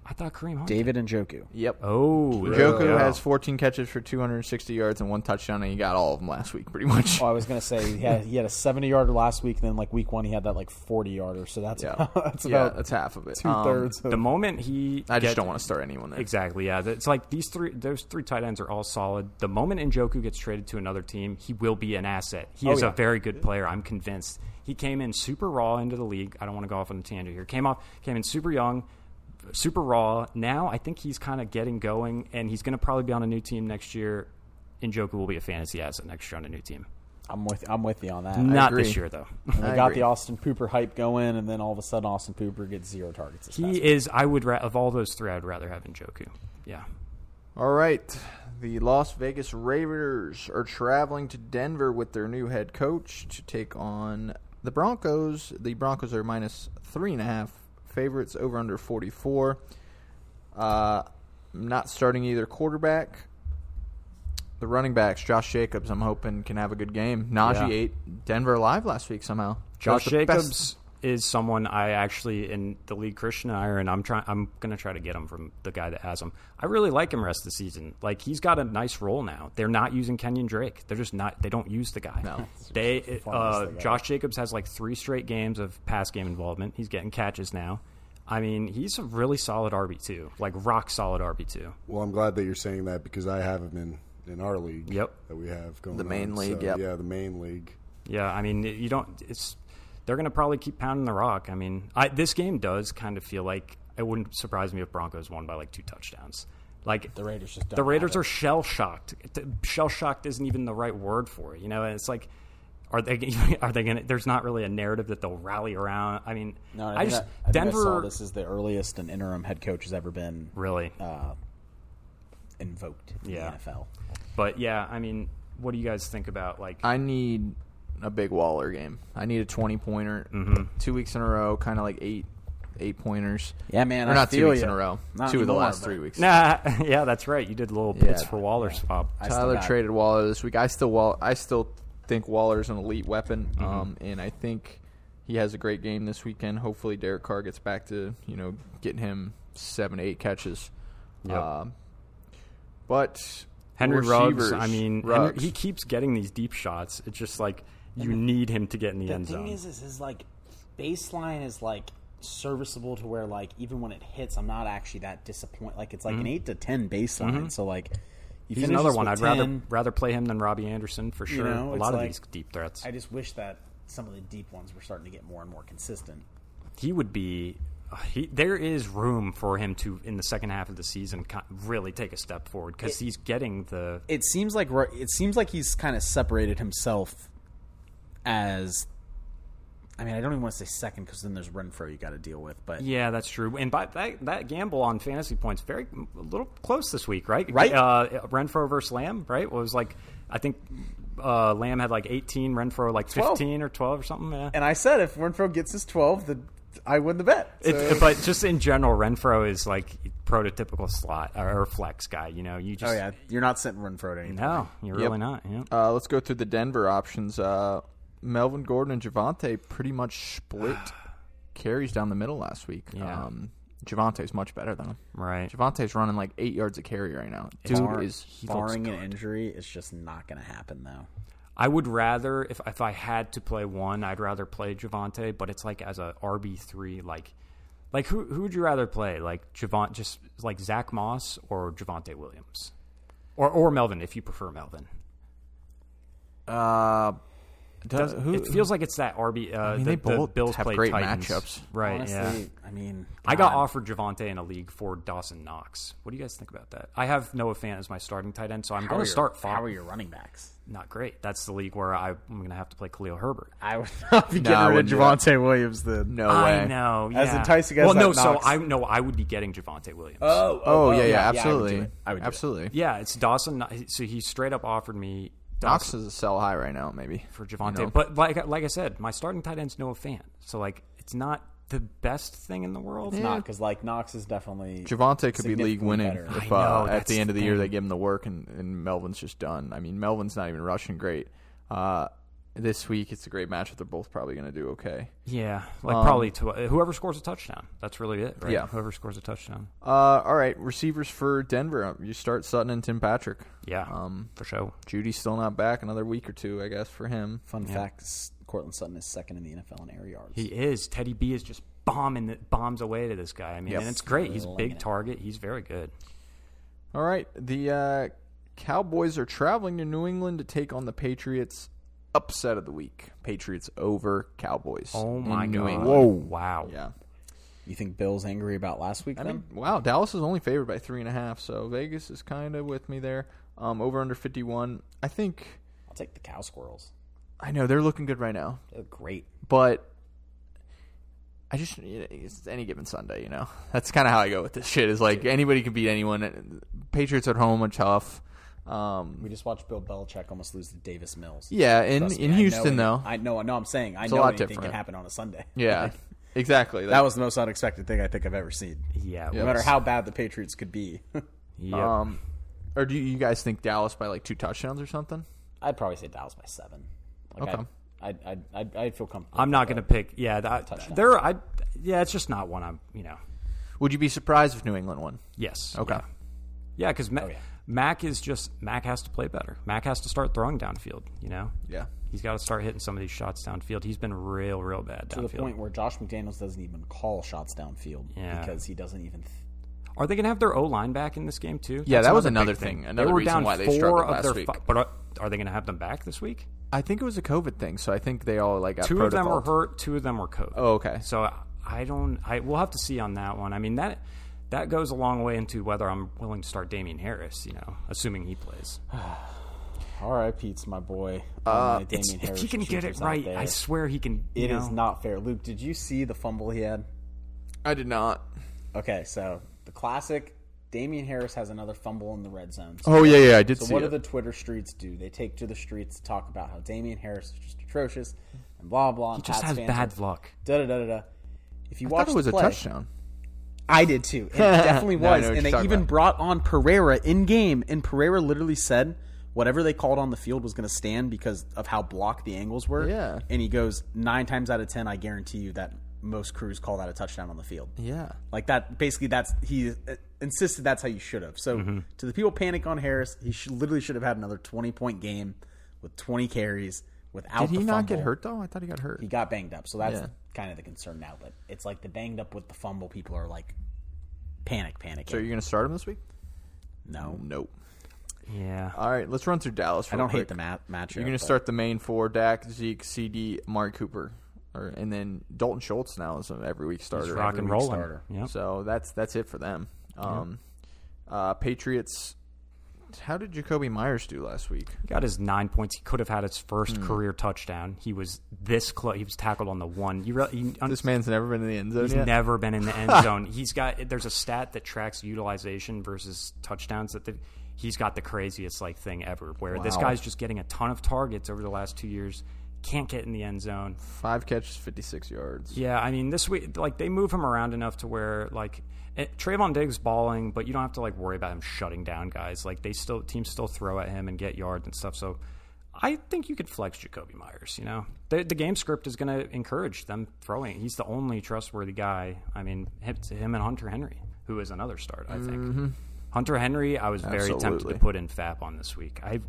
Speaker 5: I thought Kareem Hunt.
Speaker 3: David and Joku.
Speaker 2: Yep.
Speaker 5: Oh, there we
Speaker 2: Joku
Speaker 5: go.
Speaker 2: has 14 catches for 260 yards and one touchdown, and he got all of them last week, pretty much.
Speaker 3: Oh, I was gonna say he had, he had a seventy yarder last week, and then like week one he had that like forty yarder. So *laughs* that's
Speaker 2: Yeah,
Speaker 3: about, that's
Speaker 2: yeah,
Speaker 3: about
Speaker 2: that's half of it.
Speaker 6: two
Speaker 2: Um,
Speaker 6: thirds.
Speaker 5: the moment he.
Speaker 2: I just
Speaker 5: gets-
Speaker 2: don't want to start anyone there.
Speaker 5: Exactly. Yeah, it's like these three. Those three tight ends are all solid. The moment Njoku gets traded to another team, he will be an asset. He is
Speaker 3: Oh, yeah.
Speaker 5: a very good player. I'm convinced. He came in super raw into the league. I don't want to go off on a tangent here. Came off, came in super young, super raw. Now I think he's kind of getting going, and he's going to probably be on a new team next year. Njoku will be a fantasy asset next year on a new team.
Speaker 3: I'm with I'm with you on that.
Speaker 5: Not
Speaker 2: agree.
Speaker 5: this year
Speaker 3: *laughs*
Speaker 5: though.
Speaker 3: And
Speaker 2: I
Speaker 3: they got
Speaker 2: agree.
Speaker 3: the Austin Pooper hype going, and then all of a sudden Austin Pooper gets zero targets. This past
Speaker 5: He
Speaker 3: week.
Speaker 5: is. I would ra- of all those three, I'd rather have Njoku. Yeah.
Speaker 2: All right. The Las Vegas Raiders are traveling to Denver with their new head coach to take on the Broncos. The Broncos are minus three and a half favorites over under 44. Uh, not starting either quarterback. The running backs, Josh Jacobs, I'm hoping can have a good game. Najee
Speaker 5: Yeah.
Speaker 2: ate Denver alive last week somehow. That was
Speaker 5: Josh
Speaker 2: the
Speaker 5: Jacobs
Speaker 2: best-
Speaker 5: is someone I actually in the league Christian and I are, and I'm trying. I'm gonna try to get him from the guy that has him. I really like him rest of the season. Like he's got a nice role now. They're not using Kenyon Drake. They're just not. They don't use the guy.
Speaker 2: No.
Speaker 5: *laughs* They
Speaker 3: funniest
Speaker 5: uh,
Speaker 3: thing ever.
Speaker 5: Josh Jacobs has like three straight games of pass game involvement. He's getting catches now. I mean, he's a really solid RB two, like rock solid RB two.
Speaker 4: Well, I'm glad that you're saying that because I have him in in our league.
Speaker 5: Yep.
Speaker 4: That we have going
Speaker 2: The main
Speaker 4: on.
Speaker 2: league,
Speaker 4: So,
Speaker 2: yep.
Speaker 4: Yeah, the main league.
Speaker 5: Yeah, I mean, you don't. It's they're going to probably keep pounding the rock. I mean, I, this game does kind of feel like it wouldn't surprise me if Broncos won by like two touchdowns. Like
Speaker 3: the Raiders just don't
Speaker 5: the Raiders
Speaker 3: have it.
Speaker 5: are shell shocked. Shell shocked isn't even the right word for it. You know, and it's like. Are they? *laughs* Are they going to? There's not really a narrative that they'll rally around. I mean,
Speaker 3: No,
Speaker 5: I,
Speaker 3: I, think
Speaker 5: just
Speaker 3: I- I think I
Speaker 5: Denver.
Speaker 3: saw this is the earliest an interim head coach has ever been uh,
Speaker 5: Really,
Speaker 3: invoked in
Speaker 5: Yeah.
Speaker 3: the NFL.
Speaker 5: but yeah, I mean, what do you guys think about like?
Speaker 2: I need a big Waller game. I need a twenty pointer.
Speaker 5: Mm-hmm.
Speaker 2: Two weeks in a row, kind of like eight eight pointers.
Speaker 3: Yeah, man,
Speaker 2: Or
Speaker 3: I
Speaker 2: not two
Speaker 3: feel
Speaker 2: weeks
Speaker 3: ya.
Speaker 2: in a row.
Speaker 3: Not
Speaker 2: two of the
Speaker 3: anymore,
Speaker 2: last
Speaker 3: but-
Speaker 2: three weeks.
Speaker 5: *laughs* nah, *laughs* yeah, that's right. You did a little bits
Speaker 2: Yeah.
Speaker 5: for Waller swap.
Speaker 3: I still
Speaker 2: Tyler
Speaker 3: got-
Speaker 2: traded Waller this week. I still Wall- I still think Waller's an elite weapon,
Speaker 5: Mm-hmm.
Speaker 2: um, and I think he has a great game this weekend. Hopefully, Derek Carr gets back to you know getting him seven to eight catches.
Speaker 5: Yep.
Speaker 2: Um, but
Speaker 5: Henry
Speaker 2: receivers,
Speaker 5: Ruggs, I mean, Henry-
Speaker 2: Ruggs.
Speaker 5: he keeps getting these deep shots. It's just like you need him to get in the,
Speaker 3: The
Speaker 5: end
Speaker 3: thing
Speaker 5: zone.
Speaker 3: is, is, is like baseline is like serviceable to where like even when it hits, I'm not actually that disappointed. Like it's like an eight to ten baseline. So like, you
Speaker 5: He's
Speaker 3: finish
Speaker 5: Mm-hmm. another
Speaker 3: this
Speaker 5: one. I'd
Speaker 3: with
Speaker 5: rather
Speaker 3: 10,
Speaker 5: rather play him than Robbie Anderson for sure.
Speaker 3: know,
Speaker 5: a
Speaker 3: it's
Speaker 5: lot of
Speaker 3: like-
Speaker 5: these deep threats.
Speaker 3: I just wish that some of the deep ones were starting to get more and more consistent.
Speaker 5: he would be. uh, He, there is room for him to in the second half of the season co- really take a step forward because he's getting the
Speaker 3: it seems like Ru- it seems like he's kind of separated himself as I mean, I don't even want to say second because then there's Renfro you got to deal with, but
Speaker 5: Yeah, that's true. And by that, that gamble on fantasy points, very a little close this week, right?
Speaker 3: Right.
Speaker 5: Uh, Renfro versus Lamb, right? was like, I think uh, Lamb had like 18, Renfro like 15 or 12 or something. Yeah.
Speaker 6: and I said if Renfro gets his twelve, the I win the bet. So
Speaker 5: It, but just in general, Renfro is like prototypical slot or flex guy. You know, you
Speaker 3: oh
Speaker 5: just
Speaker 3: yeah, you're not sitting Renfro to anything.
Speaker 5: no, you're
Speaker 2: Yep.
Speaker 5: really not. Yeah.
Speaker 2: Uh, let's go through the Denver options. Uh, Melvin Gordon and Javante pretty much split carries down the middle last week.
Speaker 5: Yeah.
Speaker 2: Um, Javante's much better than him.
Speaker 5: Right.
Speaker 2: Javante's running like eight yards a carry right now. Dude
Speaker 3: Bar-
Speaker 2: is
Speaker 3: barring an injury, it's just not going to happen though.
Speaker 5: I would rather if if I had to play one, I'd rather play Javante, but it's like as a RB three, like like who who would you rather play? Like Javante, just like Zach Moss or Javante Williams, or or Melvin if you prefer Melvin.
Speaker 2: Uh, does,
Speaker 5: Does,
Speaker 2: who,
Speaker 5: it feels like it's that RB. Uh,
Speaker 2: mean,
Speaker 5: the,
Speaker 2: they
Speaker 5: the
Speaker 2: both
Speaker 5: Bills
Speaker 2: have
Speaker 5: play
Speaker 2: great
Speaker 5: Titans.
Speaker 2: matchups.
Speaker 5: right?
Speaker 3: Honestly,
Speaker 5: yeah.
Speaker 3: I mean,
Speaker 5: I got
Speaker 3: God.
Speaker 5: offered Javante in a league for Dawson Knox. What do you guys think about that? I have Noah Fan as my starting tight end, so I'm
Speaker 3: How
Speaker 5: going
Speaker 3: are
Speaker 5: to
Speaker 3: your-
Speaker 5: start. Fa-
Speaker 3: How are your running backs?
Speaker 5: Not great. That's the league where I, I'm going to have to play Khalil Herbert.
Speaker 3: I would *laughs* not be
Speaker 2: I
Speaker 6: Get rid
Speaker 2: wouldn't do
Speaker 6: of Javante Williams then.
Speaker 2: no
Speaker 5: I
Speaker 2: way.
Speaker 5: know.
Speaker 6: As
Speaker 5: yeah.
Speaker 6: enticing as
Speaker 5: Well,
Speaker 6: that
Speaker 5: no. So
Speaker 6: Knox-
Speaker 5: I no. I would be getting Javante Williams.
Speaker 3: Oh,
Speaker 2: Oh, yeah, yeah,
Speaker 3: I would do
Speaker 2: absolutely.
Speaker 3: it. I would do it.
Speaker 2: absolutely.
Speaker 5: yeah, it's Dawson. Kno- So he straight up offered me Dawson
Speaker 2: Knox is a sell high right now, maybe
Speaker 5: for Javante.
Speaker 2: You know?
Speaker 5: But like like I said, my starting tight end's Noah Fan. So like, it's not the best thing in the world.
Speaker 3: It's not because like Knox is definitely
Speaker 2: Javante could be league winning
Speaker 3: significantly better.
Speaker 2: if
Speaker 5: I
Speaker 2: uh,
Speaker 5: know,
Speaker 2: at
Speaker 5: that's
Speaker 2: the end of the
Speaker 5: the
Speaker 2: year
Speaker 5: thing.
Speaker 2: they give him the work and, and Melvin's just done. I mean, Melvin's not even rushing great. Uh, this week. It's a great matchup. They're both probably going to do okay.
Speaker 5: Yeah, like probably
Speaker 3: Um,
Speaker 5: tw- whoever scores a touchdown. That's really it, right?
Speaker 2: Yeah.
Speaker 5: Whoever scores a touchdown.
Speaker 2: Uh, all right, receivers for Denver. Um, You start Sutton and Tim Patrick.
Speaker 5: Yeah,
Speaker 2: Um,
Speaker 5: for sure.
Speaker 2: Judy's still not back. Another week or two, I guess, for him.
Speaker 3: Fun fact: S- Cortland Sutton is second in the NFL in air yards.
Speaker 5: He is. Teddy B is just bombing the, bombs away to this guy. I mean,
Speaker 2: Yep.
Speaker 5: and it's great. He's a
Speaker 3: Slinging
Speaker 5: big
Speaker 3: it.
Speaker 5: target. He's very good.
Speaker 2: All right, the uh, Cowboys are traveling to New England to take on the Patriots. Upset of the week: Patriots over Cowboys.
Speaker 5: Oh
Speaker 2: in
Speaker 5: my
Speaker 2: New
Speaker 5: god!
Speaker 2: England.
Speaker 5: Whoa! Wow!
Speaker 2: Yeah.
Speaker 3: you think Bill's angry about last week?
Speaker 2: I
Speaker 3: then?
Speaker 2: mean, wow, Dallas is only favored by three and a half, so Vegas is kind of with me there. Um, over under fifty one. I think
Speaker 3: I'll take the cow squirrels.
Speaker 2: I know they're looking good right now,
Speaker 3: They're great.
Speaker 2: but I just it's any given Sunday, you know. *laughs* That's kind of how I go with this shit. Is like anybody can beat anyone. Patriots at home are tough. Um,
Speaker 3: We just watched Bill Belichick almost lose to Davis Mills.
Speaker 2: yeah, in
Speaker 3: Trust me,
Speaker 2: in
Speaker 3: I know
Speaker 2: Houston
Speaker 3: it-
Speaker 2: though.
Speaker 3: I know. I know. I'm saying I
Speaker 2: a
Speaker 3: know
Speaker 2: lot
Speaker 3: anything
Speaker 2: different.
Speaker 3: can happen on a Sunday.
Speaker 2: *laughs* Yeah,
Speaker 3: *laughs*
Speaker 2: exactly.
Speaker 3: that was the most unexpected thing I think I've ever seen.
Speaker 5: Yeah.
Speaker 2: Yeah.
Speaker 3: No matter how bad the Patriots could be, *laughs*
Speaker 5: Yep.
Speaker 2: Um, or do you guys think Dallas by like two touchdowns or something?
Speaker 3: I'd probably say Dallas by seven. Like
Speaker 2: Okay.
Speaker 3: I'd, I'd, I'd, I'd, I'd feel comfortable.
Speaker 5: I'm not
Speaker 3: with
Speaker 5: going to
Speaker 3: that.
Speaker 5: pick. Yeah, that,
Speaker 3: Touchdown.
Speaker 5: there. I. Yeah, it's just not one I'm. You know.
Speaker 2: Would you be surprised if New England won?
Speaker 5: Yes.
Speaker 2: Okay. Oh,
Speaker 5: Yeah, because Ma-
Speaker 3: yeah.
Speaker 5: Mac is just Mac has to play better. Mac has to start throwing downfield. You know.
Speaker 2: Yeah.
Speaker 5: He's got to start hitting some of these shots downfield. He's been real, real bad
Speaker 3: to
Speaker 5: downfield.
Speaker 3: the point where Josh McDaniels doesn't even call shots downfield
Speaker 5: Yeah.
Speaker 3: because he doesn't even. Th-
Speaker 5: Are they going to have their O line back in this game too?
Speaker 2: Yeah,
Speaker 5: That's
Speaker 2: that was
Speaker 5: big
Speaker 2: another thing, another reason why they struggled last week.
Speaker 5: fi- but are, are they going to have them back this week?
Speaker 2: I think it was a COVID thing, so I think they all like got
Speaker 5: two of them were
Speaker 2: protocoled.
Speaker 5: hurt, two of them were COVID.
Speaker 2: Oh, okay.
Speaker 5: So I- I don't. I we'll have to see on that one. I mean that that goes a long way into whether I'm willing to start Damien Harris. You know, assuming he plays.
Speaker 3: R.I.P. to my boy. my Damian
Speaker 5: Uh, It's- if
Speaker 3: Harris
Speaker 5: he can get it
Speaker 3: Jr.'s out
Speaker 5: right,
Speaker 3: there.
Speaker 5: I swear he can. you
Speaker 3: It is
Speaker 5: know.
Speaker 3: not fair. Luke, did you see the fumble he had?
Speaker 2: I did not.
Speaker 3: Okay, so the classic Damian Harris has another fumble in the red zone. So,
Speaker 2: Oh yeah, yeah, I did
Speaker 3: so
Speaker 2: see
Speaker 3: what do
Speaker 2: it.
Speaker 3: the Twitter streets do? They take to the streets to talk about how Damian Harris is just atrocious and blah blah.
Speaker 5: He just has bad luck.
Speaker 3: Da da da da. da. If you
Speaker 2: I
Speaker 3: watch
Speaker 2: thought it was
Speaker 3: the
Speaker 2: a
Speaker 3: play,
Speaker 2: touchdown.
Speaker 3: I did too.
Speaker 2: *laughs*
Speaker 3: And it definitely
Speaker 2: No, I know
Speaker 3: was.
Speaker 2: what
Speaker 3: and
Speaker 2: you're
Speaker 3: they
Speaker 2: talking
Speaker 3: even
Speaker 2: about.
Speaker 3: brought on Pereira in game, and Pereira literally said whatever they called on the field was going to stand because of how blocked the angles were.
Speaker 2: Yeah.
Speaker 3: And he goes nine times out of ten, I guarantee you that most crews call that a touchdown on the field.
Speaker 2: Yeah.
Speaker 3: Like that, basically, that's he uh, insisted that's how you should have. So
Speaker 2: Mm-hmm.
Speaker 3: to the people panic on Harris, he should, literally should have had another twenty point game with twenty carries without.
Speaker 2: Did he
Speaker 3: the
Speaker 2: not get
Speaker 3: fumble.
Speaker 2: hurt though? I thought he got hurt.
Speaker 3: He got banged up, so that's
Speaker 2: Yeah.
Speaker 3: kind of the concern now. But it's like the banged up with the fumble. People are like panic, panicking.
Speaker 2: So you're gonna start him this week?
Speaker 3: no,
Speaker 2: Nope.
Speaker 5: Yeah.
Speaker 2: All right, let's run through Dallas.
Speaker 3: I
Speaker 2: real
Speaker 3: don't hate
Speaker 2: quick.
Speaker 3: the mat- matchup.
Speaker 2: You're gonna
Speaker 3: but
Speaker 2: start the main four: Dak, Zeke, CD, Mark Cooper, or and then Dalton Schultz now is an every week starter.
Speaker 5: He's rock and
Speaker 2: Every week
Speaker 5: rolling.
Speaker 2: starter.
Speaker 5: Yep.
Speaker 2: So that's that's it for them. Um, uh, Patriots. How did Jacoby Myers do last week?
Speaker 5: He got his nine points. He could have had his first career touchdown. He was this close. He was tackled on the one. You re- you un-
Speaker 2: This man's never been in the end zone
Speaker 5: He's
Speaker 2: yet.
Speaker 5: never been in the end zone. He's got there's a stat that tracks utilization versus touchdowns that the, he's got the craziest like thing ever where this
Speaker 2: Wow.
Speaker 5: guy's just getting a ton of targets over the last 2 years, can't get in the end zone.
Speaker 2: Five catches, 56 yards.
Speaker 5: Yeah, I mean this week like they move him around enough to where like it, Trayvon Diggs balling, but you don't have to like worry about him shutting down guys. Like they still teams still throw at him and get yards and stuff. So I think you could flex Jacoby Myers. You know, the, the game script is going to encourage them throwing. He's the only trustworthy guy. I mean, him, to him and Hunter Henry, who is another start. I think Hunter Henry. I was very tempted
Speaker 2: Absolutely.
Speaker 5: to put in Fap on this week. I.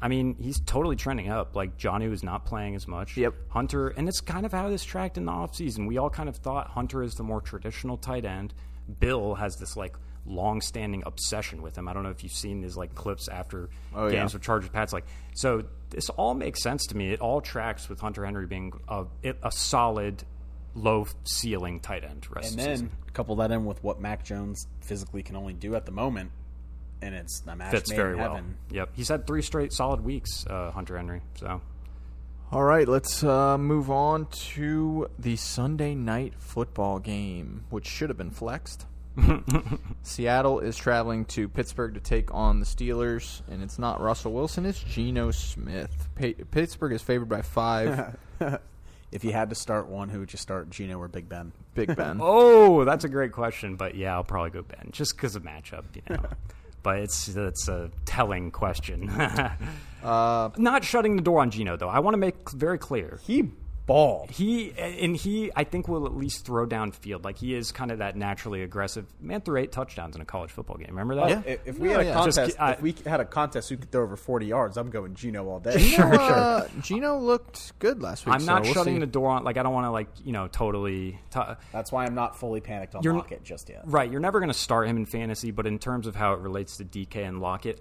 Speaker 5: I mean, he's totally trending up. Like Johnny was not playing as much.
Speaker 2: Yep.
Speaker 5: Hunter, and it's kind of how this tracked in the offseason. We all kind of thought Hunter is the more traditional tight end. Bill has this like long-standing obsession with him. I don't know if you've seen these like clips after
Speaker 2: Oh,
Speaker 5: games
Speaker 2: yeah.
Speaker 5: with Chargers Pats. Like, so this all makes sense to me. It all tracks with Hunter Henry being a, it- a solid, low ceiling tight end. Rest
Speaker 3: and
Speaker 5: of the season.
Speaker 3: then couple that in with what Mac Jones physically can only do at the moment, and it's a match
Speaker 5: fits
Speaker 3: made
Speaker 5: very
Speaker 3: in
Speaker 5: well.
Speaker 3: heaven.
Speaker 5: Yep, he's had three straight solid weeks, uh, Hunter Henry. So
Speaker 2: All right, let's uh, move on to the Sunday night football game, which should have been
Speaker 5: *laughs*
Speaker 2: flexed. Seattle is traveling to Pittsburgh to take on the Steelers, and it's not Russell Wilson, it's Geno Smith. Pa- Pittsburgh is favored by
Speaker 5: *laughs*
Speaker 2: five.
Speaker 3: If you had to start one, who would you start, Gino or Big Ben?
Speaker 2: Big Ben. *laughs*
Speaker 5: Oh, that's a great question, but yeah, I'll probably go Ben just because of matchup, you know. but it's that's a telling question. *laughs*
Speaker 2: Uh,
Speaker 5: Not shutting the door on Gino though. I want to make very clear
Speaker 7: He
Speaker 2: *laughs*
Speaker 7: balled.
Speaker 5: he and he I think will at least throw down field. Like he is kind of that naturally aggressive man threw eight touchdowns in a college football game. Remember that?
Speaker 7: Yeah.
Speaker 3: If, if we had a
Speaker 2: yeah.
Speaker 3: contest,
Speaker 5: Just ki- I-
Speaker 3: if we had a contest, who could throw over forty yards? I'm going Gino all day.
Speaker 2: Gino, uh, Gino looked good last week.
Speaker 5: I'm not
Speaker 2: so we'll
Speaker 5: shutting
Speaker 2: see.
Speaker 5: the door on. Like I don't want to like you know totally. T-
Speaker 3: That's why I'm not fully panicked on
Speaker 5: You're-
Speaker 3: Lockett just yet.
Speaker 5: Right, you're never going to start him in fantasy, but in terms of how it relates to DK and Lockett,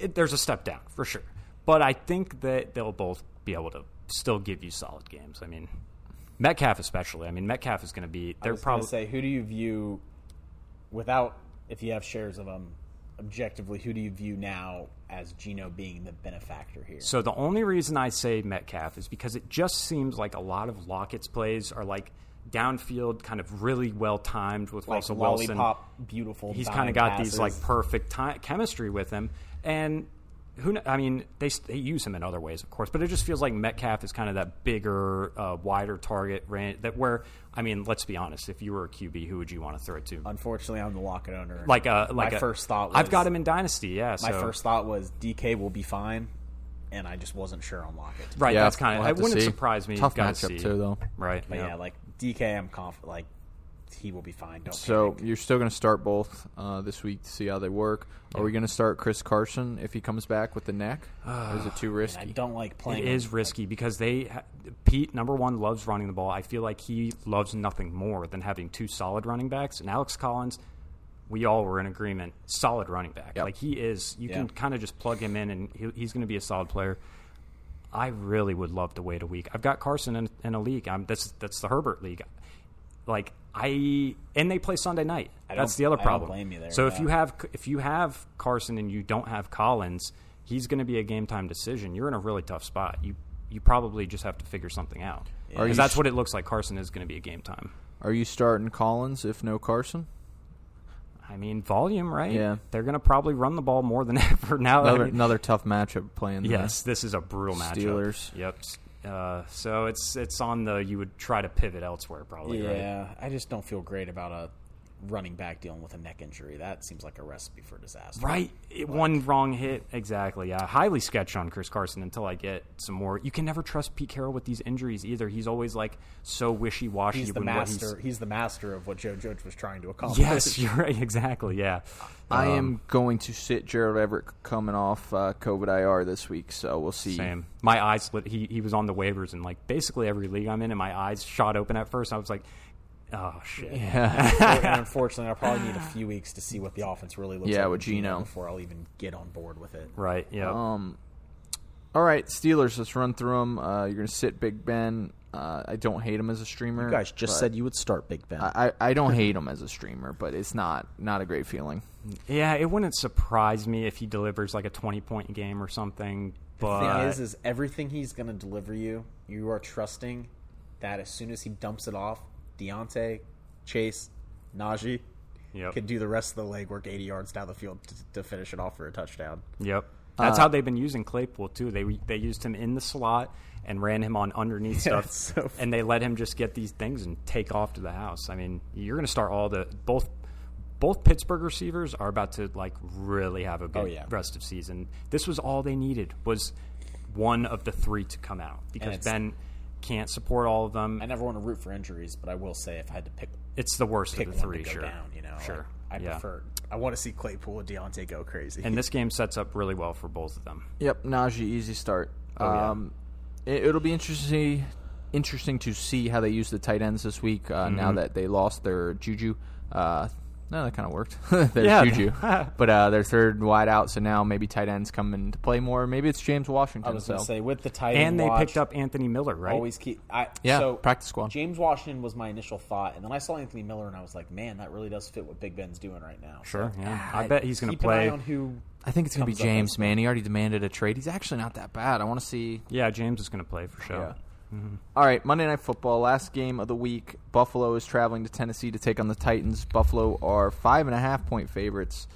Speaker 5: it, there's a step down for sure. But I think that they'll both be able to still give you solid games. I mean, Metcalf especially. I mean, Metcalf is going to be.
Speaker 3: I
Speaker 5: They're
Speaker 3: was going
Speaker 5: probably
Speaker 3: to say, who do you view without if you have shares of them objectively? Who do you view now as Gino being the benefactor here?
Speaker 5: So the only reason I say Metcalf is because it just seems like a lot of Lockett's plays are like downfield, kind of really well timed with
Speaker 3: like
Speaker 5: Russell Wilson.
Speaker 3: lollipop, beautiful.
Speaker 5: He's
Speaker 3: dime
Speaker 5: kind of got these
Speaker 3: passes.
Speaker 5: like perfect ti chemistry with him, and who kn- I mean they s- they use him in other ways, of course, but it just feels like Metcalf is kind of that bigger, uh, wider target range that where I mean, let's be honest, if you were a QB, who would you want to throw it to?
Speaker 3: Unfortunately, I'm the Lockett owner.
Speaker 5: Like a like
Speaker 3: Um, my
Speaker 5: a-
Speaker 3: first thought. Was,
Speaker 5: I've got him in Dynasty, yeah.
Speaker 3: My
Speaker 5: so-
Speaker 3: first thought was DK will be fine, and I just wasn't sure on Lockett.
Speaker 5: right.
Speaker 2: Yeah,
Speaker 5: that's kind of
Speaker 2: we'll
Speaker 5: I
Speaker 2: have to
Speaker 5: wouldn't
Speaker 2: see.
Speaker 5: surprise me.
Speaker 2: Tough
Speaker 5: Gotta
Speaker 2: matchup
Speaker 5: see.
Speaker 2: too, though.
Speaker 5: Right.
Speaker 3: But yeah, like DK, I'm confident. Like he will be fine. Don't
Speaker 2: So
Speaker 3: panic.
Speaker 2: you're still going to start both uh, this week to see how they work. Are we going to start Chris Carson if he comes back with the neck? Or is it
Speaker 5: *sighs*
Speaker 2: too risky?
Speaker 3: I don't like playing.
Speaker 5: It is risky because they ha- Pete number one loves running the ball. I feel like he loves nothing more than having two solid running backs and Alex Collins. We all were in agreement. Solid running back. Like he is. You can
Speaker 3: Yeah.
Speaker 5: kind of just plug him in, and he, he's going to be a solid player. I really would love to wait a week. I've got Carson in, in a league. I'm, that's that's the Herbert league. Like I and they play Sunday night.
Speaker 3: I
Speaker 5: That's
Speaker 3: don't-
Speaker 5: the other
Speaker 3: I don't
Speaker 5: problem.
Speaker 3: blame you there,
Speaker 5: so if
Speaker 3: yeah.
Speaker 5: you have if you have Carson and you don't have Collins, he's going to be a game time decision. You're in a really tough spot. You you probably just have to figure something out
Speaker 2: Are you
Speaker 5: because that's
Speaker 2: s-
Speaker 5: what it looks like. Carson is going to be a game time.
Speaker 2: Are you starting Collins if no Carson?
Speaker 5: I mean, volume, right?
Speaker 2: Yeah.
Speaker 5: they're going to probably run the ball more than *laughs* ever now. that Uh, I
Speaker 2: Another,
Speaker 5: mean-
Speaker 2: another tough matchup playing. the-
Speaker 5: Yes, this is a brutal matchup.
Speaker 2: Steelers.
Speaker 5: Yep. Uh, so it's it's on the you would try to pivot elsewhere probably. Right?
Speaker 3: Yeah, I just don't feel great about a running back dealing with a neck injury. That seems like a recipe for disaster.
Speaker 5: Right. It, one wrong hit. Exactly. Yeah. Highly sketch on Chris Carson until I get some more. You can never trust Pete Carroll with these injuries either. He's always like so wishy washy.
Speaker 3: He's the master. He's the master of what Joe Judge was trying to accomplish.
Speaker 5: *laughs* Yes, you're right. Exactly. Yeah.
Speaker 2: I
Speaker 5: Um,
Speaker 2: am going to sit Gerald Everett coming off uh, COVID IR this week, so we'll see.
Speaker 5: Same. My eyes lit. He he was on the waivers and like basically every league I'm in, and my eyes shot open at first. I was like, oh shit.
Speaker 3: and unfortunately, I'll probably need a few weeks to see what the offense really looks
Speaker 2: Yeah,
Speaker 3: like
Speaker 2: with Geno.
Speaker 3: before I'll even get on board with it.
Speaker 5: Right. Yeah.
Speaker 3: Um,
Speaker 2: All right, Steelers. Let's run through them. Uh, you're going to sit Big Ben. Uh, I don't hate him as a streamer.
Speaker 3: You guys just
Speaker 2: but
Speaker 3: said you would start Big Ben.
Speaker 2: I, I I don't hate him as a streamer, but it's not not a great feeling.
Speaker 5: Yeah, it wouldn't surprise me if he delivers like a twenty point game or something.
Speaker 3: the thing
Speaker 5: But
Speaker 3: is, is everything he's going to deliver you, you are trusting that as soon as he dumps it off, Deontay, Chase, Najee
Speaker 5: Yep.
Speaker 3: could do the rest of the legwork 80 yards down the field to, to finish it off for a touchdown.
Speaker 5: yep,
Speaker 3: Uh,
Speaker 5: that's how they've been using Claypool too. They they used him in the slot and ran him on underneath
Speaker 3: *laughs*
Speaker 5: stuff,
Speaker 3: it's so
Speaker 5: and they let him just get these things and take off to the house. I mean, you're going to start all the both. Both Pittsburgh receivers are about to like really have a good
Speaker 3: Oh, yeah.
Speaker 5: rest of season. This was all they needed was one of the three to come out because
Speaker 3: it's-
Speaker 5: Ben can't support all of them.
Speaker 3: I never want to root for injuries, but I will say if I had to pick
Speaker 5: It's the worst
Speaker 3: pick
Speaker 5: of the
Speaker 3: one
Speaker 5: three,
Speaker 3: to go
Speaker 5: sure.
Speaker 3: down, you know,
Speaker 5: sure.
Speaker 3: like, I
Speaker 5: Yeah.
Speaker 3: prefer. I want to see Claypool and Deontay go crazy.
Speaker 5: and this game sets up really well for both of them.
Speaker 2: Yep, Najee, easy start.
Speaker 3: Oh,
Speaker 2: um, it, will be interesting, interesting to see how they use the tight ends this week. Uh, Now
Speaker 3: Mm-hmm.
Speaker 2: that they lost their Juju, uh, no, that kind of worked. *laughs* their
Speaker 3: *laughs*
Speaker 5: Yeah.
Speaker 2: Juju, but uh, their third wide out. So now maybe tight ends come into play more. Maybe it's James Washington.
Speaker 3: I was going
Speaker 2: so.
Speaker 3: to say with the tight
Speaker 5: And
Speaker 3: end
Speaker 5: they
Speaker 3: watch,
Speaker 5: picked up Anthony Miller, right?
Speaker 3: Always keep. I,
Speaker 2: Yeah,
Speaker 3: so
Speaker 2: practice squad.
Speaker 3: James Washington was my initial thought, and then I saw Anthony Miller, and I was like, man, that really does fit what Big Ben's doing right now.
Speaker 5: Sure.
Speaker 3: So,
Speaker 5: Yeah. I bet he's going to
Speaker 3: Ah, keep an
Speaker 5: play.
Speaker 3: eye on who.
Speaker 2: I think it's gonna be
Speaker 3: comes up
Speaker 2: James. Man, he already demanded a trade. He's actually not that bad. I want to see.
Speaker 5: yeah, James is going to play for sure.
Speaker 2: Yeah.
Speaker 5: Mm-hmm.
Speaker 2: All right, Monday Night Football, last game of the week. Buffalo is traveling to Tennessee to take on the Titans. Buffalo are five and a half point favorites,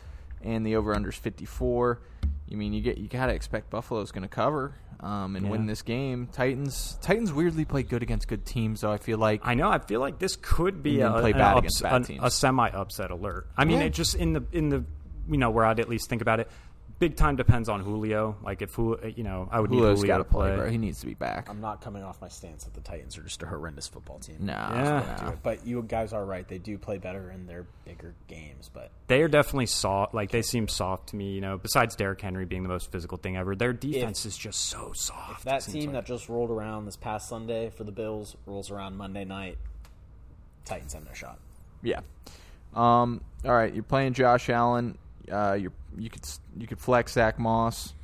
Speaker 2: and the over under is fifty four. You mean you get you gotta expect Buffalo's going to cover um, and win
Speaker 5: Yeah.
Speaker 2: this game. Titans Titans weirdly play good against good teams, though. I feel like
Speaker 5: I know. I feel like this could be
Speaker 2: And
Speaker 5: a,
Speaker 2: then play
Speaker 5: an
Speaker 2: bad
Speaker 5: ups-
Speaker 2: against bad
Speaker 5: an-
Speaker 2: teams.
Speaker 5: a semi upset alert. I mean,
Speaker 2: Yeah.
Speaker 5: it just in the in the you know where I'd at least think about it. Big time depends on Julio. Like if Julio, you know, I would
Speaker 2: Julio's
Speaker 5: need
Speaker 2: got
Speaker 5: Julio
Speaker 2: to
Speaker 5: to
Speaker 2: play, bro. He needs to be back.
Speaker 3: I'm not coming off my stance that the Titans are just a horrendous football team.
Speaker 2: Nah,
Speaker 5: Yeah.
Speaker 2: nah.
Speaker 3: But you guys are right. They do play better in their bigger games, but
Speaker 5: They are definitely soft. Like they seem soft to me. You know, besides Derrick Henry being the most physical thing ever, their defense is just so soft.
Speaker 3: that
Speaker 5: it seems
Speaker 3: team
Speaker 5: like.
Speaker 3: that just rolled around this past Sunday for the Bills rolls around Monday night. Titans have no shot.
Speaker 2: Yeah. Um. All right. You're playing Josh Allen. Uh. You you could s- you could flex Zach Moss.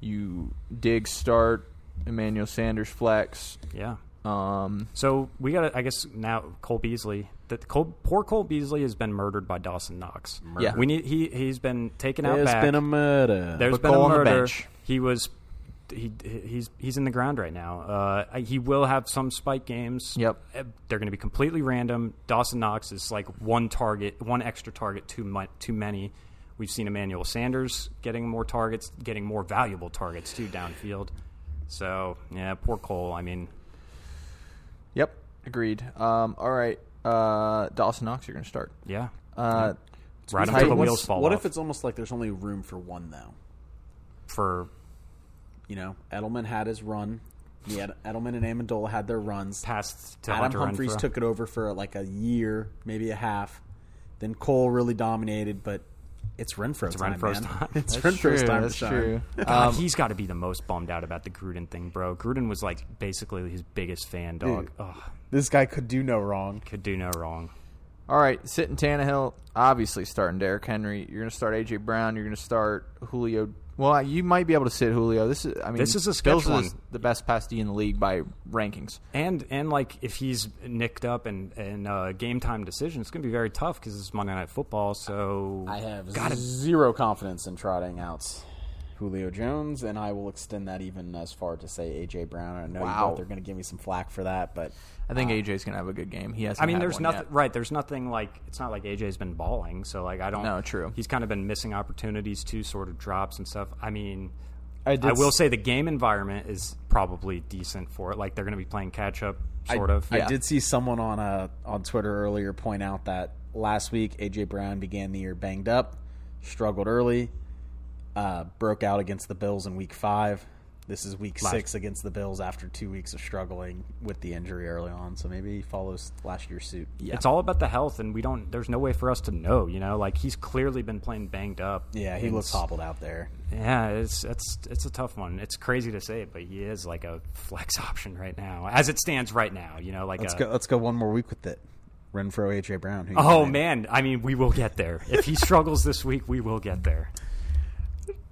Speaker 2: You dig start Emmanuel Sanders flex.
Speaker 5: yeah.
Speaker 2: Um.
Speaker 5: So we got. I guess now Cole Beasley. That Cole, poor Cole Beasley has been murdered by Dawson Knox.
Speaker 2: Yeah.
Speaker 5: We need. He he's been taken out.
Speaker 8: It's
Speaker 5: back.
Speaker 8: been a murder.
Speaker 5: There's
Speaker 2: Put
Speaker 5: been a
Speaker 2: Cole on the
Speaker 5: murder.
Speaker 2: bench.
Speaker 5: He was. He he's he's in the ground right now. Uh, he will have some spike games.
Speaker 2: Yep.
Speaker 5: Uh, They're going to be completely random. Dawson Knox is like one target, one extra target too much, too many. We've seen Emmanuel Sanders getting more targets, getting more valuable targets too downfield. So yeah, poor Cole. I mean,
Speaker 2: Yep. Agreed. Um. All right. Uh. Dawson Knox. You're gonna start.
Speaker 5: yeah,
Speaker 2: Uh.
Speaker 5: right until the
Speaker 2: Titans-
Speaker 5: wheels fall
Speaker 3: what
Speaker 5: off
Speaker 3: if it's almost like there's only room for one though?
Speaker 5: for
Speaker 3: You know, Edelman had his run. Yeah, Edelman and Amendola had their runs.
Speaker 5: past to
Speaker 3: Adam
Speaker 5: Hunter
Speaker 3: Humphries
Speaker 5: Renfrow.
Speaker 3: took it over for like a year, maybe a half. Then Cole really dominated, but it's Renfro's time.
Speaker 5: Renfro's
Speaker 3: man.
Speaker 5: time.
Speaker 3: *laughs* It's
Speaker 2: That's true.
Speaker 3: Renfro's time. to
Speaker 2: That's
Speaker 5: *laughs*
Speaker 3: shine.
Speaker 2: true. Uh,
Speaker 5: God, Um, he's got to be the most bummed out about the Gruden thing, bro. Gruden was like basically his biggest fan dog. Ugh,
Speaker 8: this guy could do no wrong.
Speaker 5: could do no wrong.
Speaker 2: All right, sitting Tannehill, obviously starting Derrick Henry. You're going to start AJ Brown. You're going to start Julio. Well, you might be able to sit Julio. This is, I mean,
Speaker 5: This is a sketch
Speaker 2: Bills is
Speaker 5: one.
Speaker 2: the best pass D in the league by rankings.
Speaker 5: And and like if he's nicked up and and uh, game time decision, it's gonna be very tough because it's Monday Night Football. So
Speaker 3: I have zero confidence in trotting out Julio Jones, and I will extend that even as far to say AJ Brown. I know
Speaker 2: Wow.
Speaker 3: you both are going to give me some flack for that, but
Speaker 2: I think AJ's going to have a good game. He hasn't.
Speaker 5: Um, I mean,
Speaker 2: had
Speaker 5: there's
Speaker 2: one
Speaker 5: nothing
Speaker 2: yet.
Speaker 5: right. There's nothing like it's not like AJ's been balling. So like I don't.
Speaker 2: No, true.
Speaker 5: He's kind of been missing opportunities too, sort of drops and stuff. I mean,
Speaker 8: I,
Speaker 5: I
Speaker 8: did
Speaker 5: will
Speaker 8: s-
Speaker 5: say the game environment is probably decent for it. Like they're gonna be playing catch up, sort
Speaker 3: I,
Speaker 5: of.
Speaker 3: I did see someone on uh, on Twitter earlier point out that last week AJ Brown began the year banged up, struggled early, uh, broke out against the Bills in Week Five. This is Week Six against the Bills after two weeks of struggling with the injury early on. So maybe he follows last year's suit.
Speaker 5: It's all about the health, and we don't. There's no way for us to know. You know, like he's clearly been playing banged up.
Speaker 3: Yeah, he
Speaker 5: And
Speaker 3: looks
Speaker 5: s-
Speaker 3: hobbled out there.
Speaker 5: Yeah, it's it's it's a tough one. It's crazy to say, but he is like a flex *laughs* option right now, as it stands right now. You know, like
Speaker 3: Let's
Speaker 5: a,
Speaker 3: go. Let's go one more week with it. Renfro, AJ Brown. who you
Speaker 5: Oh
Speaker 3: playing?
Speaker 5: man, I mean, we will get there. If he struggles this week, we will get there.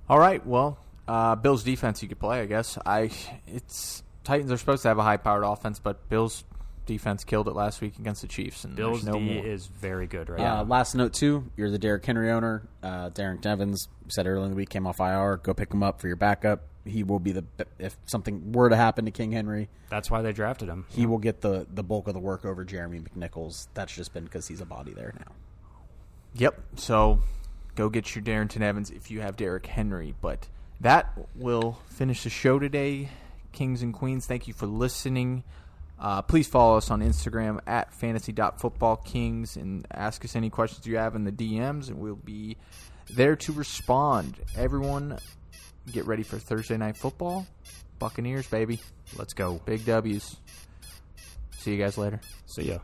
Speaker 2: All right, well, uh, Bills defense you could play, I guess. I it's Titans are supposed to have a high powered offense, but Bills defense killed it last week against the Chiefs, and
Speaker 5: Bills
Speaker 2: there's no
Speaker 5: D
Speaker 2: more.
Speaker 5: is very good right
Speaker 3: Uh,
Speaker 5: now.
Speaker 3: last note too. You're the Derrick Henry owner. Uh, Derrick Devins we said earlier in the week came off IR. Go pick him up for your backup. He will be the if something were to happen to King Henry,
Speaker 5: That's why they drafted him.
Speaker 3: he will get the the bulk of the work over Jeremy McNichols. That's just been because he's a body there now.
Speaker 2: Yep. So go get your Darrington Evans if you have Derrick Henry. But that will finish the show today, Kings and Queens. Thank you for listening. Uh, please follow us on Instagram at fantasy.footballkings and ask us any questions you have in the DMs, and we'll be there to respond. Everyone, get ready for Thursday Night Football. Buccaneers, baby.
Speaker 5: Let's go.
Speaker 2: Big W's. See you guys later.
Speaker 5: See ya.